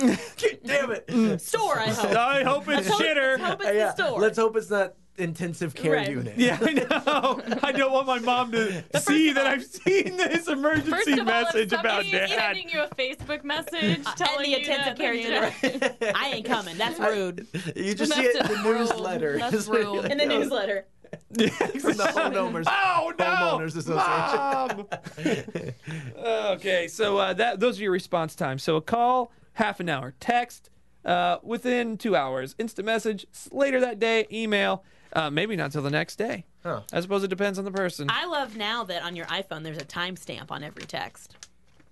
C: Mm.
B: it!
A: store. I
E: Oh.
A: hope.
C: I hope it's
A: Let's hope-
C: shitter.
A: let's hope it's
B: yeah,
A: the store.
B: let's hope it's not intensive care
A: Right.
B: unit.
C: Yeah, I know. I don't want my mom to see that I've seen this
E: First
C: emergency
E: of all, if
C: message about
E: somebody is
C: dad.
E: sending you a Facebook message telling
A: the
E: you
A: intensive
E: that,
A: care
E: then
A: unit.
E: just-
A: I ain't coming. That's rude.
B: You just see
E: That's
B: it in the
E: rude.
B: newsletter.
E: That's
B: It's like-
E: rude.
A: In the newsletter.
B: from the homeowners.
C: Oh no!
B: Homeowners Association.
C: Mom! okay, so uh, that those are your response times. So a call, half an hour. Text, uh, within two hours. Instant message s- later that day. Email, uh, maybe not till the next day.
B: Huh.
C: I suppose it depends on the person.
A: I love now that on your iPhone there's a timestamp on every text.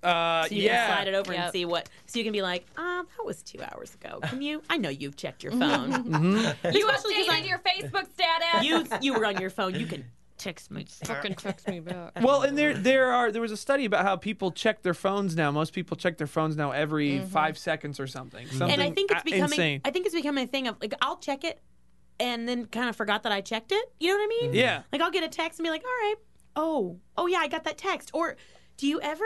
C: uh,
A: So you
C: yeah.
A: can slide it over and
E: Yep.
A: see what. So you can be like, um, that was two hours ago. Can you? I know you've checked your phone.
E: You updated your Facebook status.
A: you you were on your phone. You can text me.
E: fucking text me back.
C: Well, and there there are there was a study about how people check their phones now. Most people check their phones now every five seconds or something. something
A: And I Mm-hmm. think it's
C: a-
A: becoming.
C: Uh, insane.
A: I think it's becoming a thing of like I'll check it, and then kind of forgot that I checked it. You know what I mean?
C: Mm-hmm. yeah.
A: Like I'll get a text and be like, all right, oh, oh yeah, I got that text. Or do you ever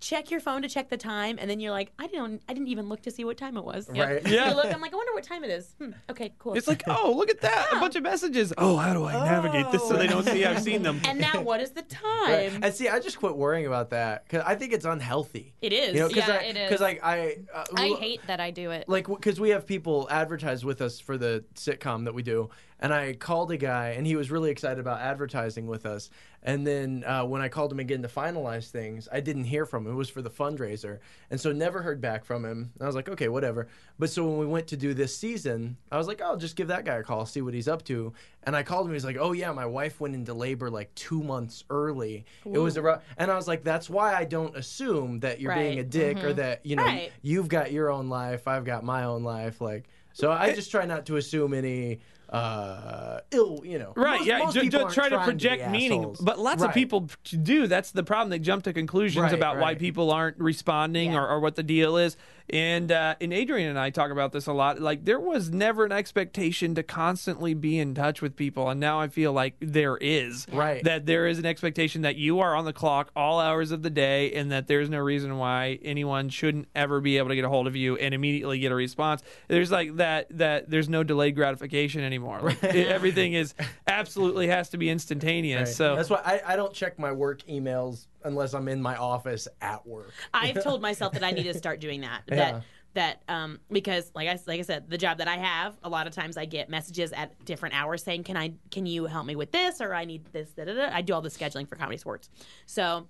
A: check your phone to check the time and then you're like, I didn't I didn't even look to see what time it was.
B: Right.
C: Yeah.
A: You look, I'm like, I wonder what time it is. Hmm. Okay, cool.
C: It's like, oh, look at that. A bunch of messages. Oh, how do I navigate this so they
A: Oh.
C: don't see I've seen them?
A: and now what is the
B: Right.
A: time?
B: And see, I just quit worrying about that because I think it's unhealthy.
A: It is.
B: You know, because
E: Yeah,
B: I,
E: it is.
B: Because like I, uh,
E: I
B: l-
E: hate that I do it.
B: like because we have people advertise with us for the sitcom that we do and i called a guy and he was really excited about advertising with us and then uh, when i called him again to finalize things i didn't hear from him it was for the fundraiser and so never heard back from him and i was like okay whatever but so when we went to do this season i was like "Oh, i'll just give that guy a call see what he's up to and i called him he was like oh yeah my wife went into labor like two months early it was around and i was like that's why i don't assume that you're being
A: Right.
B: a dick or that you know
A: Right.
B: you've got your own life, I've got my own life. Like, so I just try not to assume any uh, ill, you know.
C: Right,
B: Most-
C: yeah.
B: most
C: ju-
B: people
C: ju-
B: aren't
C: try to
B: trying be
C: project meaning,
B: assholes.
C: but lots of
B: Right.
C: people p- do. That's the problem. They jump to conclusions
B: Right,
C: about why
B: right.
C: people aren't responding or, or what the deal is. And uh, and Adrian and I talk about this a lot. Like there was never an expectation to constantly be in touch with people, and now I feel like there is.
B: Right.
C: That there is an expectation that you are on the clock all hours of the day, and that there's no reason why anyone shouldn't ever be able to get a hold of you and immediately get a response. There's like that that there's no delayed gratification anymore. Like, it- everything is absolutely has to be instantaneous.
B: Right.
C: So
B: that's why I, I don't check my work emails unless I'm in my office at work.
A: I've told myself that I need to start doing that. That that um because like I like I said, the job that I have, a lot of times I get messages at different hours saying, "Can I can you help me with this or I need this?" Da, da, da. I do all the scheduling for comedy sports, so.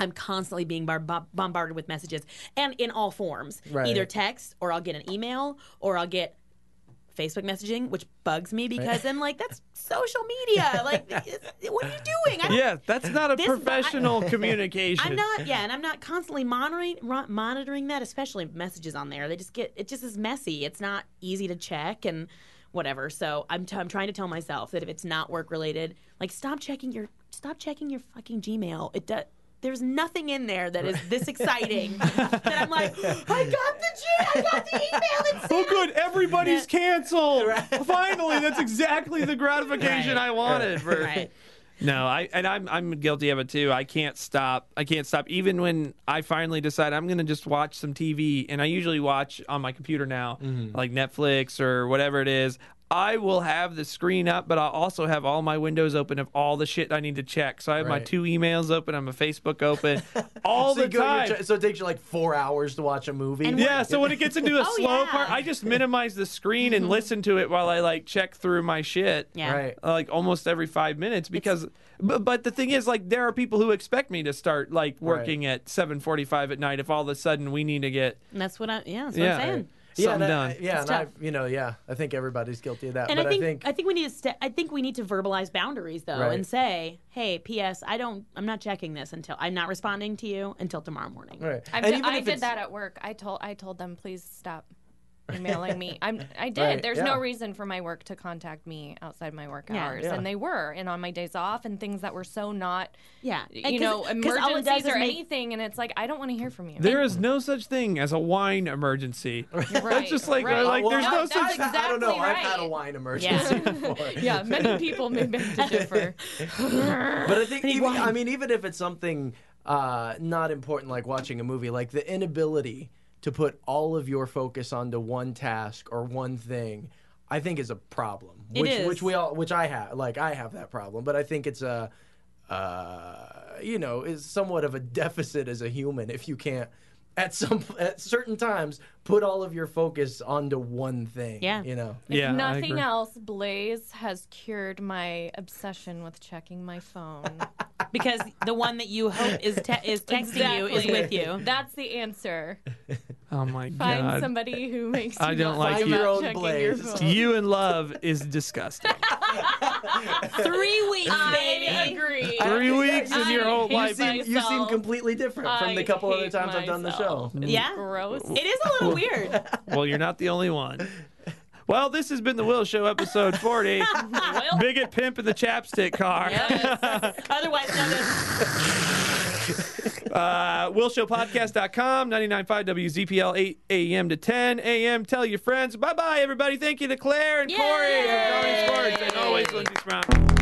A: I'm constantly being bar- bo- bombarded with messages and in all forms,
B: Right.
A: either text or I'll get an email or I'll get Facebook messaging, which bugs me because I'm like, that's social media. Like, it's- what are you doing? I don't
C: yeah, that's not a
A: This- I-
C: professional communication.
A: I'm not, yeah, and I'm not constantly monitoring ro- monitoring that, especially messages on there. They just get it just is messy. It's not easy to check and whatever. So I'm t- I'm trying to tell myself that if it's not work related, like stop checking your stop checking your fucking Gmail. It does. There's nothing in there that is this exciting that I'm like, I got the G, I got the email. It's
C: Oh, good. Everybody's canceled. Finally, that's exactly the gratification I wanted. For,
A: right.
C: No, I and I'm I'm guilty of it too. I can't stop. I can't stop. Even when I finally decide I'm gonna just watch some TV, and I usually watch on my computer now, like Netflix or whatever it is. I will have the screen up, but I'll also have all my windows open of all the shit I need to check. So I have my
B: Right.
C: two emails open. I'm a Facebook open all
B: So
C: the
B: you go- you
C: time.
B: try- so it takes you like four hours to watch a movie.
C: Yeah, so when it gets into a
E: Oh,
C: slow
E: yeah. Mm-hmm.
C: part, I just minimize the screen and listen to it while I like check through my shit.
J: Yeah.
B: Right.
C: Uh, like almost every five minutes because but, but the thing is like there are people who expect me to start like working at 7.45 at night if all of a sudden we need to get
J: And that's what I yeah, that's what
C: Yeah.
J: I'm saying.
B: Yeah,
C: something
B: that-
E: uh,
C: done
B: yeah,
J: It's
B: and I,
J: tough.
B: you know, yeah, I think everybody's guilty of that.
J: And
B: but
J: I think, I think we need to st- I think we need to verbalize boundaries though
B: Right.
J: and say, "Hey, PS, I don't I'm not checking this until I'm not responding to you until tomorrow morning."
B: right.
E: I've
B: And
E: d-
B: even
E: I
B: if
E: did
B: it's-
E: that at work. I told I told them please stop emailing me. I'm I did.
B: Right,
E: There's
B: yeah.
E: no reason for my work to contact me outside my work
J: Yeah.
E: hours,
B: Yeah.
E: and they were. And on my days off and things that were so not
J: Yeah. And
E: you
J: 'cause-
E: know
J: 'cause all it does
E: emergencies
J: is
E: or
J: make-
E: anything, and it's like I don't want to hear from you.
C: there is no such thing as a wine emergency
E: Right,
C: that's just like
E: right.
C: like there's no
E: Well,
C: such
E: that's
B: I don't know.
E: exactly
B: I've had a
E: right.
B: wine emergency before.
E: yeah, many people may beg to differ.
B: But I think, even, I mean, even if it's something uh, not important like watching a movie, like the inability to put all of your focus onto one task or one thing, I think is a problem. Which,
J: is.
B: which we all, which I have, like I have that problem. But I think it's a, uh, you know, is somewhat of a deficit as a human if you can't. At some at certain times, put all of your focus onto one thing.
J: Yeah.
B: you know.
C: yeah
E: if
C: I
E: nothing
C: agree.
E: else, Blaze has cured my obsession with checking my phone.
J: because the one that you hope is te- is texting you is
E: Exactly.
J: with you.
E: That's the answer.
C: oh my
E: Find
C: god
E: somebody who makes you
C: I don't
E: not
C: like
E: think
C: you.
E: about
B: Your own
E: checking
B: Blaze.
E: Your phone.
C: you in love is disgusting
J: Three weeks,
E: I
J: baby.
E: agree.
C: three
B: I-
C: weeks in your
E: I
C: whole
E: hate
C: life
E: my-
B: You seem
E: myself.
B: completely different from the
E: I
B: couple other
E: hate
B: times I've done the show.
E: myself. It's
J: Yeah.
E: Gross.
J: It is a little weird.
C: well you're not the only one well this has been the will show episode 40
E: Well,
C: bigot pimp in the chapstick car
E: yes.
J: Otherwise known as
C: Uh, WillShowPodcast.com, 99.5 WZPL, 8 a.m. to 10 a.m. Tell your friends. Bye bye, everybody. Thank you to Claire and Corey for Darling Sports and always Lindsay Sprout. Uh,